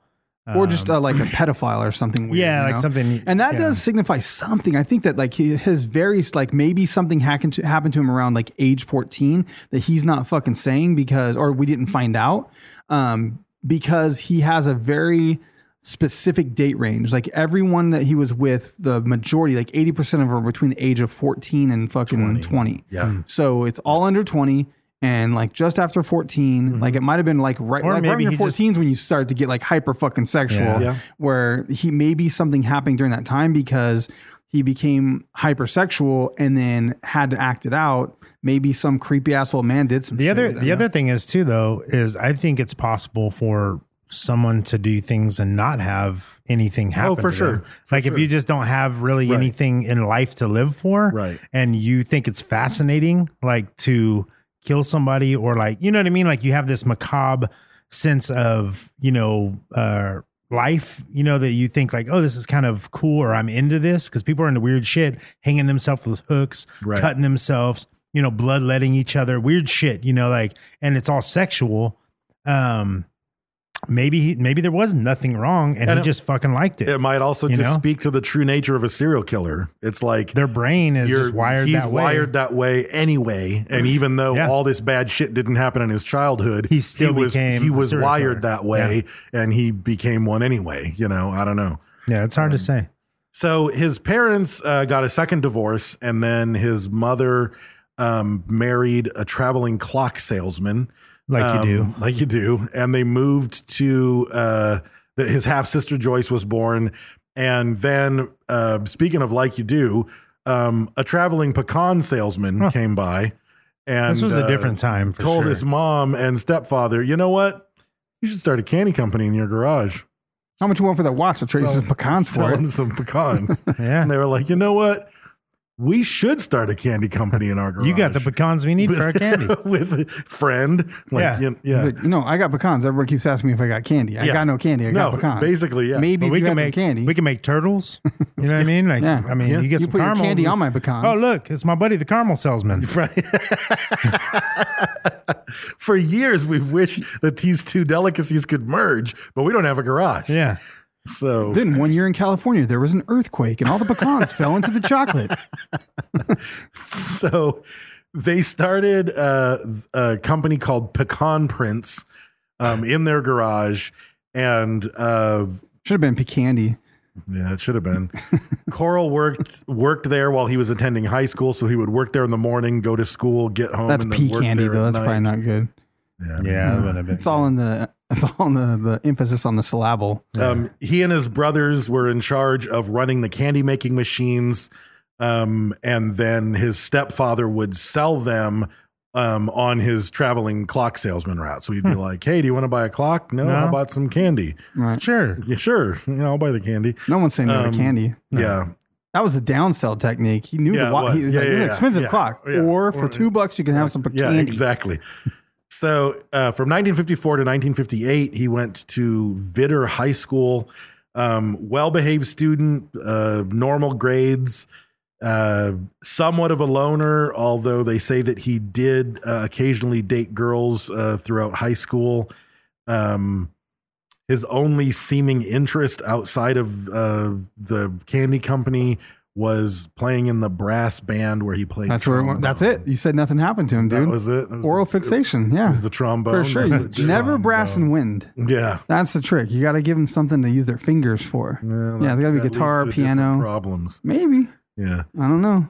Speaker 3: or just uh, like a pedophile or something. Weird,
Speaker 4: Um, Yeah,
Speaker 3: you
Speaker 4: like
Speaker 3: know?
Speaker 4: something-
Speaker 3: And that
Speaker 4: yeah.
Speaker 3: does signify something. I think that like he- his various like maybe something happened to happened to him around like age fourteen that he's not fucking saying because or we didn't find out um, because he has a very specific date range. Like everyone that he was with, the majority, like eighty percent of them, were between the age of fourteen and fucking twenty.
Speaker 2: Yeah.
Speaker 4: Hmm.
Speaker 2: Mm.
Speaker 3: So it's all under twenty. And like just after 14 like it might have been like right,
Speaker 4: Hmm. Or
Speaker 3: like right
Speaker 4: maybe
Speaker 3: in your
Speaker 4: he just-
Speaker 3: 14s when you start to get like hyper fucking sexual
Speaker 4: Yeah.
Speaker 2: Yeah.
Speaker 3: where he maybe something happened during that time because he became hypersexual and then had to act it out. Maybe some creepy asshole man did some.
Speaker 4: The
Speaker 3: shit
Speaker 4: other
Speaker 3: with him.
Speaker 4: the other thing is too though is I think it's possible for someone to do things and not have anything happen.
Speaker 2: Oh, for
Speaker 4: to them.
Speaker 2: sure. For
Speaker 4: like
Speaker 2: sure.
Speaker 4: if you just don't have really
Speaker 2: Right.
Speaker 4: anything in life to live for,
Speaker 2: Right.
Speaker 4: And you think it's fascinating, like to kill somebody or like you know what I mean. Like you have this macabre sense of you know uh, life, you know that you think like oh this is kind of cool or I'm into this because people are into weird shit, hanging themselves with hooks,
Speaker 2: Right.
Speaker 4: cutting themselves, you know, bloodletting each other, weird shit, you know, like, and it's all sexual. Um, maybe he, maybe there was nothing wrong, and,
Speaker 2: And
Speaker 4: he
Speaker 2: it-
Speaker 4: just fucking liked it.
Speaker 2: It might also
Speaker 4: You
Speaker 2: just
Speaker 4: know?
Speaker 2: speak to the true nature of a serial killer. It's like
Speaker 4: Their brain is
Speaker 2: you're-
Speaker 4: just wired
Speaker 2: he's
Speaker 4: that way.
Speaker 2: wired that way anyway, and even though
Speaker 4: Yeah.
Speaker 2: all this bad shit didn't happen in his childhood,
Speaker 4: He still
Speaker 2: was
Speaker 4: became
Speaker 2: he
Speaker 4: a
Speaker 2: was
Speaker 4: serial
Speaker 2: wired
Speaker 4: killer.
Speaker 2: that way, and he became one anyway. You know, I don't know.
Speaker 4: yeah, it's hard to say.
Speaker 2: So his parents uh, got a second divorce, and then his mother um, married a traveling clock salesman,
Speaker 4: Like you
Speaker 2: Um, like you do. And they moved to uh, th- his half sister Joyce was born, and then uh, speaking of like you do, um, a traveling pecan salesman came by, and
Speaker 4: This was a
Speaker 2: uh,
Speaker 4: different time for
Speaker 2: told
Speaker 4: sure.
Speaker 2: his mom and stepfather, you know what? You should start a candy company in your garage
Speaker 3: How much you want for that watch? I'll trade you some pecans for
Speaker 2: selling
Speaker 3: it.
Speaker 2: some pecans.
Speaker 4: Yeah.
Speaker 2: And they were like, you know what? We should start a candy company in our garage.
Speaker 4: You got the pecans we need for our candy.
Speaker 2: with a friend. Like,
Speaker 4: Yeah.
Speaker 2: you- yeah.
Speaker 3: He's like, no, I got pecans. Everyone keeps asking me if I got candy. I
Speaker 2: Yeah.
Speaker 3: got no candy. I got
Speaker 2: No,
Speaker 3: pecans.
Speaker 2: basically, yeah.
Speaker 3: Maybe
Speaker 4: But
Speaker 3: we
Speaker 4: we
Speaker 3: you
Speaker 4: can
Speaker 3: had some
Speaker 4: make
Speaker 3: candy.
Speaker 4: we can make turtles. You know what I mean? Like
Speaker 3: Yeah.
Speaker 4: I mean,
Speaker 3: Yeah.
Speaker 4: you get
Speaker 3: You
Speaker 4: some
Speaker 3: put your
Speaker 4: caramel.
Speaker 3: candy on my pecans.
Speaker 4: Oh look, it's my buddy the caramel salesman.
Speaker 2: For years, we've wished that these two delicacies could merge, but we don't have a garage.
Speaker 4: Yeah.
Speaker 2: So
Speaker 3: then one year in California, there was an earthquake and all the pecans fell into the chocolate.
Speaker 2: so they started a, a company called Pecan Prince um, in their garage, and uh,
Speaker 3: Should have been Picandy.
Speaker 2: yeah, it should have been. Coral worked worked there while he was attending high school, so he would work there in the morning, go to school, get home.
Speaker 3: That's
Speaker 2: and
Speaker 3: pea
Speaker 2: then work
Speaker 3: candy
Speaker 2: there
Speaker 3: though.
Speaker 2: at
Speaker 3: That's probably
Speaker 2: night.
Speaker 3: not good.
Speaker 4: Yeah, that would have been
Speaker 3: It's all in the it's all in the, the emphasis on the syllable.
Speaker 2: Um, he and his brothers were in charge of running the candy making machines, um, and then his stepfather would sell them um, on his traveling clock salesman route. So he'd
Speaker 3: Hmm.
Speaker 2: be like, "Hey, do you want to buy a clock? No,
Speaker 4: No.
Speaker 2: how about some candy?
Speaker 4: sure.
Speaker 2: Yeah, sure, you know, I'll buy the candy.
Speaker 3: No one's saying no
Speaker 2: Um,
Speaker 3: to candy.
Speaker 2: Yeah,
Speaker 3: That was the downsell technique. He knew
Speaker 2: Yeah, it
Speaker 3: the wa-
Speaker 2: was.
Speaker 3: he's
Speaker 2: Yeah,
Speaker 3: like,
Speaker 2: yeah,
Speaker 3: "This is an
Speaker 2: yeah,
Speaker 3: expensive
Speaker 2: yeah,
Speaker 3: clock.
Speaker 2: yeah.
Speaker 3: Or for
Speaker 2: Or-
Speaker 3: two bucks you can have some
Speaker 2: yeah,
Speaker 3: candy.
Speaker 2: exactly." So uh, from 1954 to 1958, he went to Vitter High School. Um, well-behaved student, uh, normal grades. uh, somewhat of a loner, although they say that he did uh, occasionally date girls uh, throughout high school. Um, his only seeming interest outside of uh, the candy company was playing in the brass band where he played.
Speaker 3: That's where it went.
Speaker 2: trombone.
Speaker 3: that's it. You said nothing happened to him,
Speaker 2: That
Speaker 3: dude.
Speaker 2: was it. It was
Speaker 3: Oral
Speaker 2: the-
Speaker 3: fixation. Yeah.
Speaker 2: it was the trombone.
Speaker 3: For sure.
Speaker 2: That's what
Speaker 3: You
Speaker 2: did
Speaker 3: Never
Speaker 2: it.
Speaker 3: brass and wind.
Speaker 2: Yeah.
Speaker 3: That's the trick. You got to give them something to use their fingers for. Yeah,
Speaker 2: that-
Speaker 3: there's got to be
Speaker 2: that leads
Speaker 3: guitar,
Speaker 2: to different
Speaker 3: piano.
Speaker 2: problems.
Speaker 3: Maybe.
Speaker 2: Yeah.
Speaker 3: I don't know.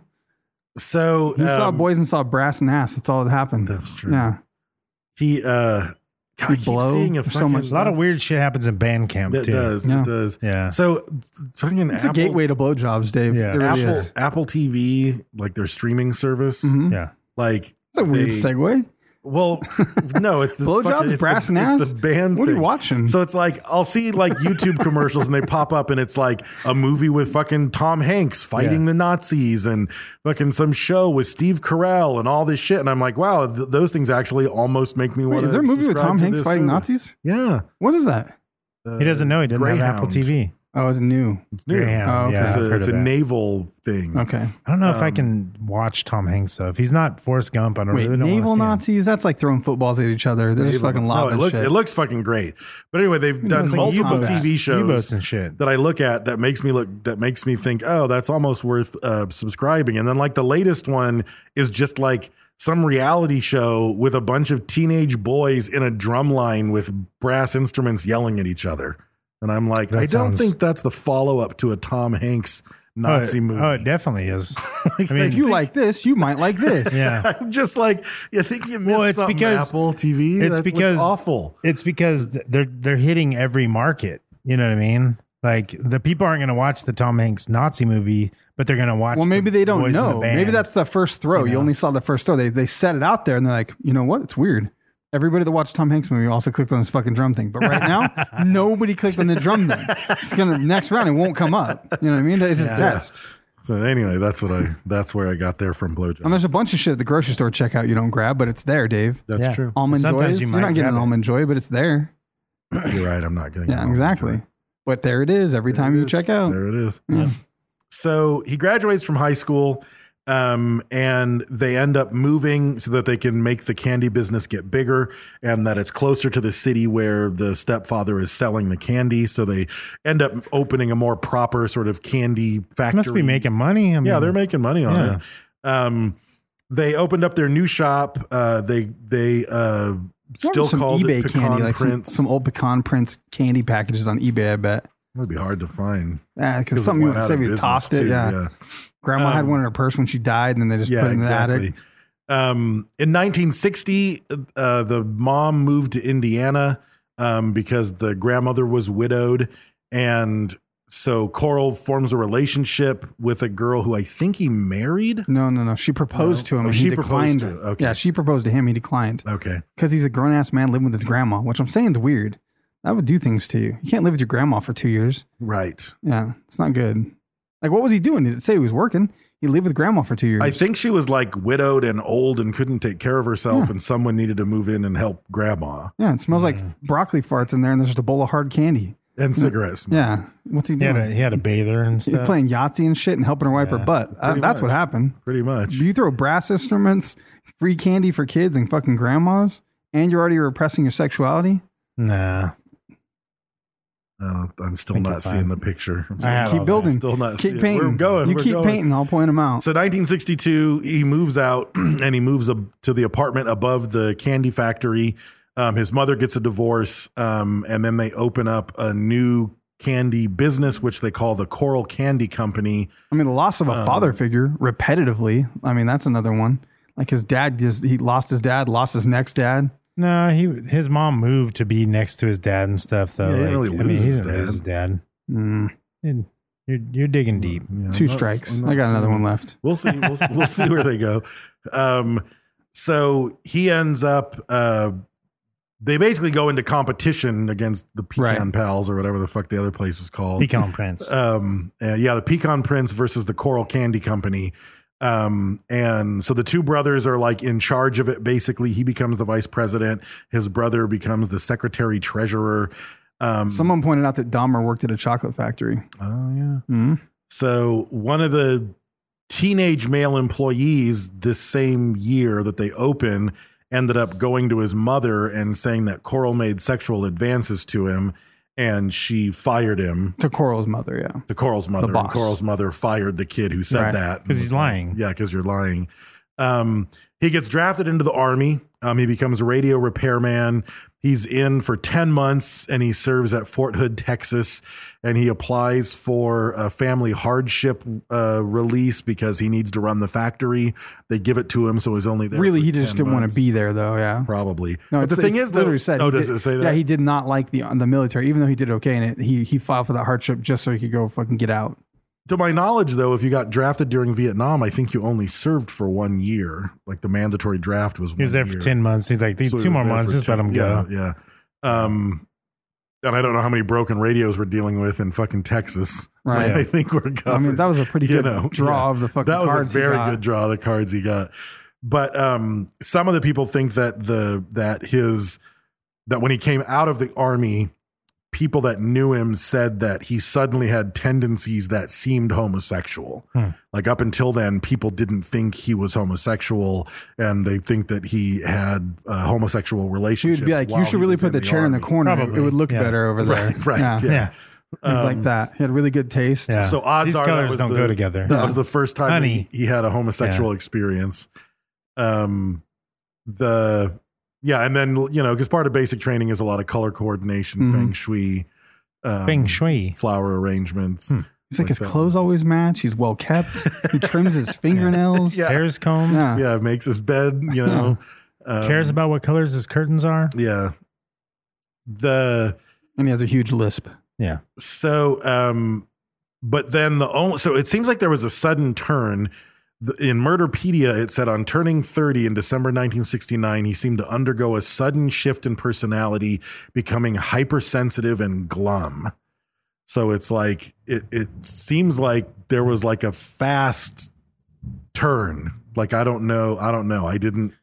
Speaker 2: So
Speaker 3: He saw
Speaker 2: um,
Speaker 3: boys and saw brass and ass. That's all that happened.
Speaker 2: That's true.
Speaker 3: Yeah.
Speaker 2: He uh, God, I keep
Speaker 3: blow
Speaker 2: seeing a
Speaker 3: or so much
Speaker 2: fucking-
Speaker 4: A lot of weird shit happens in band camp
Speaker 2: It
Speaker 4: too.
Speaker 2: does.
Speaker 3: Yeah.
Speaker 2: It does.
Speaker 4: Yeah.
Speaker 2: So fucking
Speaker 3: It's
Speaker 2: Apple,
Speaker 3: a gateway to blowjobs, Dave.
Speaker 4: Yeah.
Speaker 3: It really
Speaker 2: Apple,
Speaker 3: is.
Speaker 2: Apple TV, like their streaming service.
Speaker 3: Mhm.
Speaker 4: Yeah.
Speaker 2: Like
Speaker 3: It's a weird
Speaker 2: they-
Speaker 3: segue.
Speaker 2: Well, no, it's this
Speaker 3: Blowjobs,
Speaker 2: fucking- it's
Speaker 3: brass
Speaker 2: the,
Speaker 3: and
Speaker 2: It's
Speaker 3: ass?
Speaker 2: the band.
Speaker 3: What are you
Speaker 2: thing.
Speaker 3: watching?
Speaker 2: So it's like I'll see like YouTube commercials and they pop up and it's like a movie with fucking Tom Hanks fighting
Speaker 4: Yeah.
Speaker 2: the Nazis and fucking some show with Steve Carell and all this shit and I'm like, wow, th- those things actually almost make me
Speaker 3: Wait,
Speaker 2: want.
Speaker 3: is there a movie with Tom Hanks fighting Nazis?
Speaker 2: Yeah, Uh,
Speaker 3: What is that?
Speaker 4: He doesn't know. He doesn't have Apple
Speaker 2: Greyhound.
Speaker 4: TV.
Speaker 3: Oh, it's new.
Speaker 2: it's new.
Speaker 4: Greyhound.
Speaker 3: Oh, okay.
Speaker 4: Yeah,
Speaker 2: It's
Speaker 4: I've
Speaker 2: a,
Speaker 4: heard
Speaker 2: it's
Speaker 4: of
Speaker 2: a
Speaker 4: that.
Speaker 2: naval thing.
Speaker 3: Okay.
Speaker 4: I don't know if I
Speaker 2: Um,
Speaker 4: can watch Tom Hanks though. If he's not Forrest Gump, I don't
Speaker 3: Wait,
Speaker 4: really don't
Speaker 3: naval
Speaker 4: want to see him.
Speaker 3: Nazis? That's like throwing footballs at each other. They're just
Speaker 2: Naval-
Speaker 3: fucking
Speaker 2: No,
Speaker 3: lobbing
Speaker 2: it looks
Speaker 3: shit.
Speaker 2: it looks fucking great. But anyway, they've done
Speaker 3: it's like
Speaker 2: multiple
Speaker 3: U-boats.
Speaker 2: TV shows
Speaker 4: U-boats and shit.
Speaker 2: that I look at that makes me look that makes me think, oh, that's almost worth uh, subscribing. And then like the latest one is just like some reality show with a bunch of teenage boys in a drum line with brass instruments yelling at each other. And I'm like,
Speaker 4: That
Speaker 2: I don't
Speaker 4: sounds-
Speaker 2: think that's the follow up to a Tom Hanks Nazi
Speaker 4: oh, it-
Speaker 2: movie.
Speaker 4: Oh, it definitely is. I mean,
Speaker 3: if you like this, you might like this.
Speaker 4: yeah.
Speaker 2: I'm just like, you think you missed
Speaker 4: Well, it's
Speaker 2: something,
Speaker 4: because
Speaker 2: Apple TV?
Speaker 4: It's
Speaker 2: That looks
Speaker 4: because
Speaker 2: awful.
Speaker 4: It's because th- they're they're hitting every market. You know what I mean? Like the people aren't going to watch the Tom Hanks Nazi movie, but they're going to watch.
Speaker 3: Well,
Speaker 4: the
Speaker 3: maybe they don't
Speaker 4: Boys in the
Speaker 3: know.
Speaker 4: Band.
Speaker 3: maybe that's the first throw. You,
Speaker 4: You know?
Speaker 3: only saw the first throw. They they set it out there, and they're like, you know what? It's weird. Everybody that watched Tom Hanks movie also clicked on this fucking drum thing, but right now nobody clicked on the drum thing. It's gonna next round it won't come up. You know what I mean? It's just test.
Speaker 2: So anyway, that's what I that's where I got there from blowjob.
Speaker 3: And there's a bunch of shit at the grocery store checkout you don't grab, but it's there, Dave.
Speaker 2: That's
Speaker 4: Yeah.
Speaker 2: true.
Speaker 3: Almond
Speaker 4: Sometimes
Speaker 3: joys.
Speaker 4: you
Speaker 3: You are
Speaker 4: might
Speaker 3: not getting
Speaker 4: grab
Speaker 3: an
Speaker 4: it.
Speaker 3: almond joy, but it's there.
Speaker 2: You're right. I'm not getting.
Speaker 3: Yeah,
Speaker 2: it.
Speaker 3: exactly. But there it is every time
Speaker 2: Oh, There
Speaker 3: you
Speaker 2: it
Speaker 3: check
Speaker 2: is.
Speaker 3: out.
Speaker 2: There it is. So he graduates from high school, um, and they end up moving so that they can make the candy business get bigger and that it's closer to the city where the stepfather is selling the candy. So they end up opening a more proper sort of candy factory.
Speaker 4: must be making money. I mean,
Speaker 2: yeah, they're making money on
Speaker 4: Yeah.
Speaker 2: it. Um, they opened up their new shop. Uh, they they uh, still
Speaker 3: some
Speaker 2: called
Speaker 3: eBay
Speaker 2: it Pecan
Speaker 3: candy, like some,
Speaker 2: Prince.
Speaker 3: some old pecan prints candy packages on eBay. I bet.
Speaker 2: It'd be hard to find.
Speaker 3: Yeah, because
Speaker 2: Because
Speaker 3: something
Speaker 2: it
Speaker 3: you
Speaker 2: went out
Speaker 3: say
Speaker 2: of
Speaker 3: we
Speaker 2: business,
Speaker 3: tossed it.
Speaker 2: too,
Speaker 3: yeah.
Speaker 2: yeah.
Speaker 3: Grandma had
Speaker 2: Um,
Speaker 3: one in her purse when she died, and then they just put it in the attic.
Speaker 2: Um, in 1960, uh, the mom moved to Indiana um, because the grandmother was widowed, and so Coral forms a relationship with a girl who I think he married.
Speaker 3: No, no, no. She proposed
Speaker 2: No.
Speaker 3: to him
Speaker 2: Oh,
Speaker 3: and
Speaker 2: she
Speaker 3: he
Speaker 2: proposed
Speaker 3: declined
Speaker 2: to
Speaker 3: her.
Speaker 2: it. Okay.
Speaker 3: Yeah, she proposed to him. He declined
Speaker 2: Okay,
Speaker 3: because he's a grown ass man living with his grandma, which I'm saying is weird. That would do things to you. You can't live with your grandma for two years.
Speaker 2: right.
Speaker 3: Yeah, it's not good. Like, what was he doing? Did it say he was working? He lived with grandma for two years.
Speaker 2: I think she was like widowed and old and couldn't take care of herself, and someone needed to move in and help grandma
Speaker 3: yeah, it smells like broccoli farts in there, and there's just a bowl of hard candy.
Speaker 2: and cigarettes.
Speaker 3: Yeah, what's he
Speaker 4: He
Speaker 3: doing?
Speaker 4: had, a, he had a bather and
Speaker 3: He's
Speaker 4: stuff.
Speaker 3: playing Yahtzee and shit and helping her wipe her
Speaker 4: Yeah,
Speaker 3: butt. Uh,
Speaker 2: pretty
Speaker 3: that's what
Speaker 2: much.
Speaker 3: happened.
Speaker 2: pretty much.
Speaker 3: You throw brass instruments, free candy for kids and fucking grandmas, and you're already repressing your sexuality.
Speaker 4: Nah.
Speaker 2: I don't, I'm still
Speaker 4: Think
Speaker 2: not
Speaker 4: you're
Speaker 2: seeing
Speaker 4: fine.
Speaker 2: the picture. I'm
Speaker 4: I have
Speaker 3: keep
Speaker 4: all
Speaker 3: building.
Speaker 4: that.
Speaker 2: Still not
Speaker 3: keep
Speaker 2: seeing-
Speaker 3: painting.
Speaker 2: we're going,
Speaker 3: You
Speaker 2: we're
Speaker 3: keep
Speaker 2: going.
Speaker 3: painting. I'll point them out.
Speaker 2: So 1962, he moves out and he moves up to the apartment above the candy factory. Um, his mother gets a divorce, um, and then they open up a new candy business, which they call the Coral Candy Company.
Speaker 3: I mean, the loss of a
Speaker 2: um,
Speaker 3: father figure repetitively. I mean, that's another one. Like his dad, just he lost his dad, lost his next dad.
Speaker 4: No, he his mom moved to be next to his dad and stuff though.
Speaker 2: Yeah, he didn't
Speaker 4: like,
Speaker 2: really
Speaker 4: I mean,
Speaker 2: lose
Speaker 4: he
Speaker 2: his
Speaker 4: didn't lose his dad.
Speaker 3: Mm,
Speaker 4: And You're you're digging deep.
Speaker 3: two strikes. I got another one left.
Speaker 2: We'll see. We'll, we'll see where they go. Um, so he ends up. Uh, they basically go into competition against the Pecan
Speaker 3: Right.
Speaker 2: Pals or whatever the fuck the other place was called.
Speaker 4: Pecan Prince.
Speaker 2: um uh, yeah the pecan prince versus the coral candy company um and so the two brothers are like in charge of it basically he becomes the vice president his brother becomes the secretary treasurer um
Speaker 3: Someone pointed out that Dahmer worked at a chocolate factory.
Speaker 2: oh yeah
Speaker 3: Mm.
Speaker 2: so one of the teenage male employees this same year that they open ended up going to his mother and saying that coral made sexual advances to him and she fired him
Speaker 3: To Coral's mother, yeah.
Speaker 2: to Coral's mother. and
Speaker 3: boss.
Speaker 2: Coral's mother fired the kid who said
Speaker 3: Right.
Speaker 2: that
Speaker 4: 'Cause he's lying.
Speaker 2: Yeah, because you're lying. Um, he gets drafted into the army. Um, he becomes a radio repairman. He's in for ten months and he serves at Fort Hood, Texas. And he applies for a family hardship uh, release because he needs to run the factory. They give it to him, so he's only there.
Speaker 3: Really,
Speaker 2: for
Speaker 3: he just
Speaker 2: 10
Speaker 3: didn't want
Speaker 2: months.
Speaker 3: to be there, though. Yeah.
Speaker 2: Probably.
Speaker 3: No,
Speaker 2: but
Speaker 3: it's,
Speaker 2: the thing
Speaker 3: it's
Speaker 2: is, though-
Speaker 3: literally said.
Speaker 2: Oh,
Speaker 3: he
Speaker 2: does
Speaker 3: did-
Speaker 2: it say that?
Speaker 3: Yeah, he did not like the the military, even though he did okay in it. He he filed for that hardship just so he could go fucking get out.
Speaker 2: to my knowledge though if you got drafted during vietnam i think you only served for one year like the mandatory draft was
Speaker 4: he was there for ten months. He's like, two more months, just let him go.
Speaker 2: yeah, yeah um and i don't know how many broken radios we're dealing with in fucking texas
Speaker 3: Right.
Speaker 2: i think we're covered,
Speaker 3: I mean, that was a pretty
Speaker 2: Oh, you
Speaker 3: good draw of the fucking
Speaker 2: that was
Speaker 3: cards
Speaker 2: a
Speaker 3: he
Speaker 2: very
Speaker 3: got.
Speaker 2: good draw of the cards he got but um some of the people think that the that his that when he came out of the army people that knew him said that he suddenly had tendencies that seemed homosexual.
Speaker 3: Hmm.
Speaker 2: Like up until then, people didn't think he was homosexual, and they think that he had a homosexual
Speaker 3: She
Speaker 2: relationships.
Speaker 3: would be like,
Speaker 2: while
Speaker 3: "You should
Speaker 2: he
Speaker 3: really
Speaker 2: was
Speaker 3: put the,
Speaker 2: the
Speaker 3: chair in the
Speaker 2: army."
Speaker 3: corner.
Speaker 4: Probably,
Speaker 3: It would look
Speaker 4: yeah.
Speaker 3: better over there."
Speaker 2: Right, Um, right,
Speaker 3: Yeah.
Speaker 2: yeah.
Speaker 4: Yeah.
Speaker 3: Things like that. He had really good taste.
Speaker 4: Yeah.
Speaker 2: So odds
Speaker 4: These
Speaker 2: are that
Speaker 4: colors
Speaker 2: was
Speaker 4: don't
Speaker 2: the-
Speaker 4: go together.
Speaker 2: That was the first time that
Speaker 4: Honey.
Speaker 2: he, he had a homosexual
Speaker 4: Yeah.
Speaker 2: experience. Um, the yeah, and then you know, because part of basic training is a lot of color coordination,
Speaker 3: Mhm.
Speaker 2: feng shui, um,
Speaker 4: Feng Shui. Hmm.
Speaker 2: flower arrangements.
Speaker 3: It's like,
Speaker 2: Like
Speaker 3: his
Speaker 2: that.
Speaker 3: clothes always match. He's well kept. he trims his fingernails.
Speaker 2: Yeah.
Speaker 4: Hair's combed.
Speaker 3: Yeah.
Speaker 2: yeah, makes his bed, you know. Um,
Speaker 4: Cares about what colors his curtains are.
Speaker 2: Yeah. The
Speaker 3: And he has a huge lisp.
Speaker 4: Yeah.
Speaker 2: so um but then the only so it seems like there was a sudden turn The- in Murderpedia, it said on turning 30 in December 1969, he seemed to undergo a sudden shift in personality, becoming hypersensitive and glum. So it's like, it, it seems like there was like a fast turn. Like, I don't know. I don't know. I didn't.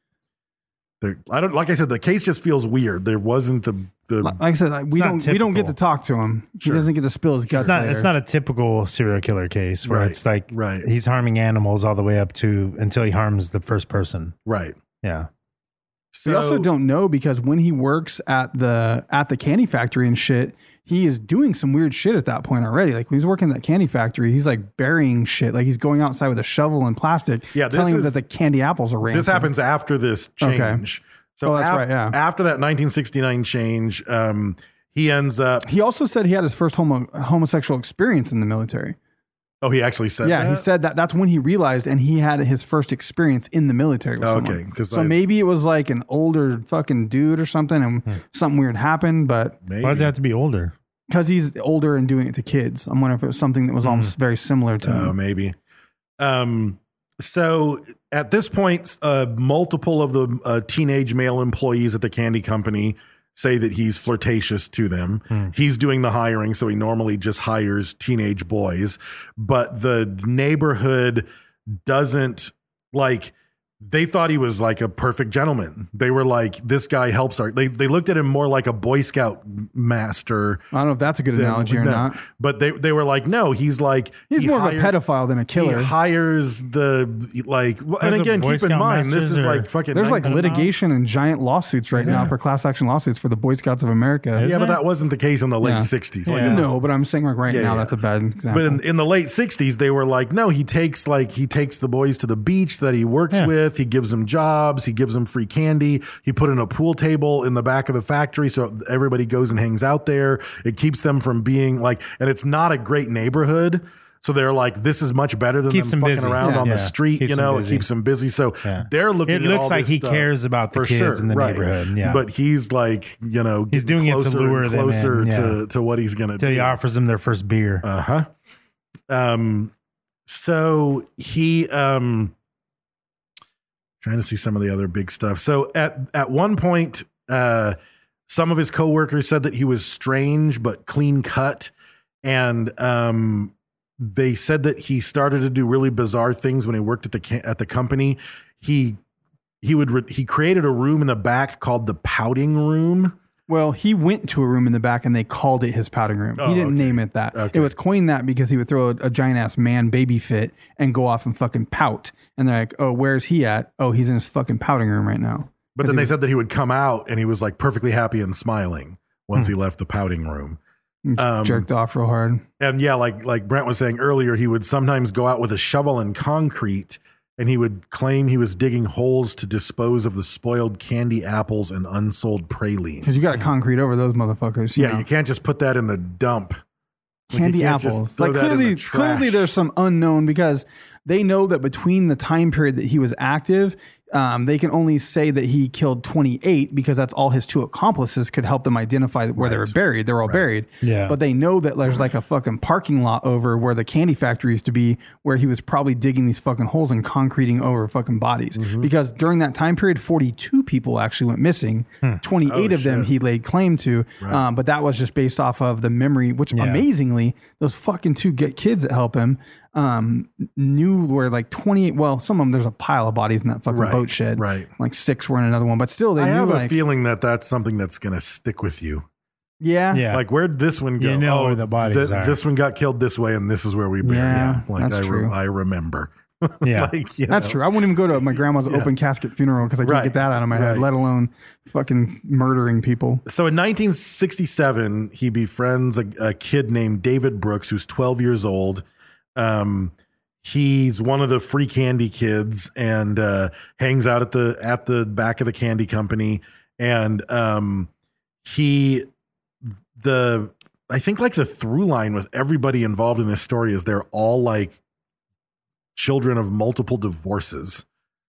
Speaker 2: There, I don't like I said the case just feels weird. There wasn't the the
Speaker 3: Like I said, we
Speaker 4: not
Speaker 3: don't we don't get
Speaker 4: typical.
Speaker 3: to talk to him.
Speaker 2: Sure.
Speaker 3: He doesn't get to spill his guts.
Speaker 4: It's not. It's
Speaker 3: later.
Speaker 4: not a typical serial killer case where
Speaker 2: Right,
Speaker 4: it's like
Speaker 2: right.
Speaker 4: he's harming animals all the way up to until he harms the first person.
Speaker 2: right.
Speaker 4: Yeah.
Speaker 2: So
Speaker 3: We also don't know because when he works at the at the candy factory and shit, he is doing some weird shit at that point already. Like when he's working at that candy factory, he's like burying shit. Like he's going outside with a shovel and plastic,
Speaker 2: Yeah, this
Speaker 3: telling him
Speaker 2: is-
Speaker 3: that the candy apples are ransom.
Speaker 2: This happens after this
Speaker 3: Okay.
Speaker 2: change. So
Speaker 3: Oh, that's
Speaker 2: af-
Speaker 3: right, yeah.
Speaker 2: after that 1969 change, um, he ends up.
Speaker 3: He also said he had his first homo- homosexual experience in the military.
Speaker 2: Oh, he actually said.
Speaker 3: yeah, he
Speaker 2: that?
Speaker 3: said that that's when he realized and he had his first experience in the military. With
Speaker 2: Oh,
Speaker 3: someone.
Speaker 2: okay, 'cause
Speaker 3: so
Speaker 2: I-
Speaker 3: maybe it was like an older fucking dude or something, and
Speaker 2: Hmm.
Speaker 3: something weird happened. But
Speaker 2: Maybe.
Speaker 4: Why does it have to be older?
Speaker 3: because he's older and doing it to kids, I'm wondering if it was something that was
Speaker 2: Mm-hmm.
Speaker 3: almost very similar to.
Speaker 2: Oh,
Speaker 3: him.
Speaker 2: maybe. Um, so at this point, uh, multiple of the uh, teenage male employees at the candy company say that he's flirtatious to them.
Speaker 3: Hmm.
Speaker 2: He's doing the hiring, so he normally just hires teenage boys, but the neighborhood doesn't like they thought he was like a perfect gentleman. They were like, this guy helps our. They they looked at him more like a Boy Scout master.
Speaker 3: I don't know if that's a good
Speaker 2: than-
Speaker 3: analogy or
Speaker 2: no.
Speaker 3: not.
Speaker 2: But they they were like, no, he's like
Speaker 3: He's
Speaker 2: he
Speaker 3: more
Speaker 2: hired-
Speaker 3: of a pedophile than a killer.
Speaker 2: He hires the like, well, and
Speaker 4: There's a
Speaker 2: again,
Speaker 4: Boy
Speaker 2: keep in
Speaker 4: Scout
Speaker 2: mind this
Speaker 4: masters
Speaker 2: is
Speaker 4: or-
Speaker 2: like fucking.
Speaker 3: There's like
Speaker 2: 19
Speaker 3: litigation and giant lawsuits right now for class action lawsuits for the Boy Scouts of America.
Speaker 2: Yeah,
Speaker 4: Isn't
Speaker 2: but
Speaker 4: there?
Speaker 2: that wasn't the case in the late
Speaker 3: Yeah.
Speaker 2: '60s. Like,
Speaker 4: Yeah.
Speaker 2: in the-
Speaker 3: No, but I'm saying like right
Speaker 2: Yeah,
Speaker 3: now
Speaker 2: yeah.
Speaker 3: that's a bad example.
Speaker 2: But in, in the late '60s, they were like, no, he takes like he takes the boys to the beach that he works
Speaker 4: Yeah.
Speaker 2: with. He gives them jobs. He gives them free candy. He put in a pool table in the back of the factory so everybody goes and hangs out there. It keeps them from being like, and it's not a great neighborhood. So they're like, this is much better than
Speaker 4: Keeps
Speaker 2: them
Speaker 4: them
Speaker 2: fucking
Speaker 4: busy.
Speaker 2: around
Speaker 4: Yeah.
Speaker 2: on the
Speaker 4: Yeah.
Speaker 2: street.
Speaker 4: Keeps
Speaker 2: you
Speaker 4: them
Speaker 2: know, it
Speaker 4: busy.
Speaker 2: keeps them busy. So
Speaker 4: Yeah.
Speaker 2: they're looking.
Speaker 4: It
Speaker 2: at
Speaker 4: looks
Speaker 2: all
Speaker 4: like
Speaker 2: this
Speaker 4: he
Speaker 2: stuff.
Speaker 4: cares about the
Speaker 2: for
Speaker 4: kids
Speaker 2: sure,
Speaker 4: in the
Speaker 2: right.
Speaker 4: neighborhood, yeah.
Speaker 2: but he's like, you know,
Speaker 4: He's
Speaker 2: getting
Speaker 4: doing it to
Speaker 2: closer
Speaker 4: lure
Speaker 2: and
Speaker 4: them in,
Speaker 2: closer
Speaker 4: yeah.
Speaker 2: to to what he's gonna
Speaker 4: Till
Speaker 2: do.
Speaker 4: he offers them their first beer.
Speaker 2: Uh huh. Um, so he um, trying to see some of the other big stuff. So at at one point, uh, some of his coworkers said that he was strange but clean cut, and um, they said that he started to do really bizarre things when he worked at the ca- at the company. He he would re- he created a room in the back called the pouting room.
Speaker 3: well, he went to a room in the back and they called it his pouting room.
Speaker 2: Oh,
Speaker 3: he didn't
Speaker 2: okay.
Speaker 3: name it that.
Speaker 2: Okay.
Speaker 3: It was coined that because he would throw a, a giant ass man baby fit and go off and fucking pout. And they're like, "Oh, where's he at? Oh, he's in his fucking pouting room right now."
Speaker 2: But then they said that he would come out and he was like perfectly happy and smiling once
Speaker 3: Hmm.
Speaker 2: he left the pouting room. Um,
Speaker 3: Jerked off real hard.
Speaker 2: And yeah, like like Brent was saying earlier, he would sometimes go out with a shovel and concrete and he would claim he was digging holes to dispose of the spoiled candy apples and unsold pralines.
Speaker 3: Because you got to concrete over those motherfuckers. you
Speaker 2: Yeah,
Speaker 3: know.
Speaker 2: you can't just put that in the dump. Like, you
Speaker 3: candy
Speaker 2: can't just
Speaker 3: apples.
Speaker 2: throw
Speaker 3: Like
Speaker 2: that in the
Speaker 3: clearly,
Speaker 2: trash.
Speaker 3: clearly, there's some unknown because they know that between the time period that he was active, um, they can only say that he killed 28 because that's all his two accomplices could help them identify where they were buried. They're all buried.
Speaker 4: Yeah.
Speaker 3: But they know that there's like a fucking parking lot over where the candy factory used to be, where he was probably digging these fucking holes and concreting over fucking bodies.
Speaker 2: Mm-hmm.
Speaker 3: Because during that time period, 42 people actually went missing.
Speaker 2: Hmm.
Speaker 3: 28
Speaker 2: Oh,
Speaker 3: of them he laid claim to. Um, but that was just based off of the memory, which
Speaker 4: Yeah.
Speaker 3: amazingly, those fucking two get kids that help him um, knew where like 28, well, some of them, there's a pile of bodies in that fucking
Speaker 2: Right,
Speaker 3: boat shed.
Speaker 2: right.
Speaker 3: Like six were in another one, but still they
Speaker 2: I
Speaker 3: knew
Speaker 2: have a
Speaker 3: like,
Speaker 2: feeling that that's something that's going to stick with you.
Speaker 3: yeah,
Speaker 4: Yeah.
Speaker 2: Like, where'd this one go? Oh,
Speaker 4: You know where the bodies
Speaker 2: th-
Speaker 4: are.
Speaker 2: This one got killed this way, and this is where we buried
Speaker 3: Yeah,
Speaker 2: him. Like,
Speaker 3: that's
Speaker 2: I,
Speaker 3: true.
Speaker 2: I remember.
Speaker 4: Yeah.
Speaker 2: Like, you
Speaker 3: That's
Speaker 2: know.
Speaker 3: true. I wouldn't even go to my grandma's open casket funeral because I can't
Speaker 2: Right.
Speaker 3: get that out of my head,
Speaker 2: Right.
Speaker 3: let alone fucking murdering people.
Speaker 2: So in 1967, he befriends a, a kid named David Brooks, who's 12 years old. Um, he's one of the free candy kids and uh, hangs out at the at the back of the candy company. And um, he the I think like the through line with everybody involved in this story is they're all like children of multiple divorces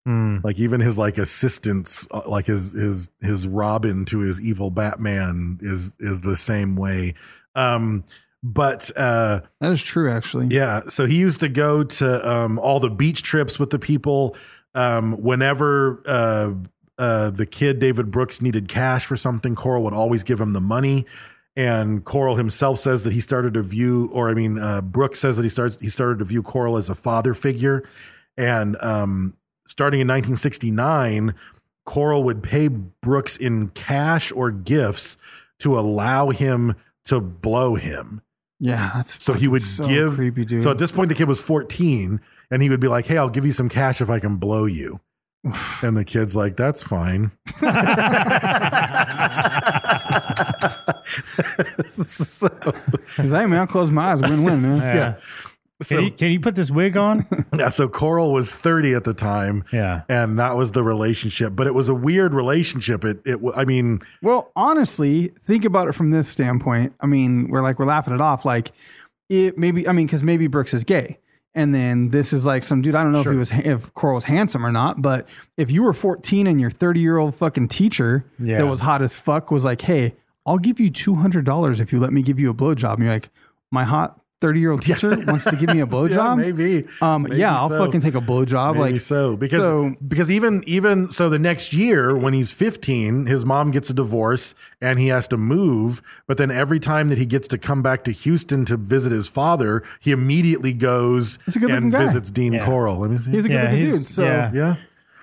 Speaker 4: Hmm.
Speaker 2: like even his like assistants uh, like his his his robin to his evil batman is is the same way um but uh
Speaker 3: That is true, actually.
Speaker 2: yeah so he used to go to um all the beach trips with the people um whenever uh uh the kid david brooks needed cash for something coral would always give him the money and coral himself says that he started to view or i mean uh brooks says that he starts he started to view coral as a father figure and um, starting in 1969, Coral would pay Brooks in cash or gifts to allow him to blow him.
Speaker 3: Yeah, that's
Speaker 2: So he would
Speaker 3: so
Speaker 2: give.
Speaker 3: creepy, dude.
Speaker 2: So at this point, the kid was 14, and he would be like, "Hey, I'll give you some cash if I can blow you." and the kid's like, "That's fine." So-
Speaker 3: because I man, I'll close my eyes, win win, man.
Speaker 4: Yeah.
Speaker 2: So-
Speaker 4: can, you, can you put this wig on?
Speaker 2: Yeah, so Coral was 30 at the time.
Speaker 4: Yeah.
Speaker 2: And that was the relationship, but it was a weird relationship. It it w- I mean,
Speaker 3: Well, honestly, think about it from this standpoint. I mean, we're like we're laughing it off, like it maybe. I mean, because maybe Brooks is gay, and then this is like some dude. I don't know if he was if Coral was handsome or not, but if you were 14 and your 30 year old fucking teacher
Speaker 4: Yeah.
Speaker 3: that was hot as fuck was like, hey, I'll give you 200 dollars if you let me give you a blowjob, and you're like, my hot 30 year old teacher wants to give me a blowjob,
Speaker 2: yeah, maybe.
Speaker 3: Um,
Speaker 2: Maybe
Speaker 3: yeah, I'll
Speaker 2: so.
Speaker 3: fucking take a blowjob,
Speaker 2: Maybe
Speaker 3: like
Speaker 2: so because because even even so the next year when he's 15 his mom gets a divorce and he has to move but then every time that he gets to come back to Houston to visit his father he immediately goes
Speaker 3: He's a good-looking
Speaker 2: and
Speaker 3: guy.
Speaker 2: visits Dean
Speaker 4: Yeah.
Speaker 2: Coral let me see
Speaker 3: he's a good
Speaker 4: Yeah,
Speaker 3: looking dude.
Speaker 4: he's-
Speaker 3: So
Speaker 4: yeah.
Speaker 2: yeah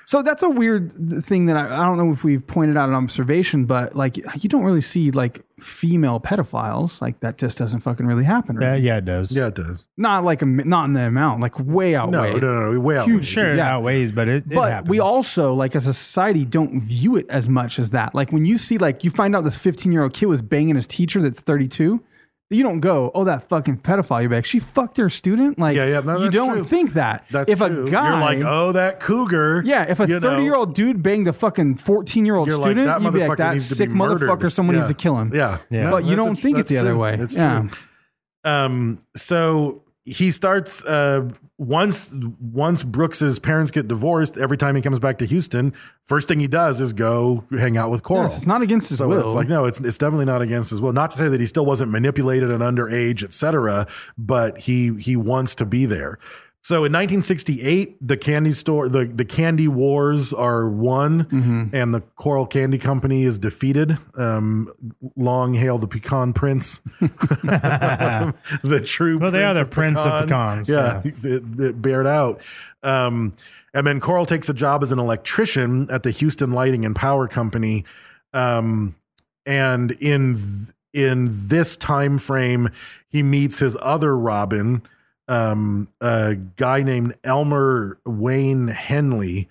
Speaker 3: So that's a weird th- thing that I, I don't know if we've pointed out an observation, but like you don't really see like female pedophiles like that just doesn't fucking really happen. Right?
Speaker 4: Yeah, yeah, it does.
Speaker 2: Yeah, it does.
Speaker 3: Not like a mi- not in the amount, like way
Speaker 2: No,
Speaker 3: outweighed.
Speaker 2: no, no, no, way out.
Speaker 3: Huge
Speaker 4: sure, it
Speaker 3: Yeah.
Speaker 4: outweighs, but it, it
Speaker 3: but
Speaker 4: happens.
Speaker 3: we also like as a society don't view it as much as that like when you see like you find out this 15 year old kid was banging his teacher that's 32 you don't go oh that fucking pedophile you're like she fucked her student like
Speaker 2: Yeah, yeah, no,
Speaker 3: you
Speaker 2: that's
Speaker 3: don't
Speaker 2: true.
Speaker 3: think that
Speaker 2: That's
Speaker 3: if
Speaker 2: true.
Speaker 3: a guy
Speaker 2: you're like, oh, that cougar.
Speaker 3: yeah, if a
Speaker 2: you know,
Speaker 3: 30 year old dude banged a fucking 14 year old
Speaker 2: you're like,
Speaker 3: student,
Speaker 2: that
Speaker 3: you'd be
Speaker 2: motherfucker
Speaker 3: like, that
Speaker 2: needs to
Speaker 3: sick
Speaker 2: be murdered."
Speaker 3: motherfucker, someone
Speaker 2: Yeah.
Speaker 3: needs to kill him.
Speaker 2: Yeah,
Speaker 4: Yeah.
Speaker 3: But you
Speaker 2: that's
Speaker 3: don't
Speaker 2: a-
Speaker 3: think it
Speaker 2: that's
Speaker 3: the other
Speaker 2: true.
Speaker 3: way.
Speaker 2: It's
Speaker 3: Yeah.
Speaker 2: true. Um, so he starts uh, once once Brooks's parents get divorced. Every time he comes back to Houston, first thing he does is go hang out with Coral.
Speaker 3: Yes, it's not against his
Speaker 2: so
Speaker 3: will.
Speaker 2: it's like no, it's it's definitely not against his will. Not to say that he still wasn't manipulated and underage, etc. But he he wants to be there. So in 1968, the candy store, the, the candy wars are won,
Speaker 3: Mm-hmm.
Speaker 2: and the Coral Candy Company is defeated. Um, long hail the pecan prince, the true.
Speaker 4: Well, they are the prince of pecans,
Speaker 2: Yeah,
Speaker 4: yeah.
Speaker 2: it, it bared out. Um, and then Coral takes a job as an electrician at the Houston Lighting and Power Company. Um, and in th- in this time frame, he meets his other Robin, um, a guy named Elmer Wayne Henley,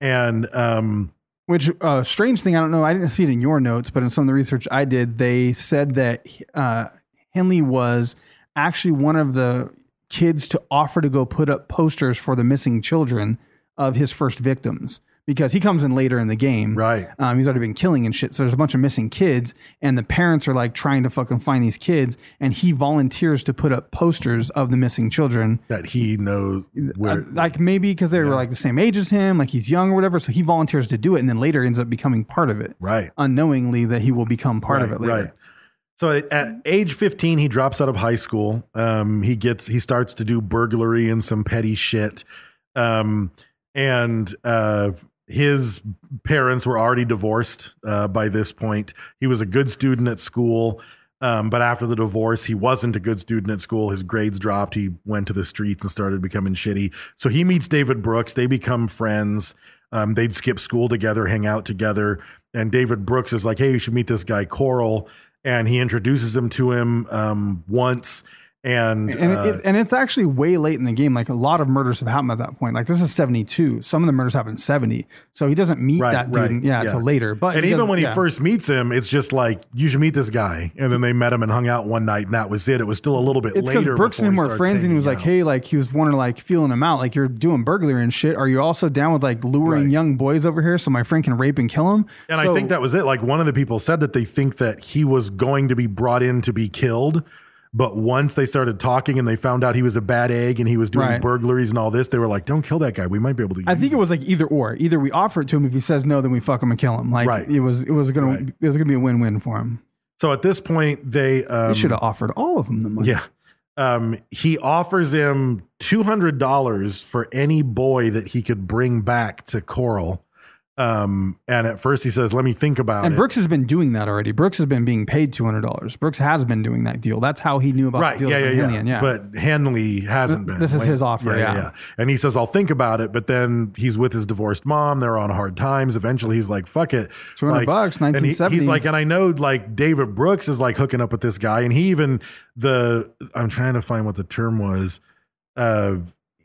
Speaker 2: and um,
Speaker 3: Which uh, strange thing, I don't know. I didn't see it in your notes, but in some of the research I did, they said that uh, Henley was actually one of the kids to offer to go put up posters for the missing children of his first victims because he comes in later in the game.
Speaker 2: Right.
Speaker 3: Um, he's already been killing and shit. So there's a bunch of missing kids, and the parents are like trying to fucking find these kids, and he volunteers to put up posters of the missing children
Speaker 2: that he knows where.
Speaker 3: uh, like maybe because they were like the same age as him, like he's young or whatever. So he volunteers to do it, and then later ends up becoming part of it,
Speaker 2: Right.
Speaker 3: Unknowingly that he will become part of
Speaker 2: Right,
Speaker 3: it later.
Speaker 2: Right. So at- at age 15, he drops out of high school. Um, he gets he starts to do burglary and some petty shit. Um, and uh, his parents were already divorced uh, by this point. He was a good student at school. Um, but after the divorce, he wasn't a good student at school. His grades dropped. He went to the streets and started becoming shitty. So he meets David Brooks. They become friends. Um, they'd skip school together, hang out together. And David Brooks is like, hey, you should meet this guy, Coral. And he introduces him to him um, once. And,
Speaker 3: And,
Speaker 2: uh,
Speaker 3: it, and it's actually way late in the game. Like a lot of murders have happened at that point. Like this is 72. Some of the murders happened in 70. So he doesn't meet that dude. Yeah, until later. But
Speaker 2: and
Speaker 3: he
Speaker 2: even
Speaker 3: doesn't-
Speaker 2: when he
Speaker 3: yeah.
Speaker 2: first meets him, it's just like you should meet this guy. And then they met him and hung out one night, and that was it. It was still a little bit
Speaker 3: it's because
Speaker 2: later.
Speaker 3: Brooks
Speaker 2: before
Speaker 3: and him
Speaker 2: he
Speaker 3: were
Speaker 2: starts
Speaker 3: friends, and he
Speaker 2: hanging
Speaker 3: was like,
Speaker 2: out.
Speaker 3: "Hey, like he was wanting to like feeling him out, like you're doing burglary and shit. Are you also down with like luring
Speaker 2: Right.
Speaker 3: young boys over here so my friend can rape and kill him?"
Speaker 2: And I
Speaker 3: So-
Speaker 2: think that was it. Like one of the people said that they think that he was going to be brought in to be killed. But once they started talking and they found out he was a bad egg and he was doing
Speaker 3: Right.
Speaker 2: burglaries and all this, they were like, "Don't kill that guy. We might be able to."
Speaker 3: I
Speaker 2: use
Speaker 3: think it
Speaker 2: him."
Speaker 3: was like either or. Either we offer it to him. If he says no, then we fuck him and kill him. Like
Speaker 2: Right.
Speaker 3: it was, it was gonna,
Speaker 2: Right.
Speaker 3: it was gonna be a win-win for him.
Speaker 2: so. At this point, they um,
Speaker 3: They should have offered all of them the money.
Speaker 2: Yeah. Um, he offers him $200 for any boy that he could bring back to Coral. Um, and at first he says, let me think about
Speaker 3: And
Speaker 2: it.
Speaker 3: Brooks has been doing that already. Brooks has been being paid two hundred dollars. Brooks has been doing that deal. That's how he knew about
Speaker 2: right.
Speaker 3: the deal.
Speaker 2: Yeah,
Speaker 3: with
Speaker 2: yeah, yeah.
Speaker 3: Henley, and yeah.
Speaker 2: But Hanley hasn't
Speaker 3: Th-
Speaker 2: been.
Speaker 3: this is
Speaker 2: Like,
Speaker 3: his offer, yeah.
Speaker 2: And he says, I'll think about it. But then he's with his divorced mom. They're on hard times. Eventually he's like, fuck it.
Speaker 3: 200
Speaker 2: Like,
Speaker 3: bucks,
Speaker 2: and he-
Speaker 3: 1970.
Speaker 2: he's like, and I know like David Brooks is like hooking up with this guy. And he even, the, I'm trying to find what the term was. Uh,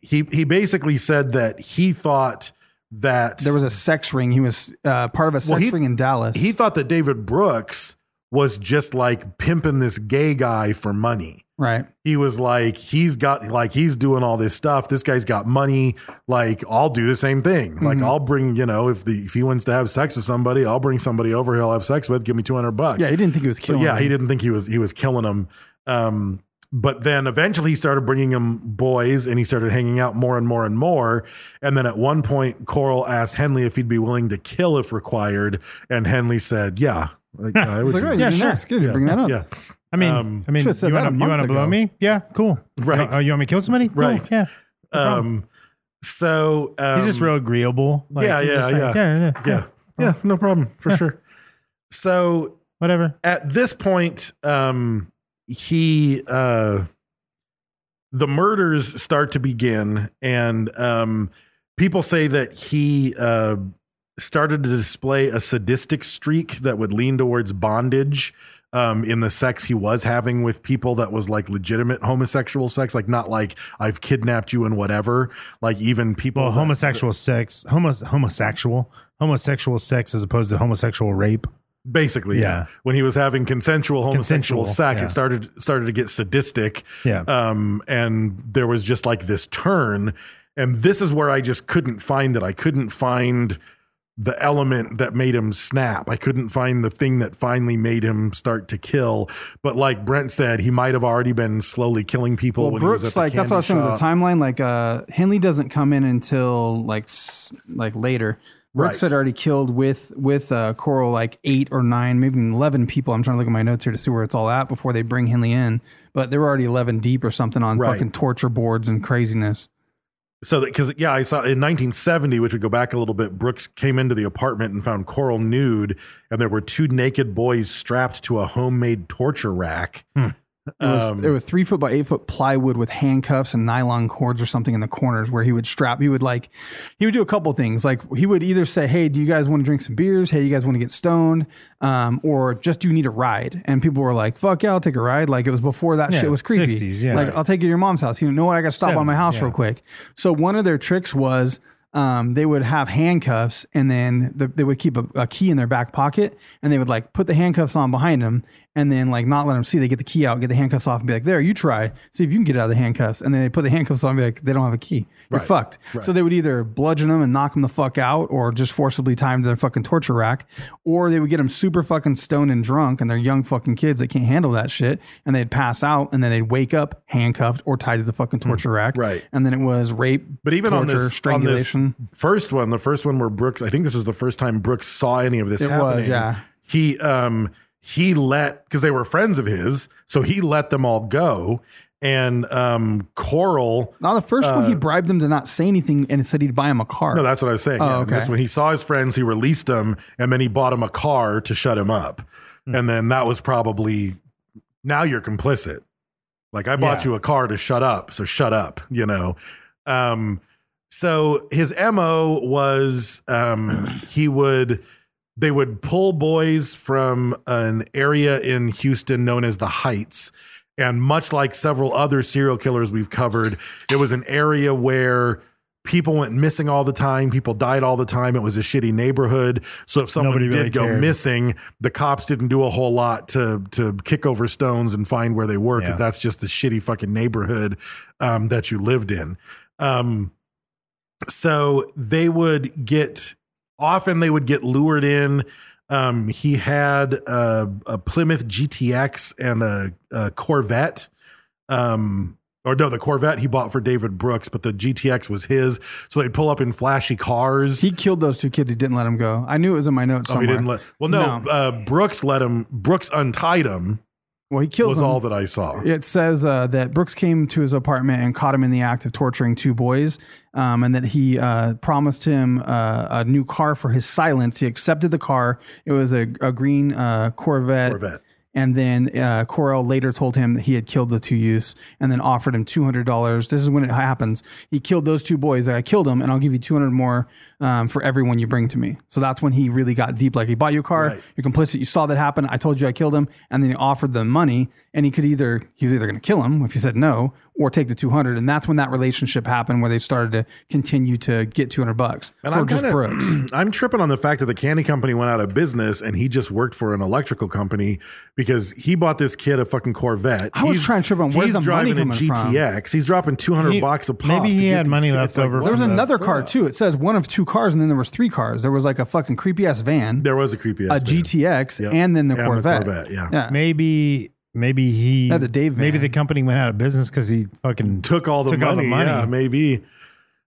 Speaker 2: he, he basically said that he thought that
Speaker 3: there was a sex ring. He was uh, part of a sex
Speaker 2: Well, he-
Speaker 3: ring in Dallas.
Speaker 2: he thought that David Brooks was just like pimping this gay guy for money.
Speaker 3: right.
Speaker 2: He was like, he's got like he's doing all this stuff. This guy's got money. Like, I'll do the same thing. Like,
Speaker 3: Mm-hmm.
Speaker 2: I'll bring you know if the if he wants to have sex with somebody, I'll bring somebody over. He'll have sex with. Give me two hundred bucks.
Speaker 3: Yeah, he didn't think he was
Speaker 2: So
Speaker 3: killing.
Speaker 2: yeah,
Speaker 3: him.
Speaker 2: he didn't think he was he was killing them. Um, but then eventually he started bringing him boys, and he started hanging out more and more and more. And then at one point, Coral asked Henley if he'd be willing to kill if required, and Henley said, "Yeah, like, I would."
Speaker 3: Like,
Speaker 2: do that."
Speaker 3: right, you
Speaker 4: Yeah,
Speaker 3: didn't
Speaker 4: sure.
Speaker 3: ask. Good, you bring that up.
Speaker 2: Yeah,
Speaker 4: I mean,
Speaker 2: Um,
Speaker 4: I mean, you
Speaker 3: Should've said that a
Speaker 4: want to
Speaker 3: month
Speaker 4: you want to blow
Speaker 3: ago.
Speaker 4: me? Yeah, cool.
Speaker 2: Right.
Speaker 4: Oh, you want me to kill somebody? Cool,
Speaker 2: Right.
Speaker 4: Yeah. No problem.
Speaker 2: Um, so um,
Speaker 4: he's just real agreeable. Like,
Speaker 2: yeah,
Speaker 4: he's
Speaker 2: yeah,
Speaker 4: just like,
Speaker 2: yeah.
Speaker 4: yeah, yeah, yeah.
Speaker 2: yeah, yeah, no problem for sure. So
Speaker 4: Whatever.
Speaker 2: at this point, um, he uh, the murders start to begin, and um, people say that he uh, started to display a sadistic streak that would lean towards bondage um, in the sex he was having with people that was like legitimate homosexual sex, like not like I've kidnapped you and whatever. Like even people
Speaker 4: Well,
Speaker 2: that-
Speaker 4: homosexual sex, homo, homosexual, homosexual sex as opposed to homosexual rape.
Speaker 2: Basically, yeah.
Speaker 4: Yeah.
Speaker 2: When he was having consensual homosexual
Speaker 4: Consensual,
Speaker 2: sex,
Speaker 4: yeah.
Speaker 2: it started started to get sadistic.
Speaker 4: Yeah.
Speaker 2: Um, and there was just like this turn, and this is where I just couldn't find it. I couldn't find the element that made him snap. I couldn't find the thing that finally made him start to kill. But like Brent said, he might have already been slowly killing people.
Speaker 3: Well,
Speaker 2: when he was at
Speaker 3: Brooks,
Speaker 2: the
Speaker 3: like that's what I was saying
Speaker 2: candy
Speaker 3: with the
Speaker 2: shop.
Speaker 3: timeline. Like uh, Henley doesn't come in until like s- like later. Brooks
Speaker 2: Right.
Speaker 3: had already killed with with uh, Coral like eight or nine, maybe even eleven people. I'm trying to look at my notes here to see where it's all at before they bring Henley in. But they were already eleven deep or something on
Speaker 2: Right.
Speaker 3: fucking torture boards and craziness.
Speaker 2: So, because yeah, I saw in 1970, which would go back a little bit. Brooks came into the apartment and found Coral nude, and there were two naked boys strapped to a homemade torture rack.
Speaker 3: Hmm. It was,
Speaker 2: Um,
Speaker 3: it was three foot by eight foot plywood with handcuffs and nylon cords or something in the corners where he would strap. He would like, he would do a couple things. Like he would either say, "Hey, do you guys want to drink some beers? Hey, you guys want to get stoned?" Um, or just, "Do you need a ride?" And people were like, "Fuck yeah, I'll take a ride." Like it was before that
Speaker 4: Yeah,
Speaker 3: shit was creepy.
Speaker 4: 60s, yeah.
Speaker 3: Like I'll take you to your mom's house. You know what? I got to stop by my
Speaker 4: 70s,
Speaker 3: house
Speaker 4: yeah.
Speaker 3: real quick. So one of their tricks was. Um, they would have handcuffs and then the, they would keep a, a key in their back pocket and they would like put the handcuffs on behind them and then like not let them see. They get the key out, get the handcuffs off, and be like, "There, you try, see if you can get out of the handcuffs." And then they put the handcuffs on, and be like, "They don't have a key, you're
Speaker 2: Right.
Speaker 3: fucked." So
Speaker 2: Right.
Speaker 3: they would either bludgeon them and knock them the fuck out, or just forcibly tie them to their fucking torture rack, or they would get them super fucking stoned and drunk, and they're young fucking kids that can't handle that shit, and they'd pass out, and then they'd wake up handcuffed or tied to the fucking torture rack,
Speaker 2: Hmm. Right.
Speaker 3: And then it was rape,
Speaker 2: But even
Speaker 3: torture,
Speaker 2: on this,
Speaker 3: strangulation.
Speaker 2: on this first one, the first one where Brooks, I think this was the first time Brooks saw any of this
Speaker 3: It was,
Speaker 2: happening.
Speaker 3: yeah.
Speaker 2: He um he let because they were friends of his, so he let them all go. And um Coral
Speaker 3: now the first one, he bribed them to not say anything, and said he'd buy him a car.
Speaker 2: uh, No, that's what I was saying.
Speaker 3: Oh,
Speaker 2: yeah. And this-
Speaker 3: okay.
Speaker 2: when he saw his friends, he released them, and then he bought him a car to shut him up.
Speaker 3: Hmm.
Speaker 2: And then that was probably now you're complicit. Like I bought
Speaker 4: Yeah.
Speaker 2: you a car to shut up, so shut up. You know. Um, so his mo was um, he would they would pull boys from an area in Houston known as the Heights. And much like several other serial killers we've covered, it was an area where people went missing all the time. People died all the time. It was a shitty neighborhood. So if someone
Speaker 4: Nobody
Speaker 2: did
Speaker 4: really
Speaker 2: go
Speaker 4: cared.
Speaker 2: missing, the cops didn't do a whole lot to to kick over stones and find where they were because
Speaker 4: Yeah.
Speaker 2: that's just the shitty fucking neighborhood um, that you lived in. Um, so they would get often they would get lured in. Um, he had a, a Plymouth GTX and a, a Corvette. Um, or no, the Corvette he bought for David Brooks, but the GTX was his. So they'd pull up in flashy cars.
Speaker 3: He killed those two kids. He didn't let them go. I knew it was in my notes.
Speaker 2: oh, he
Speaker 3: somewhere.
Speaker 2: didn't let. Well, no, Uh, Brooks let him. Brooks untied him.
Speaker 3: well, he kills
Speaker 2: was
Speaker 3: them.
Speaker 2: all that I saw.
Speaker 3: It says uh, that Brooks came to his apartment and caught him in the act of torturing two boys, um, and that he uh, promised him uh, a new car for his silence. He accepted the car. It was a, a green uh, Corvette.
Speaker 2: Corvette.
Speaker 3: And then uh, Corell later told him that he had killed the two youths and then offered him $200. This is when it happens. He killed those two boys. I killed them, and I'll give you 200 more um, for everyone you bring to me. So that's when he really got deep. Like, he bought you a car,
Speaker 2: Right.
Speaker 3: you're complicit. You saw that happen. I told you I killed him. And then he offered them money, and he could either, he was either going to kill him if he said no or take the 200. And that's when that relationship happened where they started to continue to get 200 bucks
Speaker 2: And
Speaker 3: for
Speaker 2: I'm
Speaker 3: just
Speaker 2: kinda-
Speaker 3: Brooks.
Speaker 2: I'm tripping on the fact that the candy company went out of business and he just worked for an electrical company because he bought this kid a fucking Corvette.
Speaker 3: I was
Speaker 2: He's-
Speaker 3: trying to trip on
Speaker 2: he's
Speaker 3: where's the money
Speaker 2: driving
Speaker 3: coming
Speaker 2: a
Speaker 3: from?
Speaker 2: GTX. He's dropping 200
Speaker 4: He-
Speaker 2: bucks a pop. to
Speaker 4: maybe he
Speaker 2: get
Speaker 4: had
Speaker 2: these
Speaker 4: money
Speaker 2: kids.
Speaker 4: left
Speaker 2: Like, what
Speaker 4: over from
Speaker 3: There was
Speaker 4: the-
Speaker 3: another
Speaker 2: fuck?
Speaker 3: car too. It says one of two cars, and then there was three cars. There was like a fucking creepy ass van,
Speaker 2: There was a creepy.
Speaker 3: a GTX, and then the Corvette.
Speaker 2: Yeah.
Speaker 3: Yeah.
Speaker 4: Maybe, maybe he,
Speaker 3: Yeah, the Dave
Speaker 4: maybe
Speaker 3: van.
Speaker 4: the company went out of business because he fucking
Speaker 2: Took all the
Speaker 4: Took
Speaker 2: money.
Speaker 4: all the money.
Speaker 2: Yeah, maybe.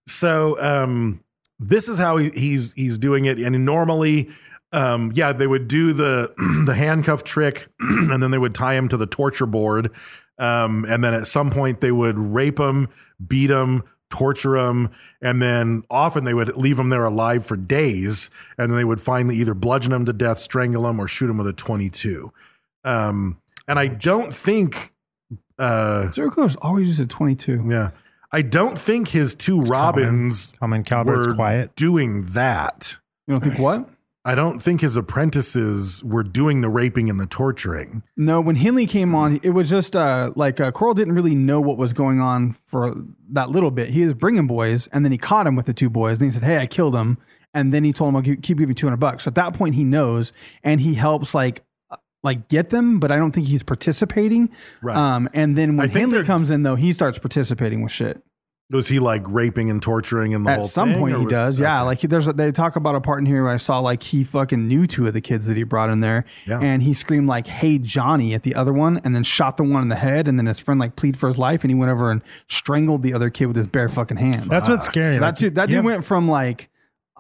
Speaker 2: So um, this is how he, he's he's doing it. And normally, um, yeah, they would do the the handcuff trick, and then they would tie him to the torture board. Um, and then at some point, they would rape him, beat him, torture him, and then often they would leave him there alive for days. And then they would finally either bludgeon him to death, strangle him, or shoot him with a twenty two. Um, and I don't think. Uh,
Speaker 3: Serial killers always use a twenty-two.
Speaker 2: yeah. I don't think his two Robins
Speaker 4: common Calvert's
Speaker 2: were
Speaker 4: quiet.
Speaker 2: doing that.
Speaker 3: You don't think what?
Speaker 2: I don't think his apprentices were doing the raping and the torturing.
Speaker 3: No, when Henley came on, it was just uh, like uh, Coral didn't really know what was going on for that little bit. He was bringing boys, and then he caught him with the two boys, and he said, "Hey, I killed him." And then he told him, "I'll gi- keep giving you two hundred bucks." So at that point, he knows, and he helps like uh, like get them, but I don't think he's participating.
Speaker 2: Right.
Speaker 3: Um, and then when
Speaker 2: I think
Speaker 3: Henley
Speaker 2: they're-
Speaker 3: comes in, though, he starts participating with shit.
Speaker 2: Was he like raping and torturing and the
Speaker 3: At
Speaker 2: whole
Speaker 3: some
Speaker 2: thing,
Speaker 3: point,
Speaker 2: or
Speaker 3: he
Speaker 2: was-
Speaker 3: does. Yeah,
Speaker 2: okay.
Speaker 3: like he, there's a, they talk about a part in here where I saw like he fucking knew two of the kids that he brought in there,
Speaker 2: Yeah.
Speaker 3: and he screamed like "Hey Johnny" at the other one, and then shot the one in the head, and then his friend like plead for his life, and he went over and strangled the other kid with his bare fucking hand.
Speaker 4: That's what's scary.
Speaker 3: So
Speaker 4: like,
Speaker 3: that dude. That dude
Speaker 4: you have-
Speaker 3: went from like,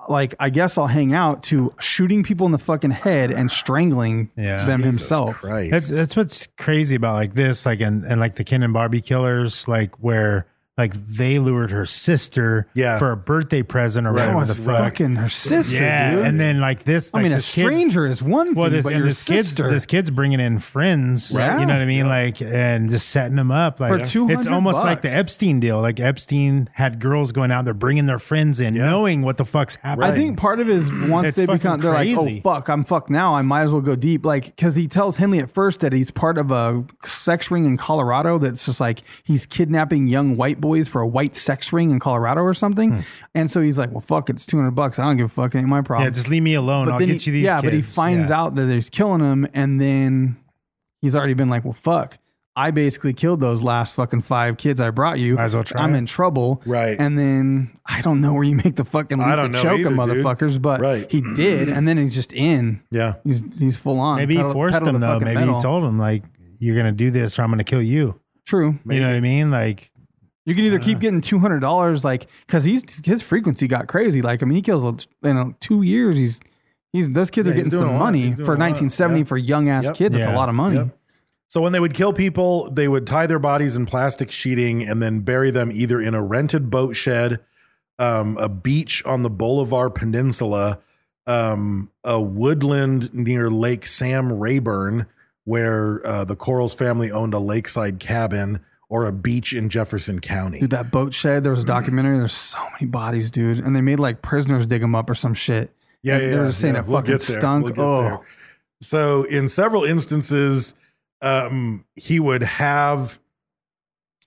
Speaker 3: like I guess I'll hang out to shooting people in the fucking head and strangling
Speaker 4: Yeah.
Speaker 3: them
Speaker 2: Jesus
Speaker 3: himself.
Speaker 2: Christ.
Speaker 4: That's, that's what's crazy about like this, like and and like the Ken and Barbie killers, like where like they lured her sister
Speaker 2: Yeah.
Speaker 4: for a birthday present or
Speaker 2: That
Speaker 3: That
Speaker 4: whatever
Speaker 3: was
Speaker 4: the fuck.
Speaker 3: Oh, fucking her sister,
Speaker 4: yeah,
Speaker 3: dude.
Speaker 4: and then like this.
Speaker 3: I
Speaker 4: like,
Speaker 3: mean, a
Speaker 4: this kid's-
Speaker 3: stranger is one
Speaker 4: Well,
Speaker 3: thing,
Speaker 4: this,
Speaker 3: but
Speaker 4: and
Speaker 3: your
Speaker 4: this kid's
Speaker 3: sister-
Speaker 4: this kid's bringing in friends,
Speaker 3: Right.
Speaker 4: you know what I mean? Like, and just setting them up. Like,
Speaker 3: For 200
Speaker 4: it's almost like the
Speaker 3: bucks.
Speaker 4: Epstein deal. Like Epstein had girls going out, they're bringing their friends in, knowing what the fuck's happening.
Speaker 3: I think part of it is once
Speaker 4: It's
Speaker 3: they
Speaker 4: fucking
Speaker 3: become, they're
Speaker 4: crazy.
Speaker 3: like, oh fuck, I'm fucked now. I might as well go deep, like because he tells Henley at first that he's part of a sex ring in Colorado that's just like he's kidnapping young white boys for a white sex ring in Colorado or something,
Speaker 4: Hmm.
Speaker 3: and so he's like, well, fuck, it's two hundred bucks. I don't give a fuck. It ain't my problem.
Speaker 4: yeah, just leave me alone. Oh, I'll
Speaker 3: then
Speaker 4: get
Speaker 3: he-
Speaker 4: you these.
Speaker 3: Yeah, um, but he
Speaker 4: kids.
Speaker 3: finds
Speaker 4: Yeah.
Speaker 3: out that he's killing him, and then he's already been like, well, fuck. I basically killed those last fucking five kids I brought you.
Speaker 4: Might as well try
Speaker 3: I'm
Speaker 4: it.
Speaker 3: in trouble.
Speaker 2: Right.
Speaker 3: And then I don't know where you make the fucking leap
Speaker 2: I
Speaker 3: to
Speaker 2: don't know
Speaker 3: choke 'em
Speaker 2: either, dude.
Speaker 3: motherfuckers, but
Speaker 2: Right.
Speaker 3: he did. And then he's just in.
Speaker 2: Yeah.
Speaker 3: He's he's full on.
Speaker 4: Maybe
Speaker 3: Pedal-
Speaker 4: he forced
Speaker 3: pedal to
Speaker 4: them though.
Speaker 3: fucking
Speaker 4: Maybe
Speaker 3: metal.
Speaker 4: he told them like, "You're gonna do this, or I'm gonna kill you."
Speaker 3: True.
Speaker 4: You know what I mean? Like,
Speaker 3: You can either
Speaker 2: Uh-huh.
Speaker 3: keep getting two hundred dollars, like because he's his frequency got crazy. Like I mean, he kills a- you know two years. He's he's those kids
Speaker 2: Yeah,
Speaker 3: are
Speaker 2: he's
Speaker 3: getting
Speaker 2: doing a
Speaker 3: some
Speaker 2: lot.
Speaker 3: money
Speaker 2: He's doing
Speaker 3: for
Speaker 2: a lot.
Speaker 3: 1970
Speaker 2: Yeah.
Speaker 3: for young ass
Speaker 2: Yep.
Speaker 3: kids. That's
Speaker 4: Yeah.
Speaker 3: a lot of money.
Speaker 2: Yep. So when they would kill people, they would tie their bodies in plastic sheeting and then bury them either in a rented boat shed, um, a beach on the Bolivar Peninsula, um, a woodland near Lake Sam Rayburn, where uh, the Corals family owned a lakeside cabin, or a beach in Jefferson County.
Speaker 3: Dude, that boat shed, there was a
Speaker 2: Mm-hmm.
Speaker 3: documentary. There's so many bodies, dude. And they made like prisoners dig them up or some shit.
Speaker 2: Yeah,
Speaker 3: And
Speaker 2: yeah,
Speaker 3: They were
Speaker 2: yeah,
Speaker 3: just saying
Speaker 2: yeah.
Speaker 3: it
Speaker 2: We'll
Speaker 3: fucking
Speaker 2: get there.
Speaker 3: stunk.
Speaker 2: We'll get
Speaker 3: oh,
Speaker 2: there. So in several instances, um, he would have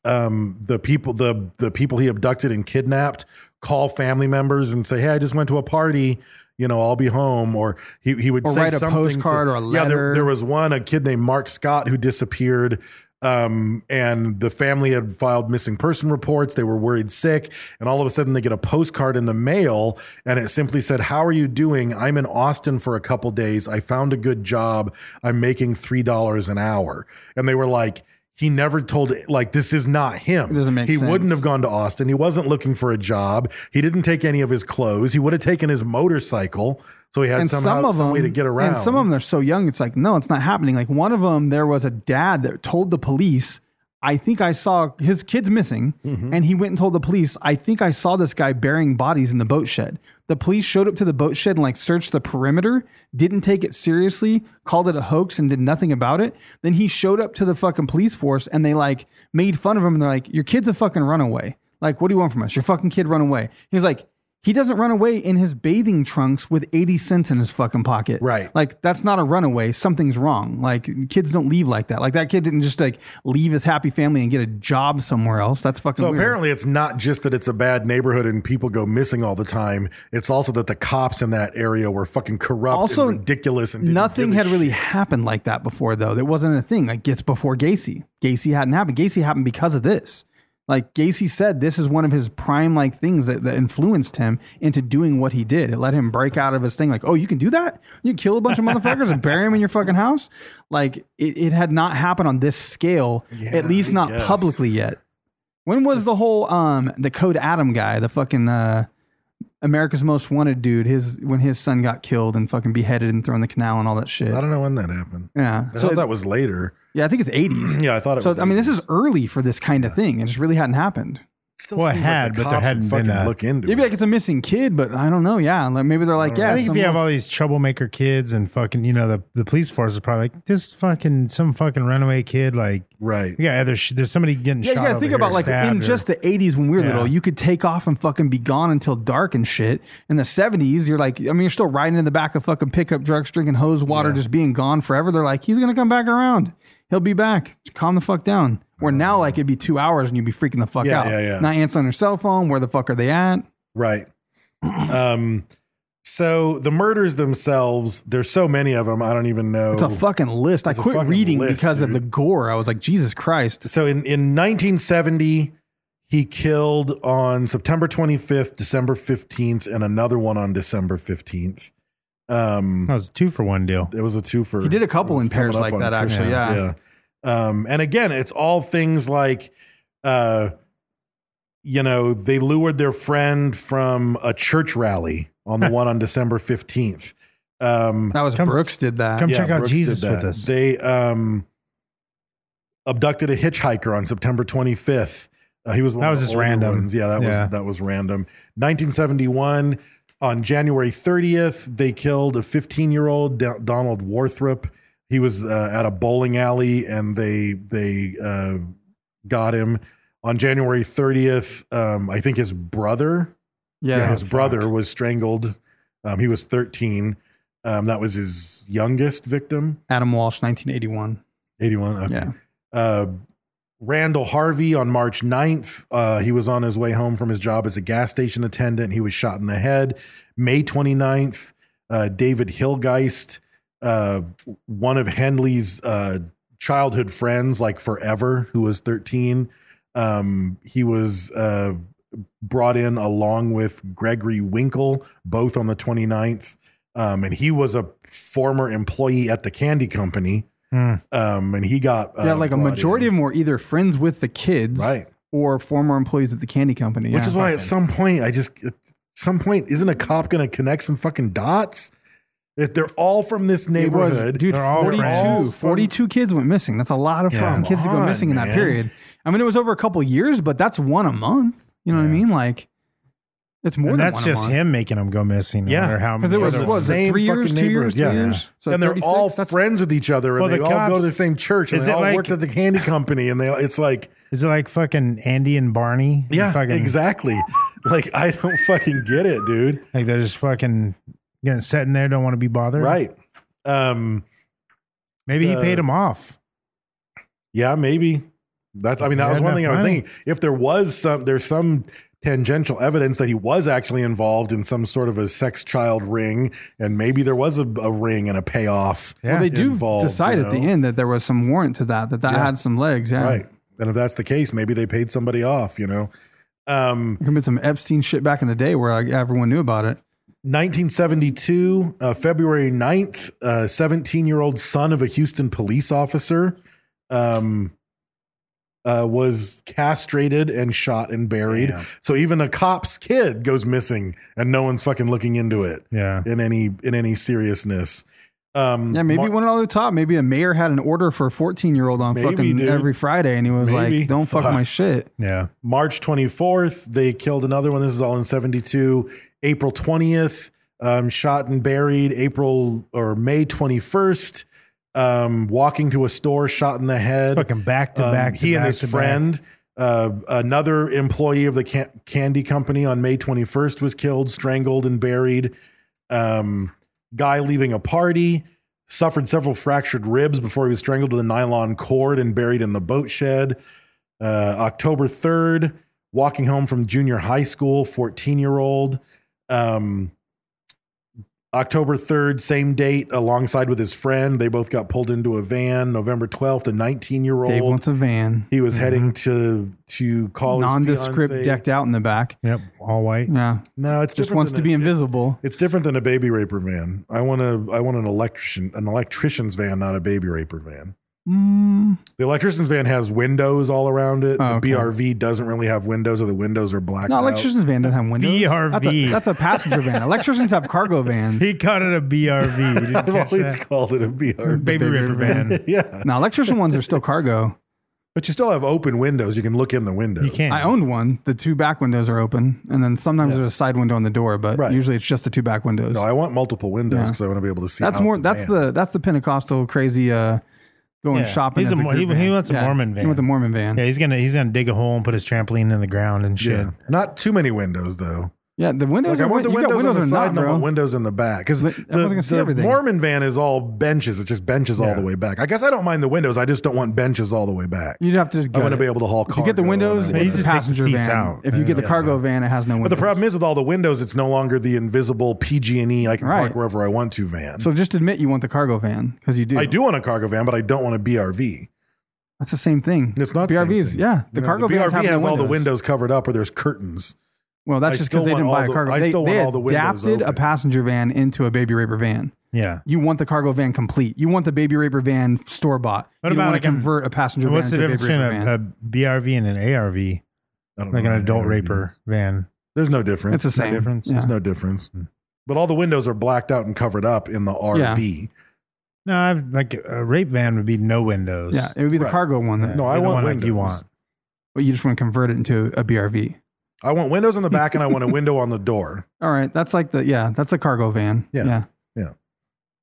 Speaker 2: um, the people the the people he abducted and kidnapped call family members and say, "Hey, I just went to a party." You know, I'll be home, or he, he would
Speaker 3: Or
Speaker 2: say
Speaker 3: write a
Speaker 2: something to-
Speaker 3: postcard or a
Speaker 2: Yeah, there,
Speaker 3: letter.
Speaker 2: there was one a kid named Mark Scott who disappeared, um, and the family had filed missing person reports. They were worried sick, and all of a sudden they get a postcard in the mail, and it simply said, "How are you doing? I'm in Austin for a couple days. I found a good job. I'm making three dollars an hour." And they were like. He never told like this is not him.
Speaker 3: It doesn't make
Speaker 2: he wouldn't
Speaker 3: sense.
Speaker 2: have gone to Austin. He wasn't looking for a job. He didn't take any of his clothes. He would have taken his motorcycle. So he had
Speaker 3: and
Speaker 2: somehow,
Speaker 3: some of
Speaker 2: some
Speaker 3: them,
Speaker 2: way to get around.
Speaker 3: And some of them, they're so young. It's like, no, it's not happening. Like one of them, there was a dad that told the police, "I think I saw his kids missing," and he went and told the police, "I think I saw this guy burying bodies in the boat shed." The police showed up to the boat shed and like searched the perimeter, didn't take it seriously, called it a hoax and did nothing about it. Then he showed up to the fucking police force and they like made fun of him and they're like, "Your kid's a fucking runaway. Like, what do you want from us? Your fucking kid run away." He's like. He doesn't run away in his bathing trunks with 80 cents in his fucking pocket.
Speaker 2: Right.
Speaker 3: Like, that's not a runaway. Something's wrong. Like, kids don't leave like that. Like, that kid didn't just like leave his happy family and get a job somewhere else. That's fucking
Speaker 2: So
Speaker 3: weird.
Speaker 2: apparently, it's not just that it's a bad neighborhood and people go missing all the time. It's also that the cops in that area were fucking corrupt,
Speaker 3: also
Speaker 2: and ridiculous, and didn't
Speaker 3: nothing
Speaker 2: give a
Speaker 3: had really
Speaker 2: shit.
Speaker 3: happened like that before, though. That wasn't a thing. Like, it's before Gacy. Gacy hadn't happened. Gacy happened because of this. Like, Gacy said, this is one of his prime, like, things that, that influenced him into doing what he did. It let him break out of his thing. Like, oh, you can do that? You can kill a bunch of motherfuckers and bury them in your fucking house? Like, it, it had not happened on this scale, at least not
Speaker 2: guess.
Speaker 3: publicly yet. When was the whole um the Code Adam guy, the fucking uh America's Most Wanted dude, his when his son got killed and fucking beheaded and thrown in the canal and all that shit.
Speaker 2: I don't know when that happened.
Speaker 3: Yeah.
Speaker 2: I
Speaker 3: So
Speaker 2: thought
Speaker 3: it-
Speaker 2: that was later.
Speaker 3: yeah, I think it's eighties.
Speaker 2: Yeah, I thought it
Speaker 3: so
Speaker 2: was
Speaker 3: I mean, this
Speaker 2: 80s.
Speaker 3: is early for this kind of thing. It just really hadn't happened.
Speaker 2: Still
Speaker 4: Well, it
Speaker 2: seems like
Speaker 4: had,
Speaker 2: the
Speaker 4: but there
Speaker 2: cops would
Speaker 4: hadn't been
Speaker 2: fucking
Speaker 4: a-
Speaker 2: look into
Speaker 3: You'd be
Speaker 2: it.
Speaker 3: like, it's a missing kid, but I don't know. Yeah, like maybe they're like, yeah.
Speaker 4: I think if
Speaker 3: some
Speaker 4: you have
Speaker 3: little-
Speaker 4: all these troublemaker kids and fucking, you know, the, the police force is probably like this fucking some fucking runaway kid. Like,
Speaker 2: right.
Speaker 4: yeah, there's sh- there's somebody getting
Speaker 3: yeah, you
Speaker 4: shot.
Speaker 3: gotta
Speaker 4: over
Speaker 3: think
Speaker 4: here,
Speaker 3: about like in
Speaker 4: stabbed, or-
Speaker 3: just the '80s when we were
Speaker 4: Yeah.
Speaker 3: little, you could take off and fucking be gone until dark and shit. In the '70s, you're like, I mean, you're still riding in the back of fucking pickup trucks, drinking hose water, just being gone forever. They're like, he's gonna come back around. He'll be back. Calm the fuck down. Where now, like, it'd be two hours and you'd be freaking the fuck
Speaker 2: Yeah,
Speaker 3: out.
Speaker 2: yeah, yeah.
Speaker 3: Not answering their cell phone. Where the fuck are they at?
Speaker 2: Right. Um, so the murders themselves, there's so many of them, I don't even know.
Speaker 3: It's a fucking list. I
Speaker 2: It's a
Speaker 3: quit
Speaker 2: fucking
Speaker 3: reading
Speaker 2: list,
Speaker 3: because of the
Speaker 2: dude.
Speaker 3: gore. I was like, Jesus Christ.
Speaker 2: so in, in 1970, he killed on September 25th, December 15th, and another one on December 15th. Um,
Speaker 4: That was a two for one deal.
Speaker 2: It was a twofer.
Speaker 3: He did a
Speaker 2: It
Speaker 3: couple
Speaker 2: was
Speaker 3: in pairs
Speaker 2: coming up
Speaker 3: like
Speaker 2: on
Speaker 3: that, actually,
Speaker 2: Christmas,
Speaker 3: yeah.
Speaker 2: yeah. Um, and again, it's all things like, uh, you know, they lured their friend from a church rally on the one on December fifteenth. Um,
Speaker 3: That was
Speaker 4: Come-
Speaker 3: Brooks did that.
Speaker 4: come- check out
Speaker 2: did
Speaker 4: Jesus
Speaker 2: that.
Speaker 4: with us.
Speaker 2: They um, abducted a hitchhiker on September twenty fifth. Uh, he was one
Speaker 4: That
Speaker 2: of
Speaker 4: was
Speaker 2: the
Speaker 4: just
Speaker 2: older
Speaker 4: random.
Speaker 2: ones. Yeah, that
Speaker 4: Yeah.
Speaker 2: was that was random. Nineteen seventy one. On January 30th, they killed a 15 year old Donald Warthrop. He was uh, at a bowling alley, and they they uh, got him on January 30th. Um, I think his brother
Speaker 3: yeah.
Speaker 2: yeah, his brother was strangled. Um, he was 13. Um, that was his youngest victim,
Speaker 3: Adam Walsh, 1981.
Speaker 2: 81. Okay.
Speaker 3: Yeah.
Speaker 2: Uh, Randall Harvey on March 9th. Uh, he was on his way home from his job as a gas station attendant. He was shot in the head. May 29th, uh, David Hillgeist, uh, one of Henley's uh, childhood friends, like forever, who was 13. Um, he was uh, brought in along with Gregory Winkle, both on the 29th. Um, and he was a former employee at the candy company. Um, and he got uh,
Speaker 3: Hmm. yeah, like a
Speaker 2: brought
Speaker 3: majority
Speaker 2: in.
Speaker 3: of them were either friends with the kids
Speaker 2: Right.
Speaker 3: or former employees at the candy company.
Speaker 2: Which
Speaker 3: yeah.
Speaker 2: is why at some point I just at some point isn't a cop going to connect some fucking dots? If they're all from this
Speaker 3: It was-
Speaker 2: neighborhood,
Speaker 3: dude,
Speaker 4: They're all
Speaker 3: 42,
Speaker 4: friends.
Speaker 3: 42 kids went missing. That's a lot of
Speaker 4: Yeah.
Speaker 3: fucking kids to go
Speaker 2: Come on,
Speaker 3: missing in that
Speaker 2: man.
Speaker 3: period. I mean, it was over a couple years, but that's one a month. You know what I mean? Like, it's more
Speaker 4: And
Speaker 3: than
Speaker 4: that's
Speaker 3: one
Speaker 4: just
Speaker 3: a month.
Speaker 4: him making them go missing. I
Speaker 2: Yeah.
Speaker 4: wonder how
Speaker 3: 'Cause it
Speaker 4: many
Speaker 3: was-
Speaker 4: other
Speaker 3: what
Speaker 4: ones.
Speaker 3: was it, three years, two years, three years? So
Speaker 2: and they're
Speaker 3: 36,
Speaker 2: all
Speaker 3: that's-
Speaker 2: friends with each other, and
Speaker 4: Well, the
Speaker 2: they all go
Speaker 4: cops-
Speaker 2: to the same church, and
Speaker 4: is
Speaker 2: they
Speaker 4: it
Speaker 2: all
Speaker 4: like-
Speaker 2: worked at the candy company, and they it's like,
Speaker 4: Is it like fucking Andy and Barney?
Speaker 2: yeah,
Speaker 4: fucking,
Speaker 2: exactly. Like I don't fucking get it, dude.
Speaker 4: Like they're just fucking getting sitting there, don't want to be bothered.
Speaker 2: Right? Um,
Speaker 4: Maybe he
Speaker 2: Uh,
Speaker 4: paid him off.
Speaker 2: yeah, maybe. That's. I mean, that
Speaker 4: Yeah,
Speaker 2: was one
Speaker 4: enough
Speaker 2: thing I was
Speaker 4: money.
Speaker 2: thinking. If there was some, there's some tangential evidence that he was actually involved in some sort of a sex child ring, and maybe there was a, a ring and a payoff.
Speaker 4: Yeah.
Speaker 3: Well, they do
Speaker 2: involved,
Speaker 3: decide
Speaker 2: you
Speaker 3: at the
Speaker 2: know?
Speaker 3: end that there was some warrant to that, that that
Speaker 2: Yeah.
Speaker 3: had some legs. Yeah.
Speaker 2: Right. And if that's the case, maybe they paid somebody off, you know. Um,
Speaker 3: There could be some Epstein shit back in the day where like, everyone knew about it.
Speaker 2: 1972, uh, February 9th, uh, 17 year old son of a Houston police officer um, uh, was castrated and shot and buried.
Speaker 4: Damn.
Speaker 2: So even a cop's kid goes missing and no one's fucking looking into it
Speaker 4: Yeah.
Speaker 2: in any in any seriously. Um,
Speaker 3: Yeah, maybe
Speaker 2: Mar-
Speaker 3: one on the top. Maybe a mayor had an order for a 14 year old on
Speaker 2: Maybe,
Speaker 3: fucking
Speaker 2: dude.
Speaker 3: every Friday, and he was
Speaker 2: Maybe.
Speaker 3: like, "Don't fuck,
Speaker 2: Fuck.
Speaker 3: my shit."
Speaker 4: Yeah.
Speaker 2: March 24th, they killed another one. This is all in 72. April 20th, um, shot and buried. April or May 21st, um, walking to a store, shot in the head.
Speaker 4: Fucking back
Speaker 3: Um,
Speaker 4: to back to
Speaker 2: Um, He and
Speaker 4: back
Speaker 2: his
Speaker 4: to back.
Speaker 2: friend, uh, another employee of the can- candy company on May 21st, was killed, strangled, and buried. Um, guy leaving a party suffered several fractured ribs before he was strangled with a nylon cord and buried in the boat shed. Uh, October 3rd, walking home from junior high school, 14 year old. Um, October 3rd, same date, alongside with his friend. They both got pulled into a van. November 12th, a 19 year
Speaker 3: Dave
Speaker 2: old.
Speaker 3: wants a van,
Speaker 2: He was heading to to call
Speaker 3: Mm-hmm. nondescript,
Speaker 2: his fiancée.
Speaker 3: decked out in the back.
Speaker 4: Yep. All white.
Speaker 3: Yeah,
Speaker 2: No, it's
Speaker 3: just
Speaker 2: different
Speaker 3: wants
Speaker 2: than
Speaker 3: to
Speaker 2: a-
Speaker 3: be
Speaker 2: it's-
Speaker 3: invisible.
Speaker 2: It's different than a baby raper van. I want a I want an electrician an electrician's van, not a baby raper van. The electrician's van has windows all around it.
Speaker 3: Mm. Oh,
Speaker 2: the
Speaker 3: okay.
Speaker 2: BRV doesn't really have windows, or the windows are blacked
Speaker 3: No,
Speaker 2: out.
Speaker 3: electrician's van doesn't have windows. That's a,
Speaker 4: VRV.
Speaker 3: that's a passenger van. Electricians have cargo vans.
Speaker 4: He caught it a BRV. You didn't
Speaker 2: I've
Speaker 4: catch
Speaker 2: always
Speaker 4: that?
Speaker 2: called it a BRV.
Speaker 4: Baby
Speaker 3: Baby
Speaker 4: River
Speaker 3: River
Speaker 4: Van.
Speaker 2: yeah,
Speaker 3: Now, electrician ones are still cargo.
Speaker 2: But you still have open windows. You can look in the window.
Speaker 4: You can't.
Speaker 3: I owned one. The two back windows are open, and then sometimes there's a side window on the door, but
Speaker 2: Right.
Speaker 3: usually it's just the two back windows.
Speaker 2: No, I want multiple windows
Speaker 3: Yeah.
Speaker 2: because I want to be able to see.
Speaker 3: that's
Speaker 2: out
Speaker 3: more.
Speaker 2: the
Speaker 3: that's
Speaker 2: van.
Speaker 3: the that's the Pentecostal crazy uh, going
Speaker 4: Yeah.
Speaker 3: shopping.
Speaker 4: He's
Speaker 3: as
Speaker 4: a
Speaker 3: a
Speaker 4: Mor-
Speaker 3: group
Speaker 4: he- he
Speaker 3: van.
Speaker 4: wants a Mormon
Speaker 3: He
Speaker 4: van.
Speaker 3: wants a Mormon van.
Speaker 4: Yeah, he's gonna he's gonna dig a hole and put his trampoline in the ground and shit.
Speaker 2: yeah. Not too many windows though.
Speaker 3: Yeah, the windows.
Speaker 2: Like I
Speaker 3: are,
Speaker 2: want the
Speaker 3: you got
Speaker 2: windows,
Speaker 3: windows
Speaker 2: on the
Speaker 3: or
Speaker 2: side
Speaker 3: not,
Speaker 2: and I
Speaker 3: bro.
Speaker 2: want windows in the back because the,
Speaker 3: But everyone's gonna see
Speaker 2: the
Speaker 3: everything.
Speaker 2: Mormon van is all benches. It's just benches all
Speaker 4: Yeah.
Speaker 2: the way back. I guess I don't mind the windows. I just don't want benches all the way back.
Speaker 3: You'd have to just.
Speaker 2: I
Speaker 3: gut
Speaker 2: wanna
Speaker 3: it.
Speaker 2: be able to haul
Speaker 3: If you get
Speaker 2: cargo
Speaker 3: the
Speaker 2: and
Speaker 3: windows,
Speaker 2: everything.
Speaker 3: it's
Speaker 4: He's
Speaker 3: a
Speaker 4: just take the
Speaker 3: passenger
Speaker 4: seats
Speaker 3: van.
Speaker 4: out.
Speaker 3: If you get the
Speaker 4: Yeah.
Speaker 3: cargo van, it has no windows.
Speaker 2: But the problem is with all the windows, it's no longer the invisible PG&E E. I can park
Speaker 3: Right.
Speaker 2: wherever I want to van.
Speaker 3: so just admit you want the cargo van because you do.
Speaker 2: I do want a cargo van, but I don't want a BRV.
Speaker 3: That's the same thing.
Speaker 2: It's not the same
Speaker 3: BRVs.
Speaker 2: thing.
Speaker 3: Yeah,
Speaker 2: You
Speaker 3: the
Speaker 2: know,
Speaker 3: cargo
Speaker 2: the
Speaker 3: vans
Speaker 2: BRV
Speaker 3: have
Speaker 2: has
Speaker 3: no
Speaker 2: all the windows covered up, or there's curtains.
Speaker 3: Well, that's
Speaker 2: I
Speaker 3: just
Speaker 2: still
Speaker 3: because
Speaker 2: want
Speaker 3: they didn't buy
Speaker 2: all
Speaker 3: a
Speaker 2: the-
Speaker 3: cargo.
Speaker 2: I
Speaker 3: They,
Speaker 2: still
Speaker 3: they
Speaker 2: want all the windows
Speaker 3: adapted a
Speaker 2: open.
Speaker 3: passenger van into a baby raper van.
Speaker 4: Yeah.
Speaker 3: You want the cargo van complete. You want the baby raper van store bought.
Speaker 4: What
Speaker 3: you
Speaker 4: about
Speaker 3: want
Speaker 4: like
Speaker 3: to convert a passenger van
Speaker 4: What's the
Speaker 3: into a baby
Speaker 4: difference
Speaker 3: raper
Speaker 4: between
Speaker 3: van?
Speaker 4: a, a BRV and an ARV?
Speaker 2: I don't
Speaker 4: Like an
Speaker 2: know.
Speaker 4: adult raper van.
Speaker 2: There's no difference.
Speaker 3: it's the same.
Speaker 4: difference?
Speaker 3: Yeah.
Speaker 2: There's no difference. But all the windows are blacked out and covered up in the RV.
Speaker 4: No, I've, like a rape van would be no windows.
Speaker 3: yeah, it would be the
Speaker 2: Right.
Speaker 3: cargo one. That,
Speaker 2: No, I
Speaker 4: Either
Speaker 2: want
Speaker 4: one
Speaker 2: windows.
Speaker 4: Like you want.
Speaker 3: But you just want to convert it into a BRV.
Speaker 2: I want windows on the back and I want a window on the door.
Speaker 3: All right, that's like the yeah, that's a cargo van.
Speaker 2: Yeah.
Speaker 3: yeah,
Speaker 2: Yeah.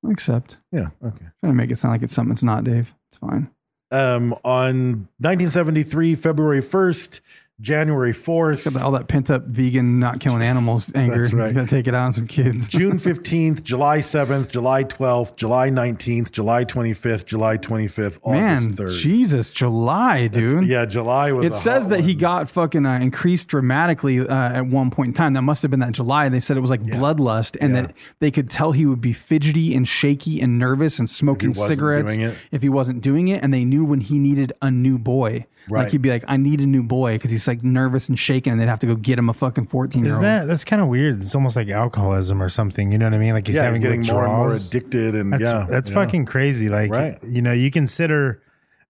Speaker 3: I Accept.
Speaker 2: Yeah. Okay.
Speaker 3: Trying to make it sound like it's something it's not, Dave. It's fine.
Speaker 2: Um, on 1973, February 1st, January
Speaker 3: Got
Speaker 2: 4th,
Speaker 3: all that pent up vegan not killing animals anger.
Speaker 2: That's right.
Speaker 3: He's gonna take it out on some kids.
Speaker 2: June 15th, July 7th, July 12th, July 19th, July 25th, July 25th, August
Speaker 3: Man,
Speaker 2: 3rd.
Speaker 3: Jesus, July,
Speaker 2: It's-
Speaker 3: dude.
Speaker 2: Yeah, July was.
Speaker 3: It
Speaker 2: a
Speaker 3: says
Speaker 2: hot
Speaker 3: that he
Speaker 2: one.
Speaker 3: got fucking uh, increased dramatically uh, at one point in time. That must have been that July. They said it was like bloodlust, and that they could tell he would be fidgety and shaky and nervous and smoking
Speaker 2: wasn't
Speaker 3: cigarettes
Speaker 2: doing it.
Speaker 3: if he wasn't doing it. And they knew when he needed a new boy.
Speaker 2: Right.
Speaker 3: Like he'd be like, "I need a new boy" because he's like nervous and shaking, and they'd have to go get him a fucking fourteen year
Speaker 4: Is
Speaker 3: old.
Speaker 4: that that's kind of weird? It's almost like alcoholism or something. You know what I mean? Like he's
Speaker 2: Yeah, he's
Speaker 4: having
Speaker 2: getting more and more
Speaker 4: withdrawals.
Speaker 2: addicted, and
Speaker 4: That's,
Speaker 2: yeah,
Speaker 4: that's
Speaker 2: yeah.
Speaker 4: fucking crazy. Like,
Speaker 2: Right.
Speaker 4: you know, you consider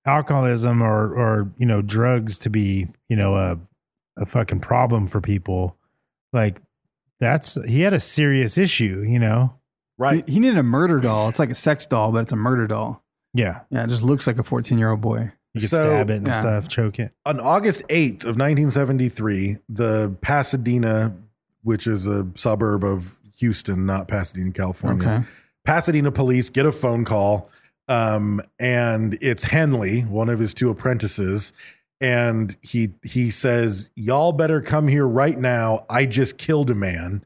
Speaker 4: alcoholism or, or, you know, drugs to be, you know, a, a fucking problem for people. Like that's, he had a serious issue, you know?
Speaker 2: right.
Speaker 3: He, he needed a murder doll. It's like a sex doll, but it's a murder doll.
Speaker 4: Yeah.
Speaker 3: Yeah, it just looks like a fourteen year old boy.
Speaker 4: You could
Speaker 2: So-
Speaker 4: stab it and
Speaker 3: Yeah.
Speaker 4: stuff, choke it.
Speaker 2: on August 8th of 1973, the Pasadena, which is a suburb of Houston, not Pasadena, California,
Speaker 3: Okay.
Speaker 2: Pasadena police get a phone call, um, and it's Henley, one of his two apprentices, and he he says, "Y'all better come here right now. I just killed a man."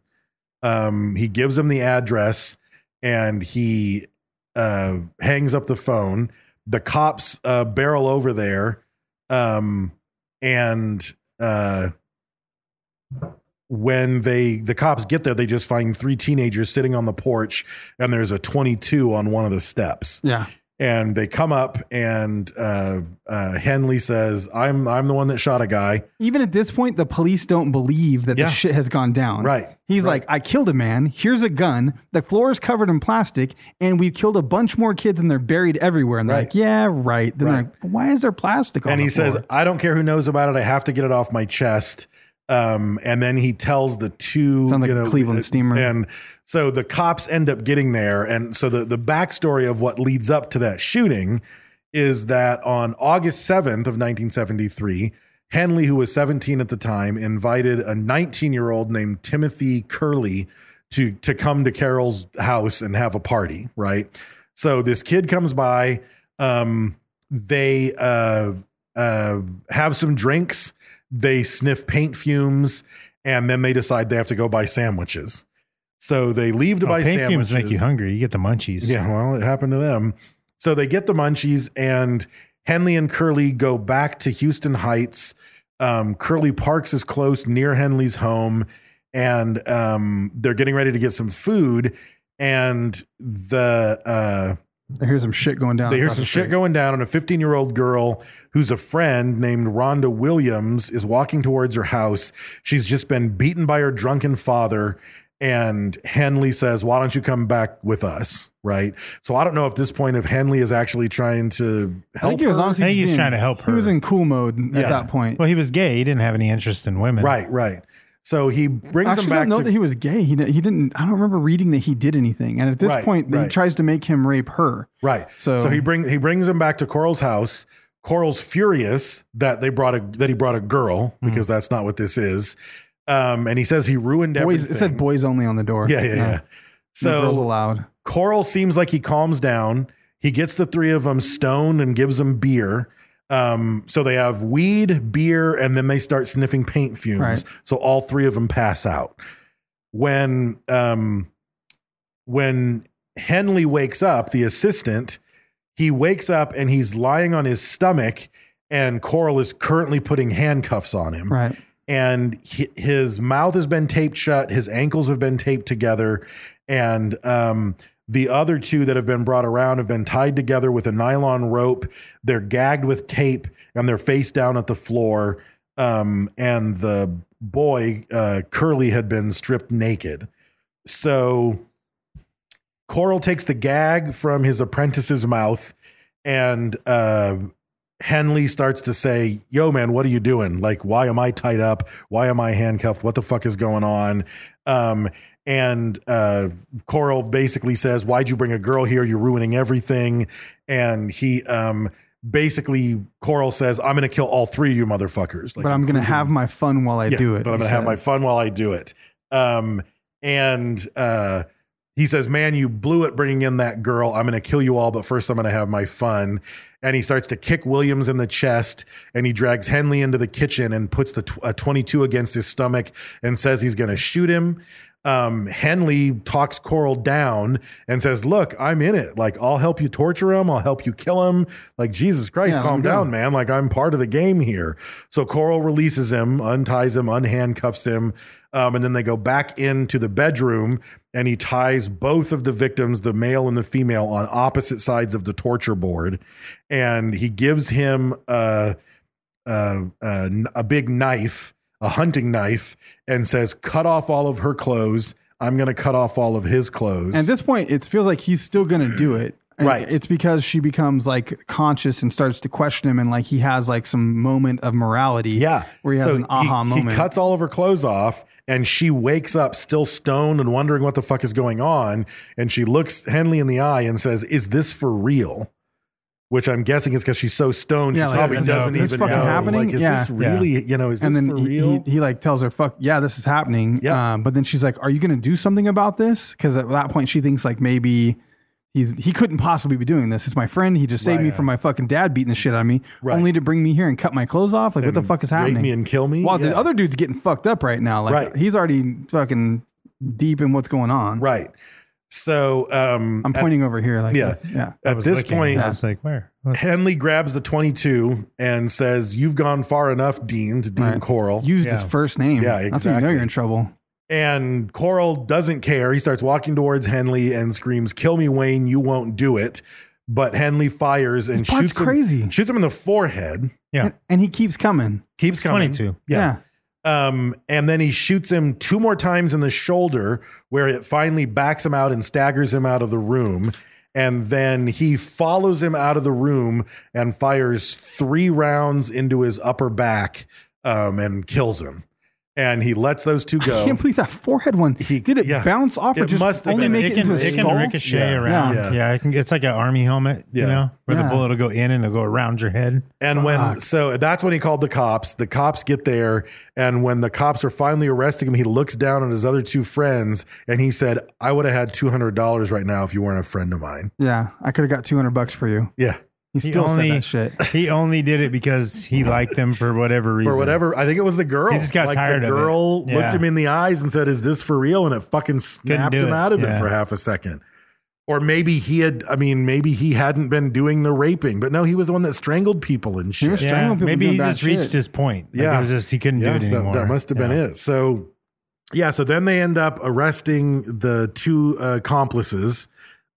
Speaker 2: Um, he gives him the address, and he uh, hangs up the phone. The cops uh, barrel over there, um, and uh, when they the cops get there, they just find three teenagers sitting on the porch, and there's a 22 on one of the steps.
Speaker 3: Yeah.
Speaker 2: And they come up, and uh, uh, Henley says, "I'm I'm the one that shot a guy."
Speaker 3: even at this point, the police don't believe that
Speaker 2: Yeah.
Speaker 3: the shit has gone down.
Speaker 2: Right,
Speaker 3: He's
Speaker 2: right.
Speaker 3: like, I killed a man. Here's a gun. The floor is covered in plastic, and we've killed a bunch more kids, and they're buried everywhere. And they're
Speaker 2: Right.
Speaker 3: like, Yeah, right. Then
Speaker 2: Right.
Speaker 3: they're like, Why is there plastic? on
Speaker 2: and
Speaker 3: the
Speaker 2: he says,
Speaker 3: floor?"
Speaker 2: "I don't care who knows about it. I have to get it off my chest." Um, and then he tells the two
Speaker 3: Sounds like
Speaker 2: you
Speaker 3: a
Speaker 2: know,
Speaker 3: Cleveland
Speaker 2: uh,
Speaker 3: steamer.
Speaker 2: And so the cops end up getting there, and so the the backstory of what leads up to that shooting is that on August seventh of nineteen seventy three. Henley, who was 17 at the time, invited a 19 year old named Timothy Curley to, to come to Carol's house and have a party, right? So this kid comes by. Um, they uh, uh, have some drinks, they sniff paint fumes, and then they decide they have to go buy sandwiches. So they leave to
Speaker 4: Oh,
Speaker 2: buy
Speaker 4: paint
Speaker 2: sandwiches.
Speaker 4: fumes make you hungry. You get the munchies.
Speaker 2: Yeah, well, it happened to them. So they get the munchies, and Henley and Curly go back to Houston Heights. Um, Curly parks is close near Henley's home, and um, they're getting ready to get some food. And the uh,
Speaker 3: I hear some shit going down.
Speaker 2: they hear
Speaker 3: across
Speaker 2: some
Speaker 3: the
Speaker 2: shit
Speaker 3: street.
Speaker 2: going down, and a 15 year old girl who's a friend named Rhonda Williams is walking towards her house. She's just been beaten by her drunken father. And Henley says, Why don't you come back with us? Right. So I don't know if this point if Henley is actually trying to
Speaker 3: I
Speaker 2: help
Speaker 3: think he was
Speaker 2: her.
Speaker 3: honestly.
Speaker 4: I think
Speaker 3: just
Speaker 4: he's
Speaker 3: being-
Speaker 4: trying to help
Speaker 3: He was
Speaker 4: her.
Speaker 3: in cool mode
Speaker 2: Yeah.
Speaker 3: at that point.
Speaker 4: Well, he was gay. He didn't have any interest in women.
Speaker 2: Right, right. So he brings
Speaker 3: I actually
Speaker 2: him back.
Speaker 3: don't know
Speaker 2: to-
Speaker 3: that he was gay. He, di- he didn't. I don't remember reading that he did anything. And at this
Speaker 2: Right,
Speaker 3: point, he
Speaker 2: right.
Speaker 3: tries to make him rape her.
Speaker 2: Right.
Speaker 3: So-
Speaker 2: he bring he brings him back to Coral's house. Coral's furious that they brought a that he brought a girl
Speaker 3: Hmm.
Speaker 2: because that's not what this is. Um, and he says he ruined
Speaker 3: Boys,
Speaker 2: everything.
Speaker 3: it said boys only on the door.
Speaker 2: Yeah, yeah,
Speaker 3: No,
Speaker 2: yeah.
Speaker 3: no girls
Speaker 2: So
Speaker 3: allowed.
Speaker 2: Coral seems like he calms down. He gets the three of them stoned and gives them beer. Um, so they have weed, beer, and then they start sniffing paint fumes.
Speaker 3: Right.
Speaker 2: So all three of them pass out. When um, when Henley wakes up, the assistant, he wakes up and he's lying on his stomach, and Coral is currently putting handcuffs on him
Speaker 3: Right.
Speaker 2: and hi- his mouth has been taped shut, his ankles have been taped together, and um, the other two that have been brought around have been tied together with a nylon rope. They're gagged with tape and they're face down at the floor. Um, and the boy, uh, Curly, had been stripped naked. So Coral takes the gag from his apprentice's mouth, and uh, Henley starts to say, Yo, man, what are you doing? Like, why am I tied up? Why am I handcuffed? What the fuck is going on? Um, and uh, Coral basically says, Why'd you bring a girl here? You're ruining everything. And he um, basically, Coral says, I'm going to kill all three of you motherfuckers. Like,
Speaker 3: but I'm going to have my fun while I
Speaker 2: yeah,
Speaker 3: do it.
Speaker 2: But I'm
Speaker 3: he
Speaker 2: going to have
Speaker 3: said.
Speaker 2: my fun while I do it. Um, and uh, he says, Man, you blew it bringing in that girl. I'm going to kill you all, but first I'm going to have my fun. And he starts to kick Williams in the chest and he drags Henley into the kitchen and puts the tw- a 22 against his stomach and says he's going to shoot him. Um, Henley talks Coral down and says, Look, I'm in it. Like, I'll help you torture him. I'll help you kill him. Like, Jesus Christ,
Speaker 3: Yeah,
Speaker 2: calm
Speaker 3: I'm good.
Speaker 2: down, man man. Like I'm part of the game here. So Coral releases him, unties him, unhandcuffs him, um, and then they go back into the bedroom. And he ties both of the victims, the male and the female, on opposite sides of the torture board, and he gives him uh, a a, a, a big knife, a hunting knife, and says, "Cut off all of her clothes. I'm going to cut off all of his clothes."
Speaker 3: At this point, it feels like he's still going to do it. And
Speaker 2: Right.
Speaker 3: It's because she becomes like conscious and starts to question him, and like he has like some moment of morality.
Speaker 2: Yeah.
Speaker 3: Where he has
Speaker 2: So
Speaker 3: an aha
Speaker 2: he,
Speaker 3: moment.
Speaker 2: He cuts all of her clothes off and she wakes up still stoned and wondering what the fuck is going on. And she looks Henley in the eye and says, Is this for real? Which I'm guessing is because she's so stoned, she
Speaker 3: Yeah, like,
Speaker 2: probably
Speaker 4: is this-
Speaker 2: doesn't
Speaker 4: is this
Speaker 2: even
Speaker 4: fucking
Speaker 2: know.
Speaker 3: happening?
Speaker 2: Like, is
Speaker 3: Yeah.
Speaker 2: this really, you know, is this
Speaker 3: and then
Speaker 2: for
Speaker 3: he,
Speaker 2: real?
Speaker 3: he, he like tells her, "Fuck yeah, this is happening."
Speaker 2: Yeah.
Speaker 3: Um, but then she's like, "Are you going to do something about this?" Because at that point, she thinks like maybe he's he couldn't possibly be doing this. It's my friend. He just saved
Speaker 2: Right.
Speaker 3: me from my fucking dad beating the shit out of me,
Speaker 2: Right.
Speaker 3: only to bring me here and cut my clothes off. Like, what the
Speaker 2: And
Speaker 3: fuck is
Speaker 2: rape
Speaker 3: happening?
Speaker 2: me and kill me?
Speaker 3: While
Speaker 2: Yeah.
Speaker 3: the other dude's getting fucked up right now. Like,
Speaker 2: Right.
Speaker 3: he's already fucking deep in what's going on.
Speaker 2: right. So um
Speaker 3: I'm
Speaker 2: at-
Speaker 3: pointing over here. Like,
Speaker 2: yeah.
Speaker 3: this. yeah.
Speaker 4: I
Speaker 2: At
Speaker 4: was
Speaker 2: this
Speaker 4: looking,
Speaker 2: point,
Speaker 4: I was like, where? What?
Speaker 2: Henley grabs the 22 and says, You've gone far enough, Dean, to Dean
Speaker 3: Right.
Speaker 2: Coral.
Speaker 3: Used his
Speaker 4: Yeah.
Speaker 3: first name.
Speaker 2: Yeah,
Speaker 3: That's how you know
Speaker 2: exactly.
Speaker 3: you're in trouble.
Speaker 2: And Coral doesn't care. He starts walking towards Henley and screams, "Kill me, Wayne! You won't do it." But Henley fires and
Speaker 3: This part's
Speaker 2: shoots him,
Speaker 3: crazy.
Speaker 2: shoots him in the forehead.
Speaker 4: Yeah.
Speaker 3: And, and he keeps coming.
Speaker 2: Keeps coming.
Speaker 4: 22.
Speaker 2: Yeah. Um, and then he shoots him two more times in the shoulder, where it finally backs him out and staggers him out of the room. And then he follows him out of the room and fires three rounds into his upper back um, and kills him. And he lets those two go.
Speaker 3: I can't believe that forehead one.
Speaker 2: He-
Speaker 3: Did it
Speaker 2: yeah.
Speaker 3: bounce off or
Speaker 2: It
Speaker 3: just
Speaker 2: must have
Speaker 3: only
Speaker 2: been.
Speaker 3: make
Speaker 4: It
Speaker 3: it,
Speaker 4: can,
Speaker 3: into
Speaker 4: it
Speaker 3: his
Speaker 4: can
Speaker 3: skull?
Speaker 4: ricochet
Speaker 2: Yeah.
Speaker 4: around.
Speaker 2: Yeah.
Speaker 4: Yeah. it can, it's like an army helmet,
Speaker 2: Yeah.
Speaker 4: you know, where
Speaker 3: Yeah.
Speaker 4: the bullet will go in and it'll go around your head.
Speaker 2: And when
Speaker 3: Fuck.
Speaker 2: so that's when he called the cops. The cops get there, and when the cops are finally arresting him, he looks down at his other two friends and he said, "I would have had two hundred dollars right now if you weren't a friend of mine."
Speaker 3: Yeah. I could have got 200 bucks for you.
Speaker 2: Yeah,
Speaker 3: He still
Speaker 4: only-
Speaker 3: said that shit.
Speaker 4: He only did it because he liked them for whatever reason.
Speaker 2: for whatever. I think it was the girl.
Speaker 4: He just got
Speaker 2: like
Speaker 4: tired
Speaker 2: The
Speaker 4: of it.
Speaker 2: girl
Speaker 4: Yeah.
Speaker 2: looked him in the eyes and said, "Is this for real?" And it fucking snapped
Speaker 4: do
Speaker 2: him
Speaker 4: it.
Speaker 2: out of it
Speaker 4: Yeah.
Speaker 2: for half a second. Or maybe he had. I mean, maybe he hadn't been doing the raping, but no, he was the one that strangled people and shit.
Speaker 3: was
Speaker 4: Yeah,
Speaker 3: Strangle people
Speaker 4: maybe
Speaker 3: doing
Speaker 4: he
Speaker 3: bad
Speaker 4: just reached
Speaker 3: shit.
Speaker 4: his point. Like, it was just he couldn't
Speaker 2: Yeah,
Speaker 4: do it
Speaker 2: that-
Speaker 4: anymore.
Speaker 2: That, must have been
Speaker 4: Yeah.
Speaker 2: it. So, yeah. So then they end up arresting the two accomplices,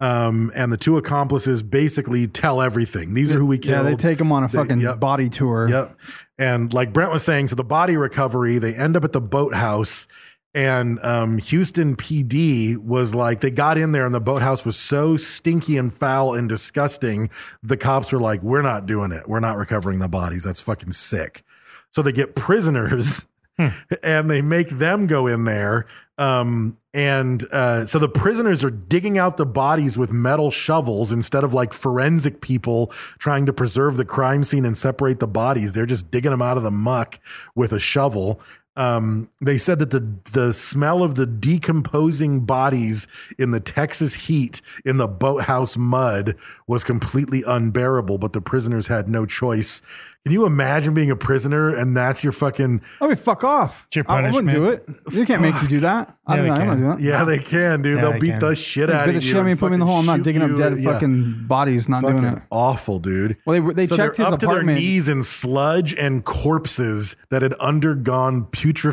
Speaker 2: um, and the two accomplices basically tell everything. These are who we killed.
Speaker 3: Yeah, they take him on a
Speaker 2: They-
Speaker 3: fucking
Speaker 2: yep.
Speaker 3: body tour.
Speaker 2: Yep. And like Brent was saying, so the body recovery, they end up at the boathouse. And um, Houston PD was like, they got in there and the boathouse was so stinky and foul and disgusting. The cops were like, we're not doing it. We're not recovering the bodies. That's fucking sick. So they get prisoners and they make them go in there. Um, and uh, so the prisoners are digging out the bodies with metal shovels instead of like forensic people trying to preserve the crime scene and separate the bodies. They're just digging them out of the muck with a shovel. Um, they said that the the smell of the decomposing bodies in the Texas heat in the boathouse mud was completely unbearable, but the prisoners had no choice. Can you imagine being a prisoner and that's your fucking
Speaker 3: I mean, fuck off.
Speaker 4: It's your
Speaker 3: I, I wouldn't do it.
Speaker 4: punishment.
Speaker 3: You can't make you do that. I
Speaker 4: Yeah,
Speaker 3: don't
Speaker 4: we
Speaker 3: know. I'm not
Speaker 4: can.
Speaker 3: doing that.
Speaker 2: yeah, they can, dude.
Speaker 4: Yeah,
Speaker 2: They'll
Speaker 4: they
Speaker 2: beat
Speaker 4: can.
Speaker 2: the shit out
Speaker 3: Bit
Speaker 2: of
Speaker 3: of
Speaker 2: you.
Speaker 3: shit, I mean,
Speaker 2: and
Speaker 3: put me in the
Speaker 2: fucking
Speaker 3: hole. I'm not
Speaker 2: shoot
Speaker 3: digging up
Speaker 2: you.
Speaker 3: dead
Speaker 2: Yeah.
Speaker 3: fucking bodies. Not doing
Speaker 2: Fucking
Speaker 3: it.
Speaker 2: awful, dude.
Speaker 3: Well, they- they
Speaker 2: So
Speaker 3: checked
Speaker 2: they're
Speaker 3: his
Speaker 2: up to their
Speaker 3: apartment.
Speaker 2: knees in sludge and corpses that had undergone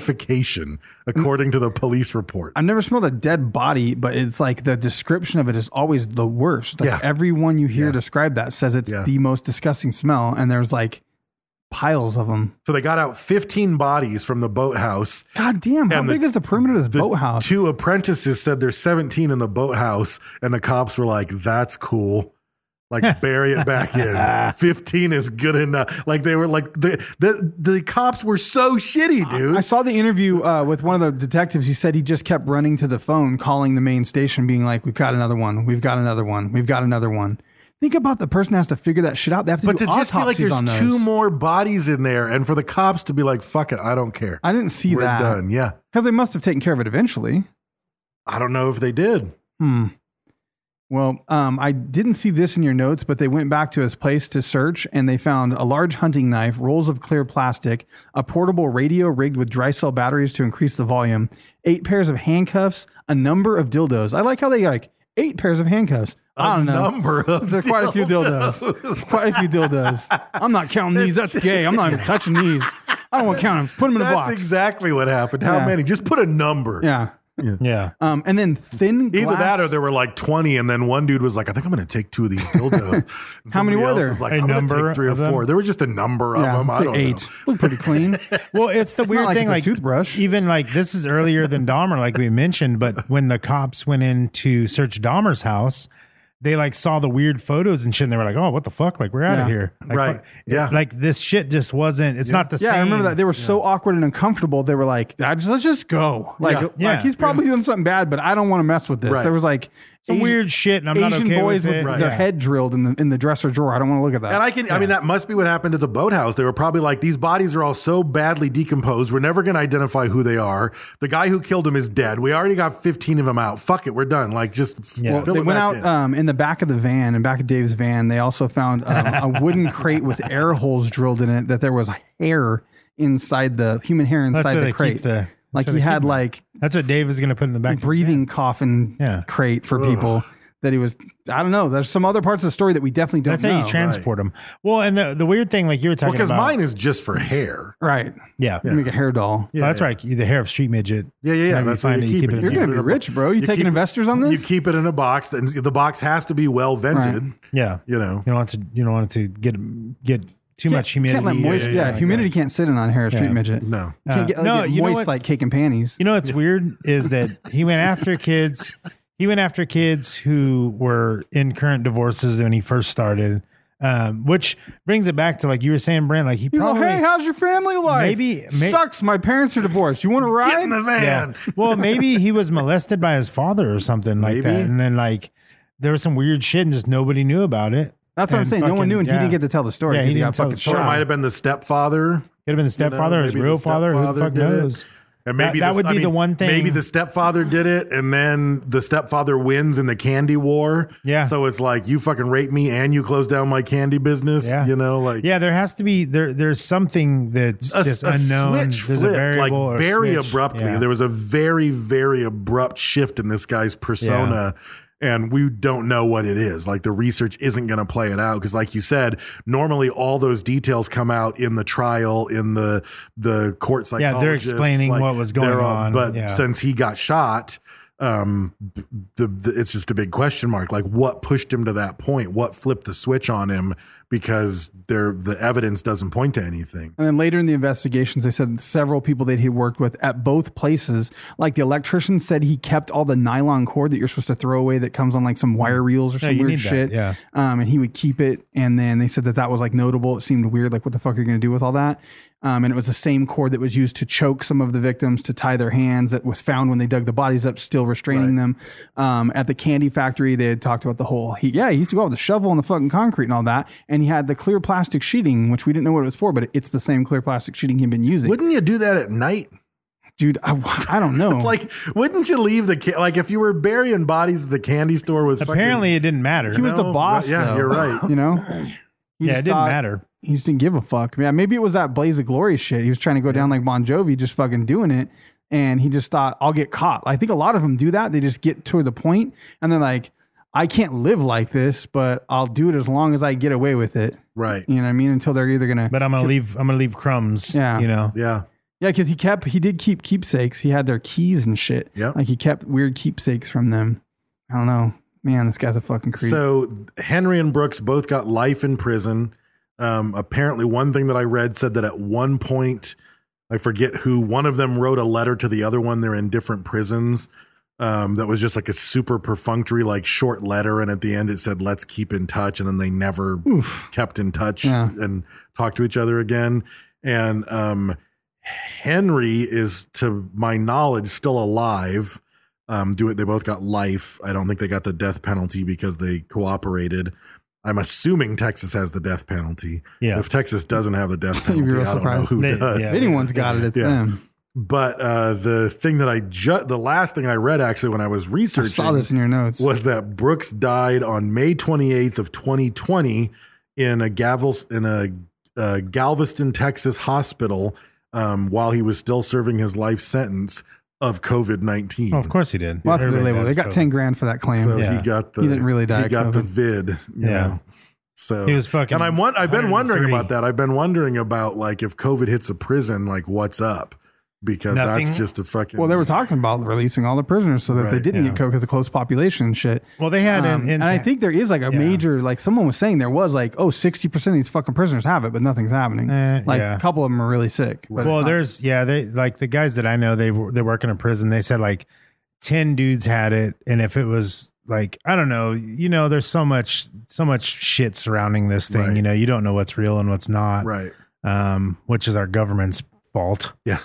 Speaker 2: putrefaction, according to the police report.
Speaker 3: I've never smelled a dead body, but it's like the description of it is always the worst. Like
Speaker 2: Yeah.
Speaker 3: everyone you hear describe that says it's
Speaker 2: Yeah.
Speaker 3: the most disgusting smell, and there's like piles of them.
Speaker 2: So they got out 15 bodies from the boathouse.
Speaker 3: God damn! How
Speaker 2: And the-
Speaker 3: big is the perimeter of this
Speaker 2: The
Speaker 3: boathouse?
Speaker 2: Two apprentices said there's 17 in the boathouse, and the cops were like, "That's cool." Like bury it back in. Fifteen is good enough. Like they were like the the, the cops were so shitty, dude.
Speaker 3: I saw the interview uh, with one of the detectives. He said he just kept running to the phone, calling the main station, being like, "We've got another one. We've got another one. We've got another one." Think about the person that has to figure that shit out. They have to
Speaker 2: but
Speaker 3: do
Speaker 2: to just be like,
Speaker 3: autopsies on
Speaker 2: there's
Speaker 3: those.
Speaker 2: two more bodies in there, and for the cops to be like, "Fuck it, I don't care."
Speaker 3: I didn't see
Speaker 2: we're
Speaker 3: that.
Speaker 2: done. Yeah,
Speaker 3: because they must have taken care of it eventually.
Speaker 2: I don't know if they did.
Speaker 3: Hmm. Well, um, I didn't see this in your notes, but they went back to his place to search and they found a large hunting knife, rolls of clear plastic, a portable radio rigged with dry cell batteries to increase the volume, eight pairs of handcuffs, a number of dildos. I like how they like eight pairs of handcuffs. I I don't know.
Speaker 2: number of
Speaker 3: There's quite a few dildos.
Speaker 2: dildos.
Speaker 3: quite a few dildos. I'm not counting these. That's gay. I'm not even touching these. I don't want to count them. Put them in a
Speaker 2: That's
Speaker 3: box.
Speaker 2: exactly what happened. How
Speaker 3: Yeah.
Speaker 2: many? Just put a number.
Speaker 3: yeah.
Speaker 4: Yeah.
Speaker 3: Um, and then thin glass.
Speaker 2: Either that or there were like 20, and then one dude was like, I think I'm going to take two of these dildos.
Speaker 3: How
Speaker 2: Somebody
Speaker 3: many were
Speaker 2: else
Speaker 3: there?
Speaker 2: Was like,
Speaker 4: A
Speaker 2: I'm gonna
Speaker 4: number
Speaker 2: take three or
Speaker 4: of them?
Speaker 2: four. There were just a number of
Speaker 3: yeah,
Speaker 2: them. I
Speaker 3: say
Speaker 2: don't
Speaker 3: eight.
Speaker 2: know.
Speaker 3: Looked pretty clean.
Speaker 4: Well, it's the
Speaker 3: not
Speaker 4: weird
Speaker 3: like
Speaker 4: thing,
Speaker 3: it's a
Speaker 4: like
Speaker 3: toothbrush.
Speaker 4: Even like this is earlier than Dahmer, like we mentioned. But when the cops went in to search Dahmer's house, they like saw the weird photos and shit, and they were like, "Oh, what the fuck? Like we're out
Speaker 3: Yeah.
Speaker 4: of here." Like,
Speaker 2: Right.
Speaker 4: fuck-
Speaker 2: Yeah.
Speaker 4: Like this shit just wasn't. It's not the
Speaker 3: Yeah,
Speaker 4: same.
Speaker 3: I remember that. They were so awkward and uncomfortable. They were like, I just, let's just go. Like,
Speaker 2: Yeah.
Speaker 3: like,
Speaker 4: Yeah.
Speaker 3: he's probably doing something bad, but I don't want to mess with this.
Speaker 2: Right.
Speaker 3: There was like
Speaker 4: Some weird shit, and I'm
Speaker 3: Asian
Speaker 4: not okay
Speaker 3: boys
Speaker 4: with
Speaker 3: with,
Speaker 4: it.
Speaker 2: Right.
Speaker 3: their
Speaker 4: Yeah.
Speaker 3: head drilled in the in the dresser drawer. I don't want to look at that.
Speaker 2: And I can, I mean, that must be what happened at the boathouse. They were probably like, these bodies are all so badly decomposed. We're never going to identify who they are. The guy who killed him is dead. We already got 15 of them out. Fuck it. We're done. Like, just f-
Speaker 4: Well,
Speaker 2: fill
Speaker 3: they
Speaker 2: it
Speaker 3: went
Speaker 2: back
Speaker 3: out
Speaker 2: in.
Speaker 3: um, in the back of the van, and back of Dave's van, they also found um, a wooden crate with air holes drilled in it. That there was hair inside the human hair
Speaker 4: That's
Speaker 3: inside
Speaker 4: where they
Speaker 3: the
Speaker 4: keep
Speaker 3: crate.
Speaker 4: the-
Speaker 3: like
Speaker 4: that's where
Speaker 3: he
Speaker 4: they keep
Speaker 3: had
Speaker 4: them.
Speaker 3: like
Speaker 4: That's what Dave is going to put in the back.
Speaker 3: breathing coffin
Speaker 4: Yeah.
Speaker 3: crate for people that he was. I don't know. There's some other parts of the story that we definitely don't
Speaker 4: That's
Speaker 3: know.
Speaker 4: how you transport them. Well, and the the weird thing, like you were
Speaker 2: Well,
Speaker 4: talking
Speaker 2: because
Speaker 4: about,
Speaker 2: mine is just for hair.
Speaker 3: right.
Speaker 4: yeah.
Speaker 3: Make a hair doll.
Speaker 4: Well, that's
Speaker 2: yeah.
Speaker 4: right. The hair of street midget.
Speaker 2: Yeah, yeah, yeah.
Speaker 4: Maybe
Speaker 2: That's why
Speaker 4: find
Speaker 2: you keep it.
Speaker 4: in
Speaker 3: You're gonna
Speaker 4: a
Speaker 2: Keep it
Speaker 3: be
Speaker 2: in a bo-
Speaker 3: rich, bro. You taking
Speaker 2: keep-
Speaker 3: investors on this?
Speaker 2: You keep it in a box. Then the box has to be well vented.
Speaker 3: Right.
Speaker 4: Yeah,
Speaker 2: You know.
Speaker 4: you don't want to. You don't want it to get get too much humidity.
Speaker 3: Can't let moist, yeah, humidity can't sit in on hair street midget.
Speaker 2: No.
Speaker 3: You can't
Speaker 4: Uh,
Speaker 3: get, like,
Speaker 4: no,
Speaker 3: get
Speaker 4: you know
Speaker 3: moist
Speaker 4: what?
Speaker 3: like cake and panties.
Speaker 4: You know what's weird is that he went after kids. He went after kids who were in current divorces when he first started, um, which brings it back to like you were saying, Brent. Like he
Speaker 3: He's
Speaker 4: probably
Speaker 3: like, hey, how's your family life?
Speaker 4: Maybe- may-
Speaker 3: sucks. My parents are divorced. You want to
Speaker 2: Get in
Speaker 3: ride?
Speaker 2: the van.
Speaker 4: Yeah. Well, maybe he was molested by his father or something like
Speaker 2: Maybe.
Speaker 4: that, and then like there was some weird shit, and just nobody knew about it.
Speaker 3: That's what I'm
Speaker 4: And
Speaker 3: saying. No one
Speaker 4: fucking-
Speaker 3: knew, and he
Speaker 4: yeah.
Speaker 3: didn't get to tell the story
Speaker 4: Yeah,
Speaker 3: because
Speaker 4: he
Speaker 3: he, got
Speaker 4: didn't tell
Speaker 3: fucking
Speaker 4: the
Speaker 2: Or
Speaker 4: story.
Speaker 2: it
Speaker 3: shot.
Speaker 2: might have been the stepfather.
Speaker 4: Could have been the
Speaker 2: you know,
Speaker 4: stepfather or his
Speaker 2: maybe
Speaker 4: real father. Who the
Speaker 2: stepfather
Speaker 4: fuck
Speaker 2: did it.
Speaker 4: knows?
Speaker 2: And maybe
Speaker 4: that,
Speaker 2: this-
Speaker 4: that would
Speaker 2: I
Speaker 4: be the
Speaker 2: mean,
Speaker 4: one thing.
Speaker 2: Maybe the stepfather did it, and then the stepfather wins in the candy war.
Speaker 4: Yeah.
Speaker 2: So it's like you fucking raped me, and you closed down my candy business.
Speaker 4: Yeah.
Speaker 2: You know, like
Speaker 4: yeah, there has to be there. There's something that's
Speaker 2: a,
Speaker 4: just
Speaker 2: a
Speaker 4: unknown.
Speaker 2: switch
Speaker 4: There's
Speaker 2: flipped like
Speaker 4: variable or a
Speaker 2: very
Speaker 4: switch.
Speaker 2: abruptly.
Speaker 4: Yeah.
Speaker 2: There was a very very abrupt shift in this guy's persona. And we don't know what it is. Like the research isn't going to play it out because, like you said, normally all those details come out in the trial, in the the court
Speaker 4: they're
Speaker 2: psychologist.
Speaker 4: explaining
Speaker 2: like,
Speaker 4: what was going
Speaker 2: they're
Speaker 4: on.
Speaker 2: But
Speaker 4: Yeah.
Speaker 2: since he got shot, um, the, the it's just a big question mark. Like what pushed him to that point? What flipped the switch on him? Because there the evidence doesn't point to anything.
Speaker 3: And then later in the investigations, they said several people that he worked with at both places, like the electrician said he kept all the nylon cord that you're supposed to throw away that comes on like some wire reels or some
Speaker 4: you
Speaker 3: weird
Speaker 4: need that,
Speaker 3: shit.
Speaker 4: yeah.
Speaker 3: Um, and he would keep it. And then they said that that was like notable. It seemed weird. Like, what the fuck are you going to do with all that? Um, and it was the same cord that was used to choke some of the victims to tie their hands that was found when they dug the bodies up, still restraining them. Um, at the candy factory, they had talked about the whole, he, yeah, he used to go out with a shovel and the fucking concrete and all that. And he had the clear plastic sheeting, which we didn't know what it was for, but it's the same clear plastic sheeting he'd been using.
Speaker 2: Wouldn't you do that at night?
Speaker 3: Dude, I, I don't know.
Speaker 2: Like, wouldn't you leave the ca- like if you were burying bodies at the candy store with fucking-
Speaker 4: Apparently, it didn't matter.
Speaker 3: he was the
Speaker 2: No,
Speaker 3: boss.
Speaker 2: yeah,
Speaker 3: though,
Speaker 2: you're right.
Speaker 3: You know? He
Speaker 4: yeah,
Speaker 3: just
Speaker 4: it didn't
Speaker 3: thought-
Speaker 4: matter.
Speaker 3: He just didn't give a fuck. Yeah, maybe it was that Blaze of Glory shit. He was trying to go down like Bon Jovi, just fucking doing it. And he just thought, I'll get caught. I think a lot of them do that. They just get to the point and they're like, I can't live like this, but I'll do it as long as I get away with it.
Speaker 2: right?
Speaker 3: You know what I mean? Until they're either gonna
Speaker 4: But I'm gonna leave. I'm gonna leave crumbs.
Speaker 3: Yeah.
Speaker 4: you know.
Speaker 2: Yeah,
Speaker 3: Yeah, because he kept he did keep keepsakes. He had their keys and shit.
Speaker 2: Yep.
Speaker 3: Like he kept weird keepsakes from them. I don't know. Man, this guy's a fucking creep.
Speaker 2: So Henry and Brooks both got life in prison. Um, apparently, one thing that I read said that at one point, I forget who, one of them wrote a letter to the other one. They're in different prisons. Um, that was just like a super perfunctory, like short letter, and at the end it said, "Let's keep in touch," and then they never kept in touch
Speaker 3: Yeah.
Speaker 2: and talked to each other again. And um, Henry is, to my knowledge, still alive. Um, do it. They both got life. I don't think they got the death penalty because they cooperated. I'm assuming Texas has the death penalty.
Speaker 4: Yeah.
Speaker 2: If Texas doesn't have the death penalty,
Speaker 3: real
Speaker 2: I don't know
Speaker 3: surprised.
Speaker 2: who
Speaker 4: They-
Speaker 2: does.
Speaker 4: yeah.
Speaker 3: Anyone's got it, it's
Speaker 2: Yeah.
Speaker 3: them.
Speaker 2: But uh, the thing that I ju- the last thing I read actually when I was
Speaker 3: I
Speaker 2: researching
Speaker 3: saw this in your notes.
Speaker 2: was that Brooks died on May 28th of 2020 in a Gavel in a uh, Galveston, Texas hospital um, while he was still serving his life sentence of COVID 19.
Speaker 4: Well,
Speaker 3: Oh,
Speaker 4: of course he duld.
Speaker 3: Well, that's their
Speaker 4: Everybody
Speaker 3: label. They
Speaker 4: does
Speaker 3: got
Speaker 4: coke.
Speaker 3: ten grand for that claim.
Speaker 2: So
Speaker 4: Yeah.
Speaker 2: he got the
Speaker 3: He didn't really die
Speaker 2: He
Speaker 3: of
Speaker 2: got the
Speaker 3: COVID.
Speaker 2: vid. You
Speaker 4: Yeah.
Speaker 2: Know? So
Speaker 4: He was fucking
Speaker 2: And I'm one, I've been wondering
Speaker 4: 103.
Speaker 2: about that. I've been wondering about like if COVID hits a prison, like what's up? Because
Speaker 4: Nothing.
Speaker 2: that's just a fucking.
Speaker 3: Well, they were talking about releasing all the prisoners so that they
Speaker 2: Right.
Speaker 3: didn't
Speaker 4: Yeah.
Speaker 3: get COVID because of close population and shit.
Speaker 4: Well, they had
Speaker 3: Um,
Speaker 4: in, in
Speaker 3: and I think there is like a
Speaker 4: Yeah.
Speaker 3: major, like someone was saying there was like, oh, 60% of these fucking prisoners have it, but nothing's happening.
Speaker 4: Eh,
Speaker 3: like
Speaker 4: yeah.
Speaker 3: a couple of them are really sick. But
Speaker 4: well,
Speaker 3: it's not-
Speaker 4: there's yeah, they like the guys that I know they w- they work in a prison. They said like ten dudes had it, and if it was like I don't know, you know, there's so much so much shit surrounding this thing.
Speaker 2: Right.
Speaker 4: You know, you don't know what's real and what's not,
Speaker 2: right.
Speaker 4: Um, which is our government's fault.
Speaker 2: Yeah.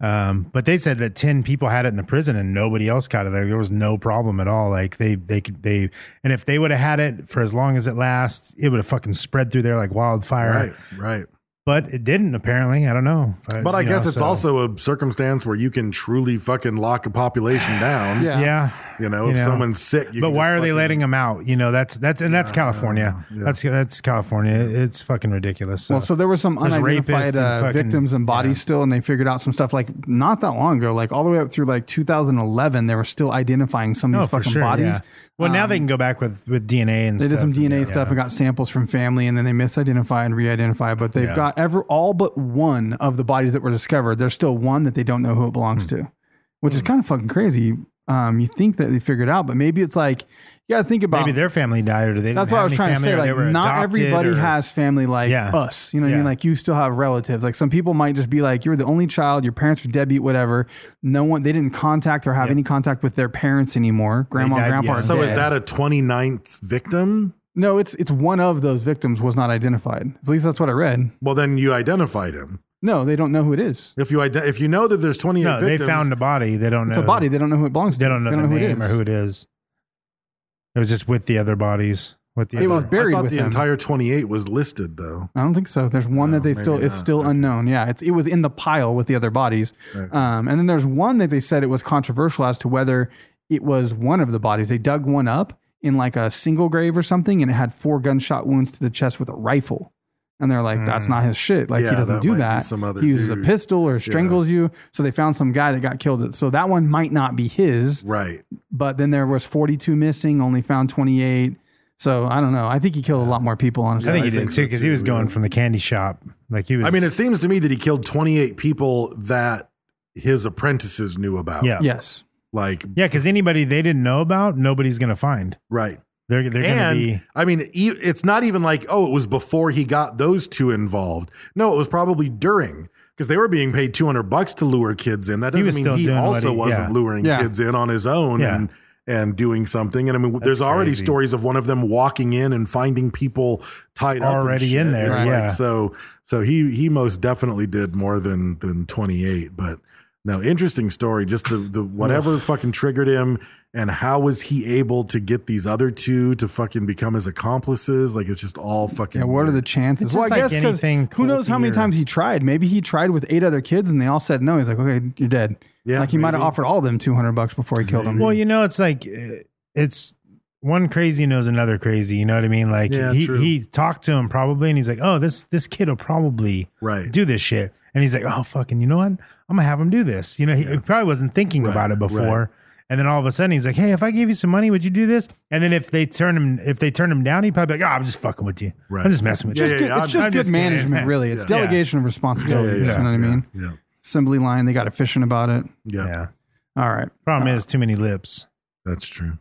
Speaker 4: Um, but they said that ten people had it in the prison and nobody else got it. Like, there was no problem at all. Like they they could they and if they would have had it for as long as it lasts, it would have fucking spread through there like wildfire.
Speaker 2: Right. Right.
Speaker 4: But it didn't apparently. I don't know.
Speaker 2: But I
Speaker 4: you know,
Speaker 2: guess it's
Speaker 4: Uh, so-
Speaker 2: also a circumstance where you can truly fucking lock a population down.
Speaker 3: Yeah.
Speaker 4: yeah.
Speaker 2: You know, if someone's sick, you
Speaker 4: but
Speaker 2: can
Speaker 4: why
Speaker 2: just
Speaker 4: are they
Speaker 2: fucking-
Speaker 4: letting them out? You know, that's that's and that's California.
Speaker 2: yeah.
Speaker 4: That's that's California. It's fucking ridiculous.
Speaker 3: well, so there were some
Speaker 4: there's rapists
Speaker 3: unidentified
Speaker 4: and
Speaker 3: uh,
Speaker 4: fucking-
Speaker 3: victims and bodies
Speaker 4: yeah.
Speaker 3: still, and they figured out some stuff like not that long ago, like all the way up through like 2011, they were still identifying some of
Speaker 4: no,
Speaker 3: these
Speaker 4: for
Speaker 3: fucking
Speaker 4: sure.
Speaker 3: bodies.
Speaker 4: yeah. Well, now
Speaker 3: Um,
Speaker 4: they can go back with with DNA and
Speaker 3: They
Speaker 4: stuff.
Speaker 3: did some
Speaker 4: and-
Speaker 3: DNA
Speaker 4: yeah.
Speaker 3: stuff and got samples from family, and then they misidentify and re-identify. But they've
Speaker 4: Yeah.
Speaker 3: got ever all but one of the bodies that were discovered. There's still one that they don't know who it belongs
Speaker 4: Hmm.
Speaker 3: to, which is kind of fucking crazy. Um, you think that they figured out, but maybe it's like you got to think about.
Speaker 4: maybe their family died or they. Didn't
Speaker 3: that's what I
Speaker 4: have
Speaker 3: was
Speaker 4: any
Speaker 3: trying to
Speaker 4: family,
Speaker 3: say.
Speaker 4: or they
Speaker 3: Like,
Speaker 4: were
Speaker 3: not
Speaker 4: adopted
Speaker 3: everybody
Speaker 4: or-
Speaker 3: has family like
Speaker 4: Yeah.
Speaker 3: us. You know what I mean?
Speaker 4: Yeah.
Speaker 3: Like, you still have relatives. Like, some people might just be like, "You're the only child. Your parents were deadbeat. Whatever. No one. They didn't contact or have any contact with their parents anymore. Grandma,
Speaker 4: died
Speaker 3: and grandpa.
Speaker 4: young.
Speaker 3: Are
Speaker 2: So is
Speaker 3: dead.
Speaker 2: that a 29th victim?
Speaker 3: No, it's it's one of those victims was not identified. At least that's what I read.
Speaker 2: Well, then you identified him.
Speaker 3: No, they don't know who it is.
Speaker 2: If you ident- if you know that there's 28
Speaker 4: No, they
Speaker 2: victims,
Speaker 4: found a body. They don't
Speaker 3: It's
Speaker 4: know
Speaker 3: a body. They don't know who it belongs to.
Speaker 4: They don't know the
Speaker 3: it
Speaker 4: name or
Speaker 3: is.
Speaker 4: who it is. It was just with the other bodies. With the
Speaker 3: It
Speaker 4: other-
Speaker 3: was
Speaker 2: I
Speaker 3: buried
Speaker 2: thought
Speaker 3: with
Speaker 2: the
Speaker 3: them.
Speaker 2: entire 28 was listed though.
Speaker 3: I don't think so. There's one
Speaker 2: No,
Speaker 3: that they
Speaker 2: maybe
Speaker 3: still it's
Speaker 2: not.
Speaker 3: still
Speaker 2: Okay.
Speaker 3: unknown. Yeah, it's it was in the pile with the other bodies. Um, and then there's one that they said it was controversial as to whether it was one of the bodies. They dug one up in like a single grave or something, and it had four gunshot wounds to the chest with a rifle. And they're like, that's not his shit. Like
Speaker 2: Yeah,
Speaker 3: he doesn't
Speaker 2: that might
Speaker 3: do
Speaker 2: be
Speaker 3: that.
Speaker 2: some other
Speaker 3: he uses a
Speaker 2: dude.
Speaker 3: pistol or strangles you. So they found some guy that got killed. So that one might not be his.
Speaker 2: Right.
Speaker 3: but then there was 42 missing, only found 28. So I don't know. I think he killed a lot more people, honestly.
Speaker 4: I think he
Speaker 2: I
Speaker 4: did
Speaker 2: think
Speaker 4: too
Speaker 2: so,
Speaker 4: because he was
Speaker 2: too,
Speaker 4: going
Speaker 2: yeah.
Speaker 4: from the candy shop. Like he was.
Speaker 2: I mean, it seems to me that he killed 28 people that his apprentices knew about.
Speaker 4: yeah,
Speaker 3: yes.
Speaker 2: Like
Speaker 4: yeah. Because anybody they didn't know about, nobody's gonna find.
Speaker 2: right.
Speaker 4: They're they're gonna
Speaker 2: and
Speaker 4: be.
Speaker 2: I mean, e- it's not even like oh, it was before he got those two involved. No, it was probably during because they were being paid two hundred bucks to lure kids in. That
Speaker 4: He
Speaker 2: doesn't
Speaker 4: was
Speaker 2: mean
Speaker 4: still
Speaker 2: he
Speaker 4: doing what
Speaker 2: also
Speaker 4: he-
Speaker 2: wasn't
Speaker 4: yeah.
Speaker 2: luring
Speaker 3: Yeah.
Speaker 2: kids in on his own
Speaker 4: Yeah.
Speaker 2: and and doing something. And I mean, there's already
Speaker 4: crazy.
Speaker 2: stories of one of them walking in and finding people tied up and
Speaker 4: Already
Speaker 2: shit.
Speaker 4: in there,
Speaker 2: It's
Speaker 4: yeah.
Speaker 2: like, so so he he most definitely did more than than 28, but. No, interesting story. Just the, the whatever fucking triggered him, and how was he able to get these other two to fucking become his accomplices? Like it's just all fucking.
Speaker 3: Yeah, what are
Speaker 2: weird.
Speaker 3: the chances?
Speaker 4: It's
Speaker 3: well, I
Speaker 4: just like
Speaker 3: guess because
Speaker 4: anything
Speaker 3: who knows how many
Speaker 4: culty or-
Speaker 3: times he tried. Maybe he tried with eight other kids and they all said no. He's like, okay, you're dead.
Speaker 2: Yeah,
Speaker 3: like he might have
Speaker 2: maybe.
Speaker 3: offered all of them two hundred bucks before he
Speaker 2: Mm-hmm.
Speaker 3: killed them.
Speaker 4: Well, you know, it's like uh, it's one crazy knows another crazy. You know what I mean? Like
Speaker 2: Yeah,
Speaker 4: he
Speaker 2: true.
Speaker 4: he talked to him probably, and he's like, "Oh, this this kid will probably
Speaker 2: Right.
Speaker 4: do this shit," and he's like, "Oh, fucking, you know what? I'm gonna have him do this." You know, he, he probably wasn't thinking
Speaker 2: Right,
Speaker 4: about it before.
Speaker 2: right.
Speaker 4: And then all of a sudden he's like, "Hey, if I gave you some money, would you do this?" And then if they turn him, if they turn him down, he probably be like, "Oh, I'm just fucking with you.
Speaker 2: Right.
Speaker 4: I'm just messing with
Speaker 2: Yeah,
Speaker 4: you."
Speaker 2: yeah,
Speaker 3: It's good-
Speaker 2: I'm-
Speaker 3: it's just
Speaker 4: I'm
Speaker 3: good
Speaker 4: just kidding.
Speaker 3: management, really. It's
Speaker 4: Yeah.
Speaker 3: delegation of responsibility.
Speaker 2: Yeah, yeah,
Speaker 3: you know what I mean?
Speaker 2: yeah,
Speaker 3: Assembly line. They got efficient about it.
Speaker 2: yeah, Uh,
Speaker 4: Yeah.
Speaker 2: yeah.
Speaker 3: All right.
Speaker 4: Problem is, too many lips.
Speaker 2: That's true.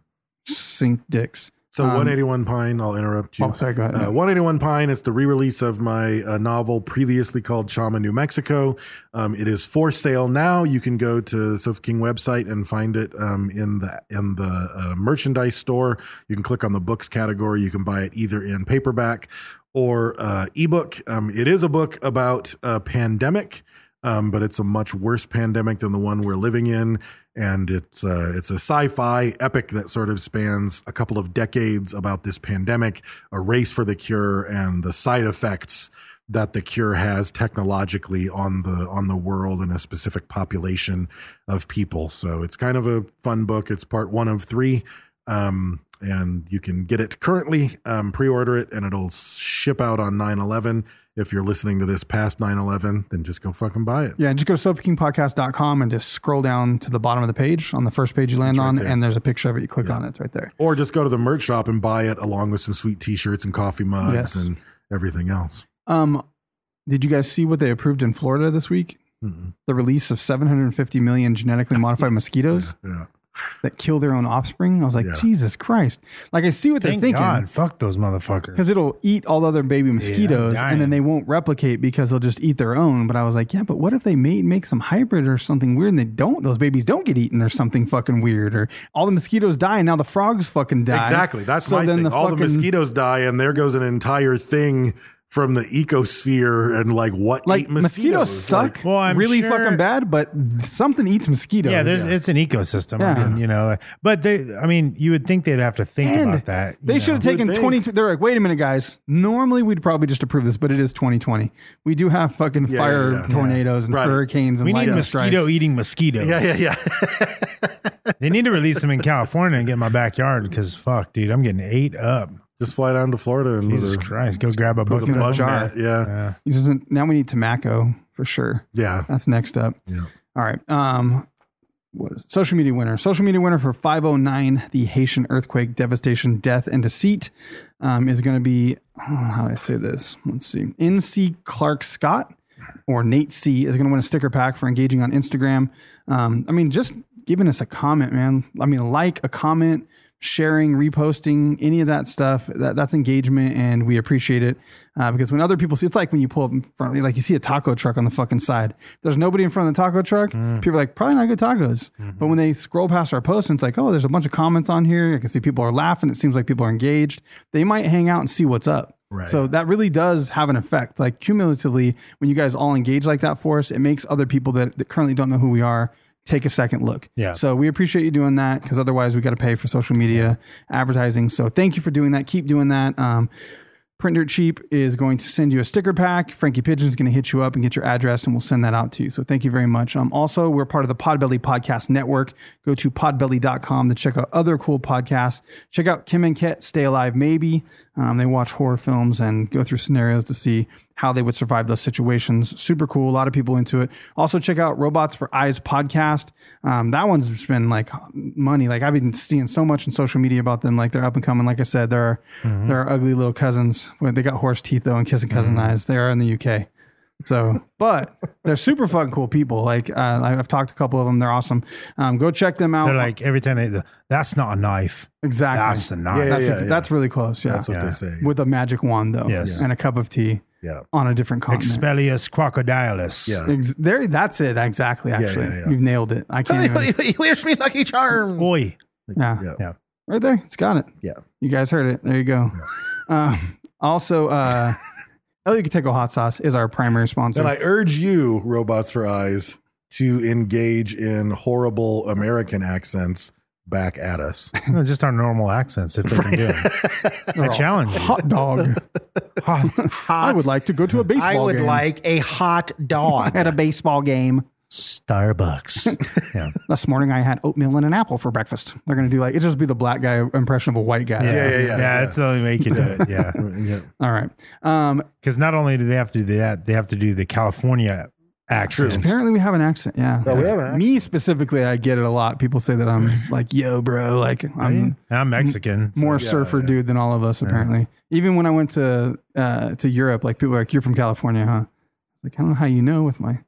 Speaker 3: Sink dicks.
Speaker 2: So
Speaker 3: Um,
Speaker 2: 181 Pine, I'll interrupt you.
Speaker 3: Oh, sorry, go ahead.
Speaker 2: Uh, 181 Pine, it's the re-release of my uh, novel previously called Chama, New Mexico. Um, it is for sale now. You can go to the Sofa King website and find it um, in the in the uh, merchandise store. You can click on the books category. You can buy it either in paperback or uh, ebook. Um, it is a book about a pandemic. um, but it's a much worse pandemic than the one we're living in. And it's uh, it's a sci-fi epic that sort of spans a couple of decades about this pandemic, a race for the cure, and the side effects that the cure has technologically on the on the world and a specific population of people. So it's kind of a fun book. It's part one of three. Um, and you can get it currently, um, pre order it, and it'll ship out on 9 11. If you're listening to this past 9 11, then just go fucking buy it.
Speaker 3: Yeah, just go to soapkingpodcast.com and just scroll down to the bottom of the page on the first page you land on,
Speaker 2: there.
Speaker 3: and there's a picture of it. You click on it, it's right there.
Speaker 2: Or just go to the merch shop and buy it along with some sweet t shirts and coffee mugs
Speaker 3: Yes.
Speaker 2: and everything else.
Speaker 3: Um, did you guys see what they approved in Florida this week? The release of 750 million genetically modified mosquitoes
Speaker 2: Yeah.
Speaker 3: that kill their own offspring. I was like,
Speaker 2: Yeah.
Speaker 3: Jesus Christ! Like, I see what
Speaker 4: Thank
Speaker 3: they're thinking
Speaker 4: God, fuck those motherfuckers.
Speaker 3: because it'll eat all the other baby mosquitoes, and then
Speaker 4: dying.
Speaker 3: they won't replicate because they'll just eat their own. But I was like, yeah, but what if they mate and make some hybrid or something weird, and they don't? Those babies don't get eaten or something fucking weird, or all the mosquitoes die, and now the frogs fucking die.
Speaker 2: Exactly. That's my thing. All the
Speaker 3: fucking-
Speaker 2: mosquitoes die, and there goes an entire thing from the ecosphere and like what
Speaker 3: like
Speaker 2: eat
Speaker 3: mosquitoes, suck
Speaker 2: Like,
Speaker 4: Well, I'm
Speaker 3: really
Speaker 4: sure-
Speaker 3: fucking bad, but something eats mosquitoes.
Speaker 4: Yeah, there's, it's an ecosystem.
Speaker 3: Yeah.
Speaker 4: I mean, you know, but they, I mean, you would think they'd have to think
Speaker 3: And
Speaker 4: about that. you
Speaker 3: they
Speaker 4: know.
Speaker 3: should have taken
Speaker 2: You'd think.
Speaker 3: 22. They're like, wait a minute, guys. Normally, we'd probably just approve this, but it is 2020. We do have fucking
Speaker 2: Yeah,
Speaker 3: fire
Speaker 2: yeah, yeah.
Speaker 3: tornadoes and
Speaker 2: Right.
Speaker 3: hurricanes and
Speaker 4: We need
Speaker 3: lightning
Speaker 4: mosquito
Speaker 3: strikes.
Speaker 4: eating mosquitoes.
Speaker 2: yeah, yeah, yeah.
Speaker 4: They need to release them in California and get in my backyard because fuck, dude, I'm getting ate up.
Speaker 2: Just fly down to Florida and
Speaker 4: Jesus
Speaker 2: with a-
Speaker 4: Christ, go grab a
Speaker 2: with a
Speaker 4: bucket of
Speaker 2: bug
Speaker 4: jar.
Speaker 2: net. Yeah.
Speaker 4: Yeah.
Speaker 3: This isn't- Now we need tobacco for sure.
Speaker 2: Yeah.
Speaker 3: That's next up.
Speaker 2: Yeah.
Speaker 3: All right. Um, what is social media winner? Social media winner for 509, the Haitian earthquake, devastation, death, and deceit, um, is going to be oh, how do I say this? Let's see. NC Clark Scott or Nate C is going to win a sticker pack for engaging on Instagram. Um, I mean, just giving us a comment, man. I mean, like a comment, sharing, reposting, any of that stuff. That, that's engagement, and we appreciate it uh, because when other people see, it's like when you pull up in front, like you see a taco truck on the fucking side. There's nobody in front of the taco truck. People are like, probably not good tacos. But when they scroll past our post, and it's like, oh, there's a bunch of comments on here. I can see people are laughing. It seems like people are engaged. They might hang out and see what's up.
Speaker 2: Right.
Speaker 3: So that really does have an effect. Like cumulatively, when you guys all engage like that for us, it makes other people that, that currently don't know who we are take a second look.
Speaker 4: Yeah.
Speaker 3: So we appreciate you doing that because otherwise we got to pay for social media advertising. So thank you for doing that. Keep doing that. Um, Printer Cheap is going to send you a sticker pack. Frankie Pigeon's going to hit you up and get your address, and we'll send that out to you. So thank you very much. Um, also, we're part of the Podbelly Podcast Network. Go to podbelly.com to check out other cool podcasts. Check out Kim and Ket, Stay Alive Maybe. Um, they watch horror films and go through scenarios to see how they would survive those situations. Super cool. A lot of people into it. Also, check out Robots for Eyes podcast. Um, that one's just been like money. Like I've been seeing so much in social media about them. Like they're up and coming. Like I said, they're they're ugly little cousins. Well, They got horse teeth though and kissing cousin eyes. They are in the UK. So, but they're super fucking cool people. Like uh, I- I've talked to a couple of them. They're awesome. Um, go check them out.
Speaker 4: They're like every time they, that's not a knife.
Speaker 3: exactly.
Speaker 4: That's a knife.
Speaker 2: Yeah,
Speaker 3: that's,
Speaker 2: yeah, yeah.
Speaker 3: that's really close. Yeah.
Speaker 2: That's what
Speaker 4: Yeah.
Speaker 2: they say.
Speaker 3: With a magic wand though,
Speaker 4: Yes.
Speaker 3: and a cup of tea
Speaker 2: yeah.
Speaker 3: on a different continent.
Speaker 4: Expellius crocodilus.
Speaker 2: Yeah.
Speaker 3: Ex- there, that's it. Exactly. Actually,
Speaker 2: yeah, yeah.
Speaker 3: you've nailed it. I can't. even,
Speaker 4: Oi.
Speaker 3: Yeah.
Speaker 2: Yeah.
Speaker 4: Yeah.
Speaker 3: Right there. It's got it.
Speaker 2: Yeah.
Speaker 3: You guys heard it. There you go. Um, also, uh, El Yucateco Hot Sauce is our primary sponsor.
Speaker 2: And I urge you, robots for eyes, to engage in horrible American accents back at us.
Speaker 4: No, just our normal accents if they can do it.
Speaker 3: They're
Speaker 4: I
Speaker 3: all
Speaker 4: challenge you.
Speaker 3: Hot dog. I would like to go to a baseball
Speaker 5: I would
Speaker 3: game.
Speaker 5: like a hot dog.
Speaker 3: At a baseball game
Speaker 4: Starbucks. yeah.
Speaker 3: this morning, I had oatmeal and an apple for breakfast. They're going to do like, it just be the black guy impression of a white guy.
Speaker 2: yeah, yeah,
Speaker 4: yeah. That's the only way you can do it. Yeah.
Speaker 3: All right. Um,
Speaker 4: Because not only do they have to do that, they have to do the California accent.
Speaker 3: apparently, we have an accent. Yeah.
Speaker 2: No, Oh, we have an accent.
Speaker 3: Me specifically, I get it a lot. People say that I'm like, yo, bro. Like, I'm.
Speaker 4: And I'm Mexican. so-
Speaker 3: more
Speaker 2: Yeah,
Speaker 3: surfer
Speaker 2: yeah.
Speaker 3: dude than all of us apparently. Even when I went to uh, to Europe, like people were like, "You're from California, huh?" Like I don't know how you know with my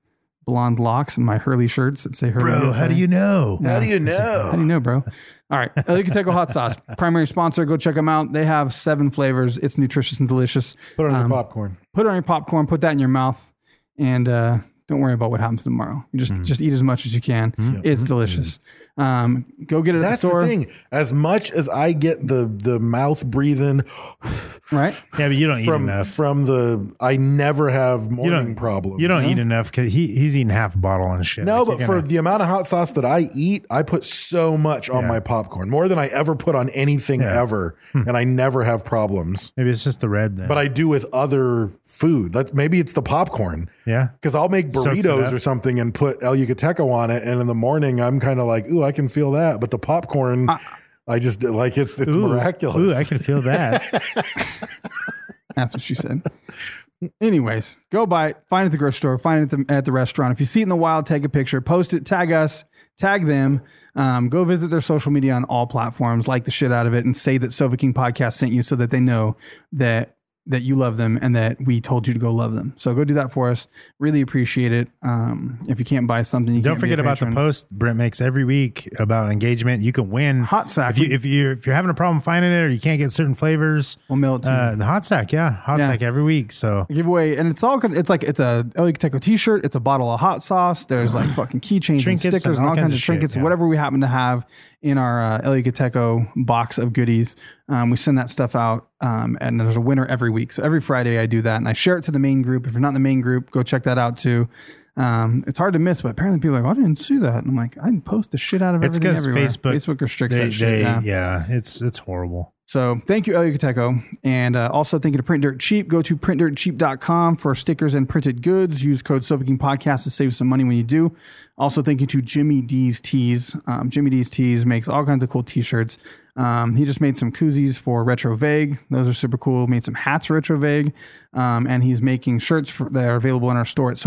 Speaker 3: blonde locks and my Hurley shirts that say Hurley.
Speaker 4: Bro,
Speaker 3: inside.
Speaker 4: how do you know?
Speaker 3: Yeah.
Speaker 2: you
Speaker 3: How do you
Speaker 2: know?
Speaker 3: know, bro? All right, El Yucateco hot sauce, primary sponsor. Go check them out. They have seven flavors. It's nutritious and delicious.
Speaker 2: Put on
Speaker 3: Um,
Speaker 2: your popcorn.
Speaker 3: Put it on your popcorn. Put that in your mouth, and uh, don't worry about what happens tomorrow. You just just eat as much as you can. It's delicious. Um, go get it
Speaker 2: That's
Speaker 3: at the store.
Speaker 2: the thing. As much as I get the the mouth breathing
Speaker 3: Right?
Speaker 4: Yeah, but you don't eat
Speaker 2: from
Speaker 4: enough.
Speaker 2: from the, I never have
Speaker 4: you
Speaker 2: morning
Speaker 4: don't
Speaker 2: problems.
Speaker 4: You don't eat enough because he, he's eating half a bottle and shit.
Speaker 2: No,
Speaker 4: Like,
Speaker 2: but
Speaker 4: you're
Speaker 2: for
Speaker 4: gonna-
Speaker 2: the amount of hot sauce that I eat, I put so much on
Speaker 4: Yeah.
Speaker 2: my popcorn, more than I ever put on anything
Speaker 4: Yeah. Hmm.
Speaker 2: ever, and I never have problems.
Speaker 4: maybe it's just the red then.
Speaker 2: But I do with other food. That maybe it's the popcorn.
Speaker 4: yeah,
Speaker 2: Because I'll make
Speaker 4: Soaks it
Speaker 2: burritos
Speaker 4: up.
Speaker 2: or something and put El Yucateco on it, and in the morning I'm kind of like, ooh, I can feel that. But the popcorn, I just like it's it's
Speaker 4: Ooh.
Speaker 2: miraculous.
Speaker 4: Ooh, I can feel that.
Speaker 3: That's what she said. Anyways, go buy it. Find it at the grocery store. Find it at the, at the restaurant. If you see it in the wild, take a picture, post it, tag us, tag them. Um, go visit their social media on all platforms, like the shit out of it, and say that Sova King Podcast sent you so that they know that that you love them and that we told you to go love them. So go do that for us. Really appreciate it. Um, if you can't buy something, you
Speaker 4: Don't
Speaker 3: can't be a
Speaker 4: forget about the
Speaker 3: patron.
Speaker 4: post Brent makes every week about engagement. You can win
Speaker 3: Hot sack.
Speaker 4: If you if you if you're having a problem finding it or you can't get certain flavors,
Speaker 3: We'll mail it to
Speaker 4: uh, the hot sack, yeah, hot
Speaker 3: Yeah.
Speaker 4: sack every week. So
Speaker 3: you. Giveaway, and it's all con- it's like it's a oh, El Yucateco T-shirt, it's a bottle of hot sauce. There's like fucking keychains and
Speaker 4: Trinkets and
Speaker 3: stickers and all, kinds of
Speaker 4: shit,
Speaker 3: trinkets,
Speaker 4: yeah.
Speaker 3: whatever we happen to have in our uh, El Yucateco box of goodies. Um, we send that stuff out, um, and there's a winner every week. So every Friday I do that, and I share it to the main group. If you're not in the main group, go check that out too. Um, it's hard to miss, but apparently people are like, "Oh, I didn't see that, and I'm like, I post the shit out of
Speaker 4: it's
Speaker 3: everything
Speaker 4: because
Speaker 3: everywhere.
Speaker 4: Facebook
Speaker 3: Facebook restricts
Speaker 4: they-
Speaker 3: that shit.
Speaker 4: they-
Speaker 3: yeah.
Speaker 4: yeah, it's it's horrible.
Speaker 3: So thank you, El Yucateco. And uh, also thank you to Print Dirt Cheap. Go to printdirtcheap.com for stickers and printed goods. Use code Sofaking Podcast to save some money when you do. Also thank you to Jimmy D's Tees. Um, Jimmy D's Tees makes all kinds of cool t-shirts. Um, he just made some koozies for Retro Vague. Those are super cool. Made some hats for Retro Vague. Um, and he's making shirts for, that are available in our store at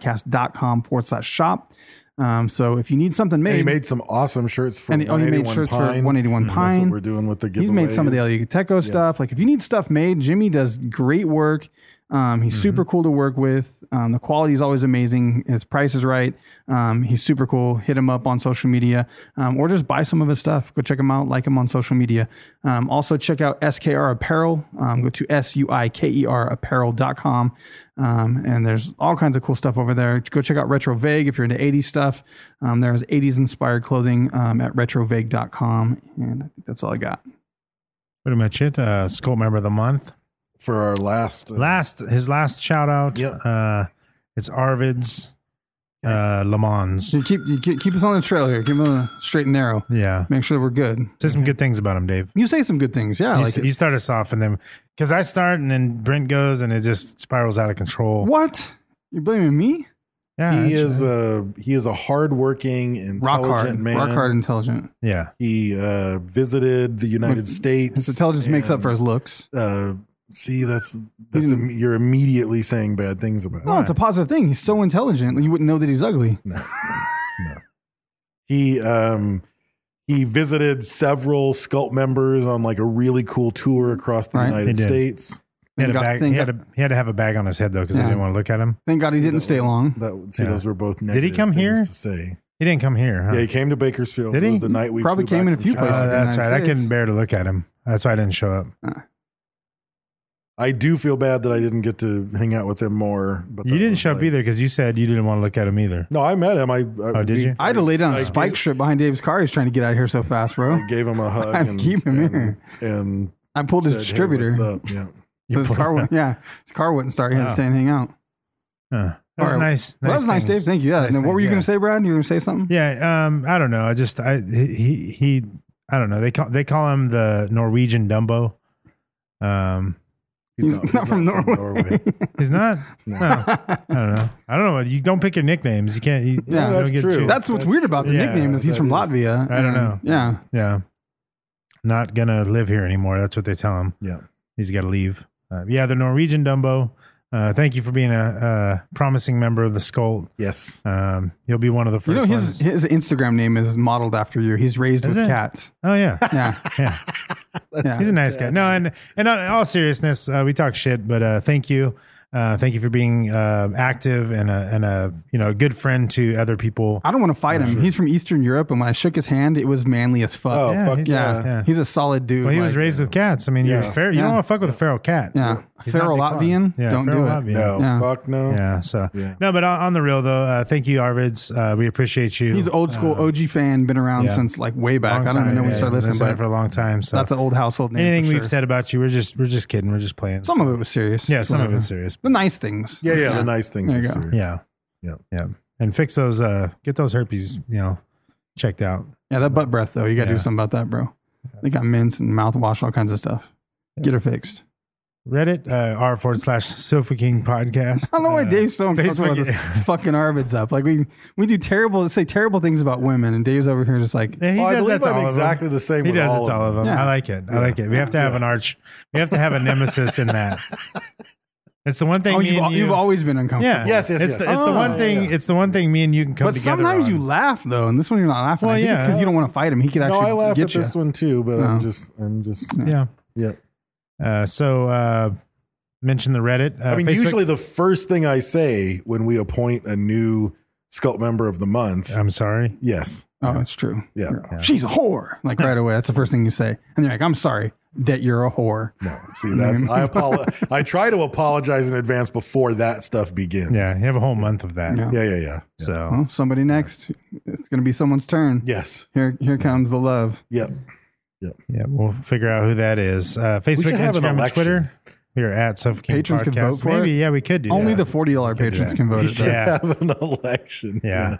Speaker 3: sofakingpodcast.com forward slash shop. Um, so if you need something made,
Speaker 2: And he made some awesome shirts for
Speaker 3: And he- oh, he made
Speaker 2: 181
Speaker 3: shirts for
Speaker 2: Pine.
Speaker 3: 181
Speaker 2: That's
Speaker 3: Pine.
Speaker 2: what we're doing with the giveaways.
Speaker 3: He's made some of the El Yucateco stuff. Like if you need stuff made, Jimmy does great work. Um, he's super cool to work with. Um, the quality is always amazing. His price is right. Um, he's super cool. Hit him up on social media um, or just buy some of his stuff. Go check him out. Like him on social media. Um, also check out SKR Apparel. Um, go to S-U-I-K-E-R apparel.com. Um, and there's all kinds of cool stuff over there. Go check out Retro Vague if you're into 80s stuff. Um, there's 80s inspired clothing um, at retrovague.com. And I think that's all I got.
Speaker 4: Pretty much it. Uh, Sculpt member of the month.
Speaker 2: for our last. uh,
Speaker 4: Last his last shout out.
Speaker 2: Yep.
Speaker 4: Uh, it's Arvid's uh, Le Mans.
Speaker 3: So you keep, you keep keep us on the trail here. Keep us on the straight and narrow.
Speaker 4: Yeah,
Speaker 3: Make sure we're good.
Speaker 4: say some good things about him, Dave.
Speaker 3: You say some good things. Yeah.
Speaker 4: You,
Speaker 3: like
Speaker 4: s- you start us off, and then because I start, and then Brent goes, and it just spirals out of control.
Speaker 3: what? You're blaming me?
Speaker 4: Yeah,
Speaker 2: He
Speaker 4: that's
Speaker 2: is
Speaker 4: right.
Speaker 2: a he is a hardworking, intelligent
Speaker 3: Rock hard.
Speaker 2: man.
Speaker 3: Rock hard intelligent.
Speaker 4: yeah.
Speaker 2: He uh, visited the United States.
Speaker 3: His intelligence makes up for his looks.
Speaker 2: Uh, see, that's that's
Speaker 3: didn't-
Speaker 2: you're immediately saying bad things about.
Speaker 3: No,
Speaker 2: him.
Speaker 3: it's a positive thing. He's so intelligent. You wouldn't know that he's ugly.
Speaker 2: He um he visited several Sculpt members on like a really cool tour across the
Speaker 3: Right.
Speaker 4: He
Speaker 2: United
Speaker 4: did.
Speaker 2: States.
Speaker 4: He had,
Speaker 3: Thank
Speaker 4: a
Speaker 3: God-
Speaker 4: bag, he,
Speaker 3: thank
Speaker 4: had
Speaker 3: God-
Speaker 4: a, he had to have a bag on his head though because I
Speaker 3: Yeah.
Speaker 4: didn't want to look at him.
Speaker 3: Thank God he
Speaker 2: See,
Speaker 3: didn't
Speaker 2: that
Speaker 3: stay
Speaker 2: was-
Speaker 3: long.
Speaker 2: That see,
Speaker 4: Yeah.
Speaker 2: those were both.
Speaker 4: he
Speaker 2: Negative
Speaker 4: come
Speaker 2: things
Speaker 4: here?
Speaker 2: To say.
Speaker 4: He didn't come here. Huh?
Speaker 2: Yeah, he came to Bakersfield.
Speaker 4: Did
Speaker 2: It
Speaker 4: he?
Speaker 2: was the night we
Speaker 3: Probably
Speaker 2: flew back
Speaker 3: came in a
Speaker 2: from
Speaker 3: few
Speaker 4: Oh,
Speaker 2: Chicago.
Speaker 3: places.
Speaker 4: that's
Speaker 3: in the
Speaker 4: right.
Speaker 3: United
Speaker 4: I couldn't
Speaker 3: States.
Speaker 4: bear to look at him. That's why I didn't show up.
Speaker 2: I do feel bad that I didn't get to hang out with him more. But
Speaker 4: You
Speaker 2: that
Speaker 4: didn't
Speaker 2: was
Speaker 4: show up
Speaker 2: like-
Speaker 4: either because you said you didn't want to look at him either.
Speaker 2: No, I met him. I, I
Speaker 4: Oh, did you?
Speaker 3: I'd have laid down
Speaker 2: I
Speaker 3: a spike
Speaker 2: gave-
Speaker 3: strip behind Dave's car. He's trying to get out of here so fast, bro.
Speaker 2: I gave him a hug.
Speaker 3: I
Speaker 2: and,
Speaker 3: keep him
Speaker 2: and,
Speaker 3: here.
Speaker 2: And
Speaker 3: I pulled his
Speaker 2: said, "Hey,
Speaker 3: distributor.
Speaker 2: what's up? Yeah.
Speaker 3: So his car wouldn't, yeah, his car wouldn't start. He had
Speaker 4: Wow.
Speaker 3: to stay and hang out.
Speaker 4: Huh. That was
Speaker 3: All right.
Speaker 4: nice.
Speaker 3: Well, that was nice,
Speaker 4: things.
Speaker 3: Dave. Thank you. Yeah.
Speaker 4: Nice
Speaker 3: and then what
Speaker 4: thing,
Speaker 3: were you
Speaker 4: yeah.
Speaker 3: going to say, Brad? You were going to say something?
Speaker 4: Yeah, um, I don't know. I just I he he- he I don't know. They call they call him the Norwegian Dumbo. Um,
Speaker 2: He's, not, he's
Speaker 3: from
Speaker 2: not
Speaker 3: Norway.
Speaker 4: he's not. no. I don't know. I don't know. You don't pick your nicknames. You can't. You,
Speaker 3: Yeah,
Speaker 4: you don't
Speaker 2: that's
Speaker 4: get
Speaker 2: true.
Speaker 4: you-
Speaker 3: That's what's weird about the
Speaker 4: yeah,
Speaker 3: nickname is he's
Speaker 2: that
Speaker 3: from
Speaker 2: is.
Speaker 3: Latvia.
Speaker 4: I don't
Speaker 3: and-
Speaker 4: know.
Speaker 3: Yeah.
Speaker 4: yeah. Not gonna live here anymore. That's what they tell him.
Speaker 2: Yeah.
Speaker 4: He's got to leave. Uh, yeah, the Norwegian Dumbo. Uh, thank you for being a, a promising member of the Skull.
Speaker 2: Yes.
Speaker 4: Um, you'll be one of the
Speaker 3: You
Speaker 4: first
Speaker 3: know, his,
Speaker 4: ones.
Speaker 3: his Instagram name is modeled after you. He's raised
Speaker 4: Is
Speaker 3: with
Speaker 4: it?
Speaker 3: cats.
Speaker 4: oh yeah,
Speaker 3: Yeah.
Speaker 4: yeah.
Speaker 3: yeah.
Speaker 4: He's a nice guy. No, and and in all seriousness, uh, we talk shit, but uh, thank you, uh, thank you for being uh, active and a and a you know a good friend to other people.
Speaker 3: I don't want to fight
Speaker 4: Oh,
Speaker 3: him. He's from Eastern Europe, and when I shook his hand, it was manly as fuck.
Speaker 2: Oh,
Speaker 3: yeah.
Speaker 2: fuck
Speaker 4: he's-
Speaker 2: yeah.
Speaker 4: yeah.
Speaker 3: He's a solid dude.
Speaker 4: Well, he was
Speaker 3: like-
Speaker 4: raised with cats. I mean, he was
Speaker 2: Yeah.
Speaker 4: fair. You
Speaker 3: Yeah.
Speaker 4: don't want to fuck with a feral cat.
Speaker 3: Yeah.
Speaker 4: He's not
Speaker 3: Feral
Speaker 4: Declan.
Speaker 3: Latvian? Don't do it.
Speaker 2: No.
Speaker 3: Yeah.
Speaker 2: Fuck no.
Speaker 4: Yeah. So
Speaker 2: Yeah.
Speaker 4: no, but on, on the real though, uh, thank you, Arvids. Uh, we appreciate you. Uh,
Speaker 3: He's old school OG fan, been around
Speaker 4: yeah.
Speaker 3: since like way back.
Speaker 4: Long
Speaker 3: I don't even
Speaker 4: time.
Speaker 3: know when
Speaker 4: Yeah,
Speaker 3: you started
Speaker 4: yeah.
Speaker 3: listening,
Speaker 4: Listening
Speaker 3: but
Speaker 4: for a long time. So
Speaker 3: that's an old household name.
Speaker 4: anything
Speaker 3: for
Speaker 4: we've
Speaker 3: sure.
Speaker 4: said about you, we're just we're just kidding. We're just playing.
Speaker 3: Some of it was serious.
Speaker 4: yeah, some of
Speaker 3: Whatever.
Speaker 4: it's serious.
Speaker 3: The nice things.
Speaker 2: Yeah. Yeah. The nice things
Speaker 3: There
Speaker 2: are
Speaker 3: you go.
Speaker 2: serious.
Speaker 4: Yeah.
Speaker 2: Yeah.
Speaker 4: Yeah. And fix those, uh, get those herpes, you know, checked out.
Speaker 3: Yeah, that butt breath though. You got to
Speaker 4: Yeah.
Speaker 3: do something about that, bro. They got mints and mouthwash, all kinds of stuff. Get her fixed.
Speaker 4: Reddit, uh, r forward slash Sofa King podcast.
Speaker 3: I don't know why
Speaker 4: Uh,
Speaker 3: Dave's so uncomfortable
Speaker 4: Facebook-
Speaker 3: with this fucking Arvid's up. Like we we do terrible say terrible things about women, and Dave's over here just like
Speaker 4: Yeah, he
Speaker 2: Well, Oh, I
Speaker 4: does
Speaker 2: believe
Speaker 4: that to
Speaker 2: I'm
Speaker 4: all of 'em.
Speaker 2: exactly the same
Speaker 4: He
Speaker 2: with
Speaker 4: does
Speaker 2: all
Speaker 4: it to
Speaker 2: of
Speaker 4: all of them.
Speaker 3: Yeah.
Speaker 4: I like it. I like it. We have to have an arch. We have to have a nemesis in that. It's the one thing.
Speaker 3: oh,
Speaker 4: me
Speaker 3: you've,
Speaker 4: and
Speaker 3: al- you've
Speaker 4: you-
Speaker 3: always been uncomfortable.
Speaker 4: Yeah.
Speaker 2: Yes, yes,
Speaker 4: It's,
Speaker 2: yes.
Speaker 4: The, it's the
Speaker 2: Oh,
Speaker 4: one
Speaker 2: yeah,
Speaker 4: thing.
Speaker 2: yeah.
Speaker 4: It's the one thing me and you can come
Speaker 3: But
Speaker 4: together.
Speaker 3: sometimes you
Speaker 4: on.
Speaker 3: laugh though, and this one you're not laughing.
Speaker 4: Well,
Speaker 3: I think it's
Speaker 4: yeah.
Speaker 3: because you don't want to fight him. He could
Speaker 2: No,
Speaker 3: actually
Speaker 2: I laugh
Speaker 3: get
Speaker 2: at
Speaker 3: you.
Speaker 2: this one too, but
Speaker 3: No.
Speaker 2: I'm just, I'm just,
Speaker 4: Yeah.
Speaker 2: yeah.
Speaker 4: Uh, so uh, mention the Reddit. Uh,
Speaker 2: I mean,
Speaker 4: Facebook-
Speaker 2: usually the first thing I say when we appoint a new Sculpt member of the month,
Speaker 4: I'm sorry.
Speaker 2: yes,
Speaker 3: Oh, it's true.
Speaker 2: Yeah.
Speaker 3: You're- She's a whore. Like right away. That's the first thing you say. And they're like, I'm sorry that you're a whore.
Speaker 2: no, see, that's I apologize. I try to apologize in advance before that stuff begins.
Speaker 4: Yeah, you have a whole month of that.
Speaker 3: Yeah.
Speaker 2: yeah, yeah, yeah.
Speaker 4: So
Speaker 3: Well, somebody next. It's gonna be someone's turn.
Speaker 2: Yes,
Speaker 3: Here here comes the love.
Speaker 2: yep.
Speaker 4: yeah, we'll figure out who that is. Uh, Facebook,
Speaker 2: should have an
Speaker 4: Instagram, and
Speaker 2: election.
Speaker 4: Twitter. We are at Sofa King
Speaker 3: Patrons
Speaker 4: Podcast.
Speaker 3: could vote for
Speaker 4: Maybe
Speaker 3: it?
Speaker 4: yeah, we could do
Speaker 3: Only
Speaker 4: that.
Speaker 3: the forty dollar patrons
Speaker 4: that.
Speaker 3: can vote.
Speaker 4: You
Speaker 3: it,
Speaker 4: should
Speaker 3: though.
Speaker 4: Yeah.
Speaker 2: Have an election.
Speaker 4: yeah,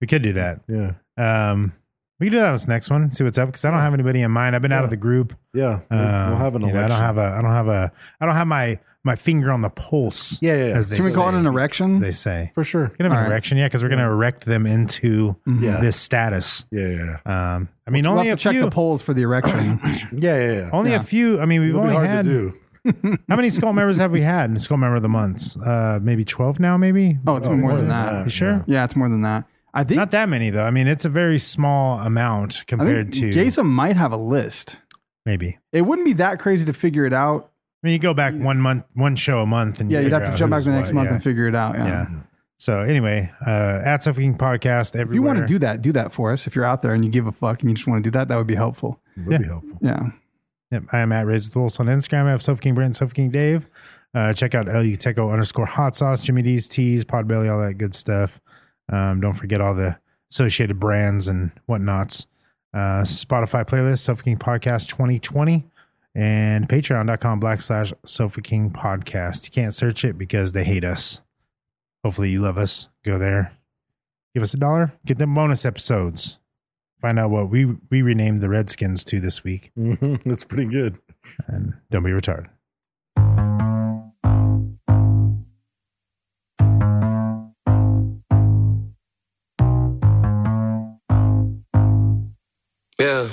Speaker 4: we could do that.
Speaker 2: yeah,
Speaker 4: Um, we can do that on this next one. See what's up because I don't have anybody in mind. I've been out of the group.
Speaker 2: yeah. We'll-
Speaker 4: Um,
Speaker 2: we'll have an
Speaker 4: you know,
Speaker 2: election.
Speaker 4: I don't have a. I don't have a. I don't have my my finger on the pulse.
Speaker 2: Yeah, yeah, yeah.
Speaker 4: as they
Speaker 3: Can we call it
Speaker 4: say.
Speaker 3: an erection?
Speaker 4: They say
Speaker 2: for sure.
Speaker 4: Can have
Speaker 3: All
Speaker 4: an
Speaker 3: right.
Speaker 4: erection, yeah, because we're going to erect them into
Speaker 2: Yeah.
Speaker 4: this status.
Speaker 2: Yeah, yeah,
Speaker 4: Um, I mean,
Speaker 3: We'll
Speaker 4: only
Speaker 3: have
Speaker 4: a
Speaker 3: to check
Speaker 4: few.
Speaker 3: the polls for the erection.
Speaker 2: yeah, yeah. yeah.
Speaker 4: only a
Speaker 3: Yeah.
Speaker 4: few. I mean, we've
Speaker 2: It'll be
Speaker 4: only
Speaker 2: hard
Speaker 4: had.
Speaker 2: to do.
Speaker 4: How many skull members have we had in skull member of the months? Uh, maybe twelve now. Maybe.
Speaker 3: oh, it's been more than that.
Speaker 4: You sure?
Speaker 3: Yeah, it's more than that. I think
Speaker 4: Not that many though. I mean, it's a very small amount
Speaker 3: I
Speaker 4: compared
Speaker 3: think
Speaker 4: to
Speaker 3: Jason might have a list.
Speaker 4: maybe.
Speaker 3: It wouldn't be that crazy to figure it out.
Speaker 4: I mean, you go back one month, one show a month, and
Speaker 3: Yeah, you'd
Speaker 4: figure
Speaker 3: have to
Speaker 4: out
Speaker 3: jump back
Speaker 4: who's
Speaker 3: the next
Speaker 4: what.
Speaker 3: month
Speaker 4: Yeah.
Speaker 3: and figure it out. Yeah.
Speaker 4: Yeah. So anyway, uh, at Suffocating Podcast everywhere.
Speaker 3: If you want to do that, do that for us. If you're out there and you give a fuck and you just want to do that, that would be helpful.
Speaker 2: Would be helpful.
Speaker 3: Yeah.
Speaker 4: Yep, I am at Razor the Wolves on Instagram. I have Suffocating Brent, Suffocating Dave. Uh, check out LU Techo underscore hot sauce, Jimmy D's teas, Podbelly, all that good stuff. Um, don't forget all the associated brands and whatnots. Uh, Spotify playlist, Suffocating Podcast 2020, and patreon.com backslash Suffocating Podcast. You can't search it because they hate us. Hopefully you love us. Go there. Give us a dollar. Get them bonus episodes. Find out what we we renamed the Redskins to this week
Speaker 2: Mhm. That's pretty good.
Speaker 4: and don't be retarded.
Speaker 6: Yeah.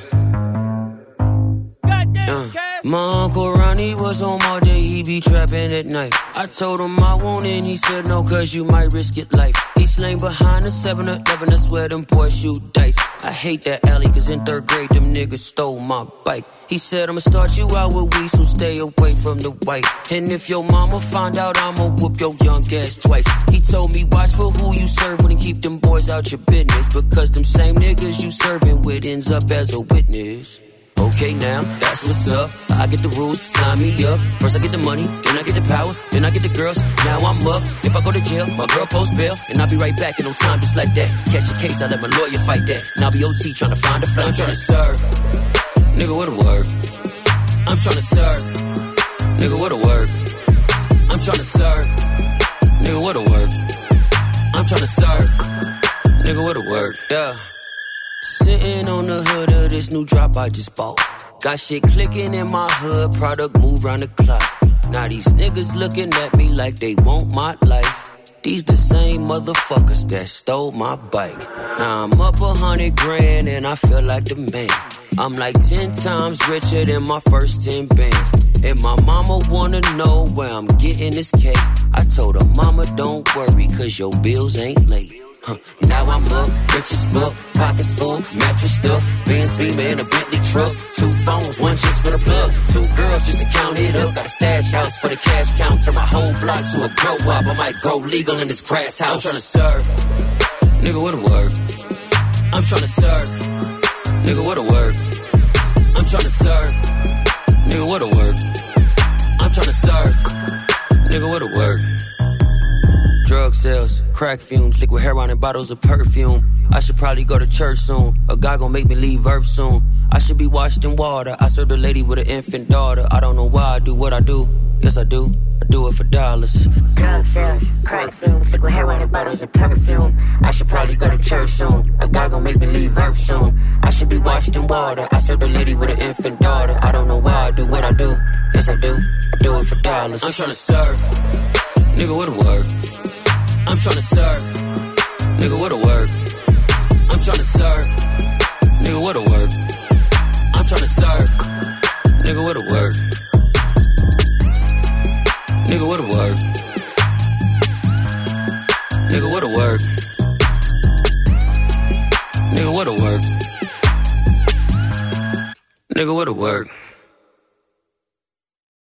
Speaker 6: Uh, my uncle Ronnie was on all day, he be trapping at night. I told him I won't, and he said no, cause you might risk your life. East lane behind the 7 Eleven, that's where them boys shoot dice. I hate that alley, cause in third grade, them niggas stole my bike. He said, I'ma start you out with weed, so stay away from the white. And if your mama find out, I'ma whoop your young ass twice. He told me, watch for who you serving and keep them boys out your business, because them same niggas you serving with ends up as a witness. Okay.
Speaker 4: Okay, now that's what's up. I get the rules, sign me up. First I get the money, then I get the power, then I get the girls. Now I'm up. If I go to jail, my girl post bail, and I'll be right back in no time, just like that. Catch a case, I let my lawyer fight that. And I'll be OT trying to find a flight. I'm trying to serve, nigga, what a word. I'm trying to serve, nigga, what a word. I'm trying to serve, nigga, what a word. I'm trying to serve, nigga, what a word. Yeah. Sitting on the hood of this new drop I just bought. Got shit clicking in my hood, product move round the clock. Now these niggas looking at me like they want my life. These the same motherfuckers that stole my bike. Now I'm up a hundred grand and I feel like the man. I'm like ten times richer than my first ten bands. And my mama wanna know where I'm getting this cake. I told her, mama, don't worry, cause your bills ain't late. Huh. Now I'm up, rich as fuck, pockets full, mattress stuff, Benz beaming, a Bentley truck, two phones, one just for the plug, two girls just to count it up, got a stash house for the cash count, turn my whole block to a grow up, I might go legal in this grass house. I'm tryna serve, nigga, what a word. I'm tryna serve, nigga, what a word. I'm tryna serve, nigga, what a word. I'm tryna serve, nigga, what a word. Drug sales, crack fumes, liquid heroin and bottles of perfume. I should probably go to church soon. A guy gon' make me leave earth soon. I should be washed in water. I served a lady with an infant daughter. I don't know why I do what I do. Yes, I do. I do it for dollars. Drug sales, crack fumes, liquid heroin and bottles of perfume. I should probably go to church soon. A guy gon' make me leave earth soon. I should be washed in water. I served a lady with an infant daughter. I don't know why I do what I do. Yes, I do. I do it for dollars. I'm tryna serve. Nigga, what a word. I'm tryna serve. Nigga, what a word. I'm tryna serve. Nigga, what a word. I'm tryna serve. Nigga, what a word. Nigga, what a word. Nigga, what a word. Nigga, what a word. Nigga, what a word.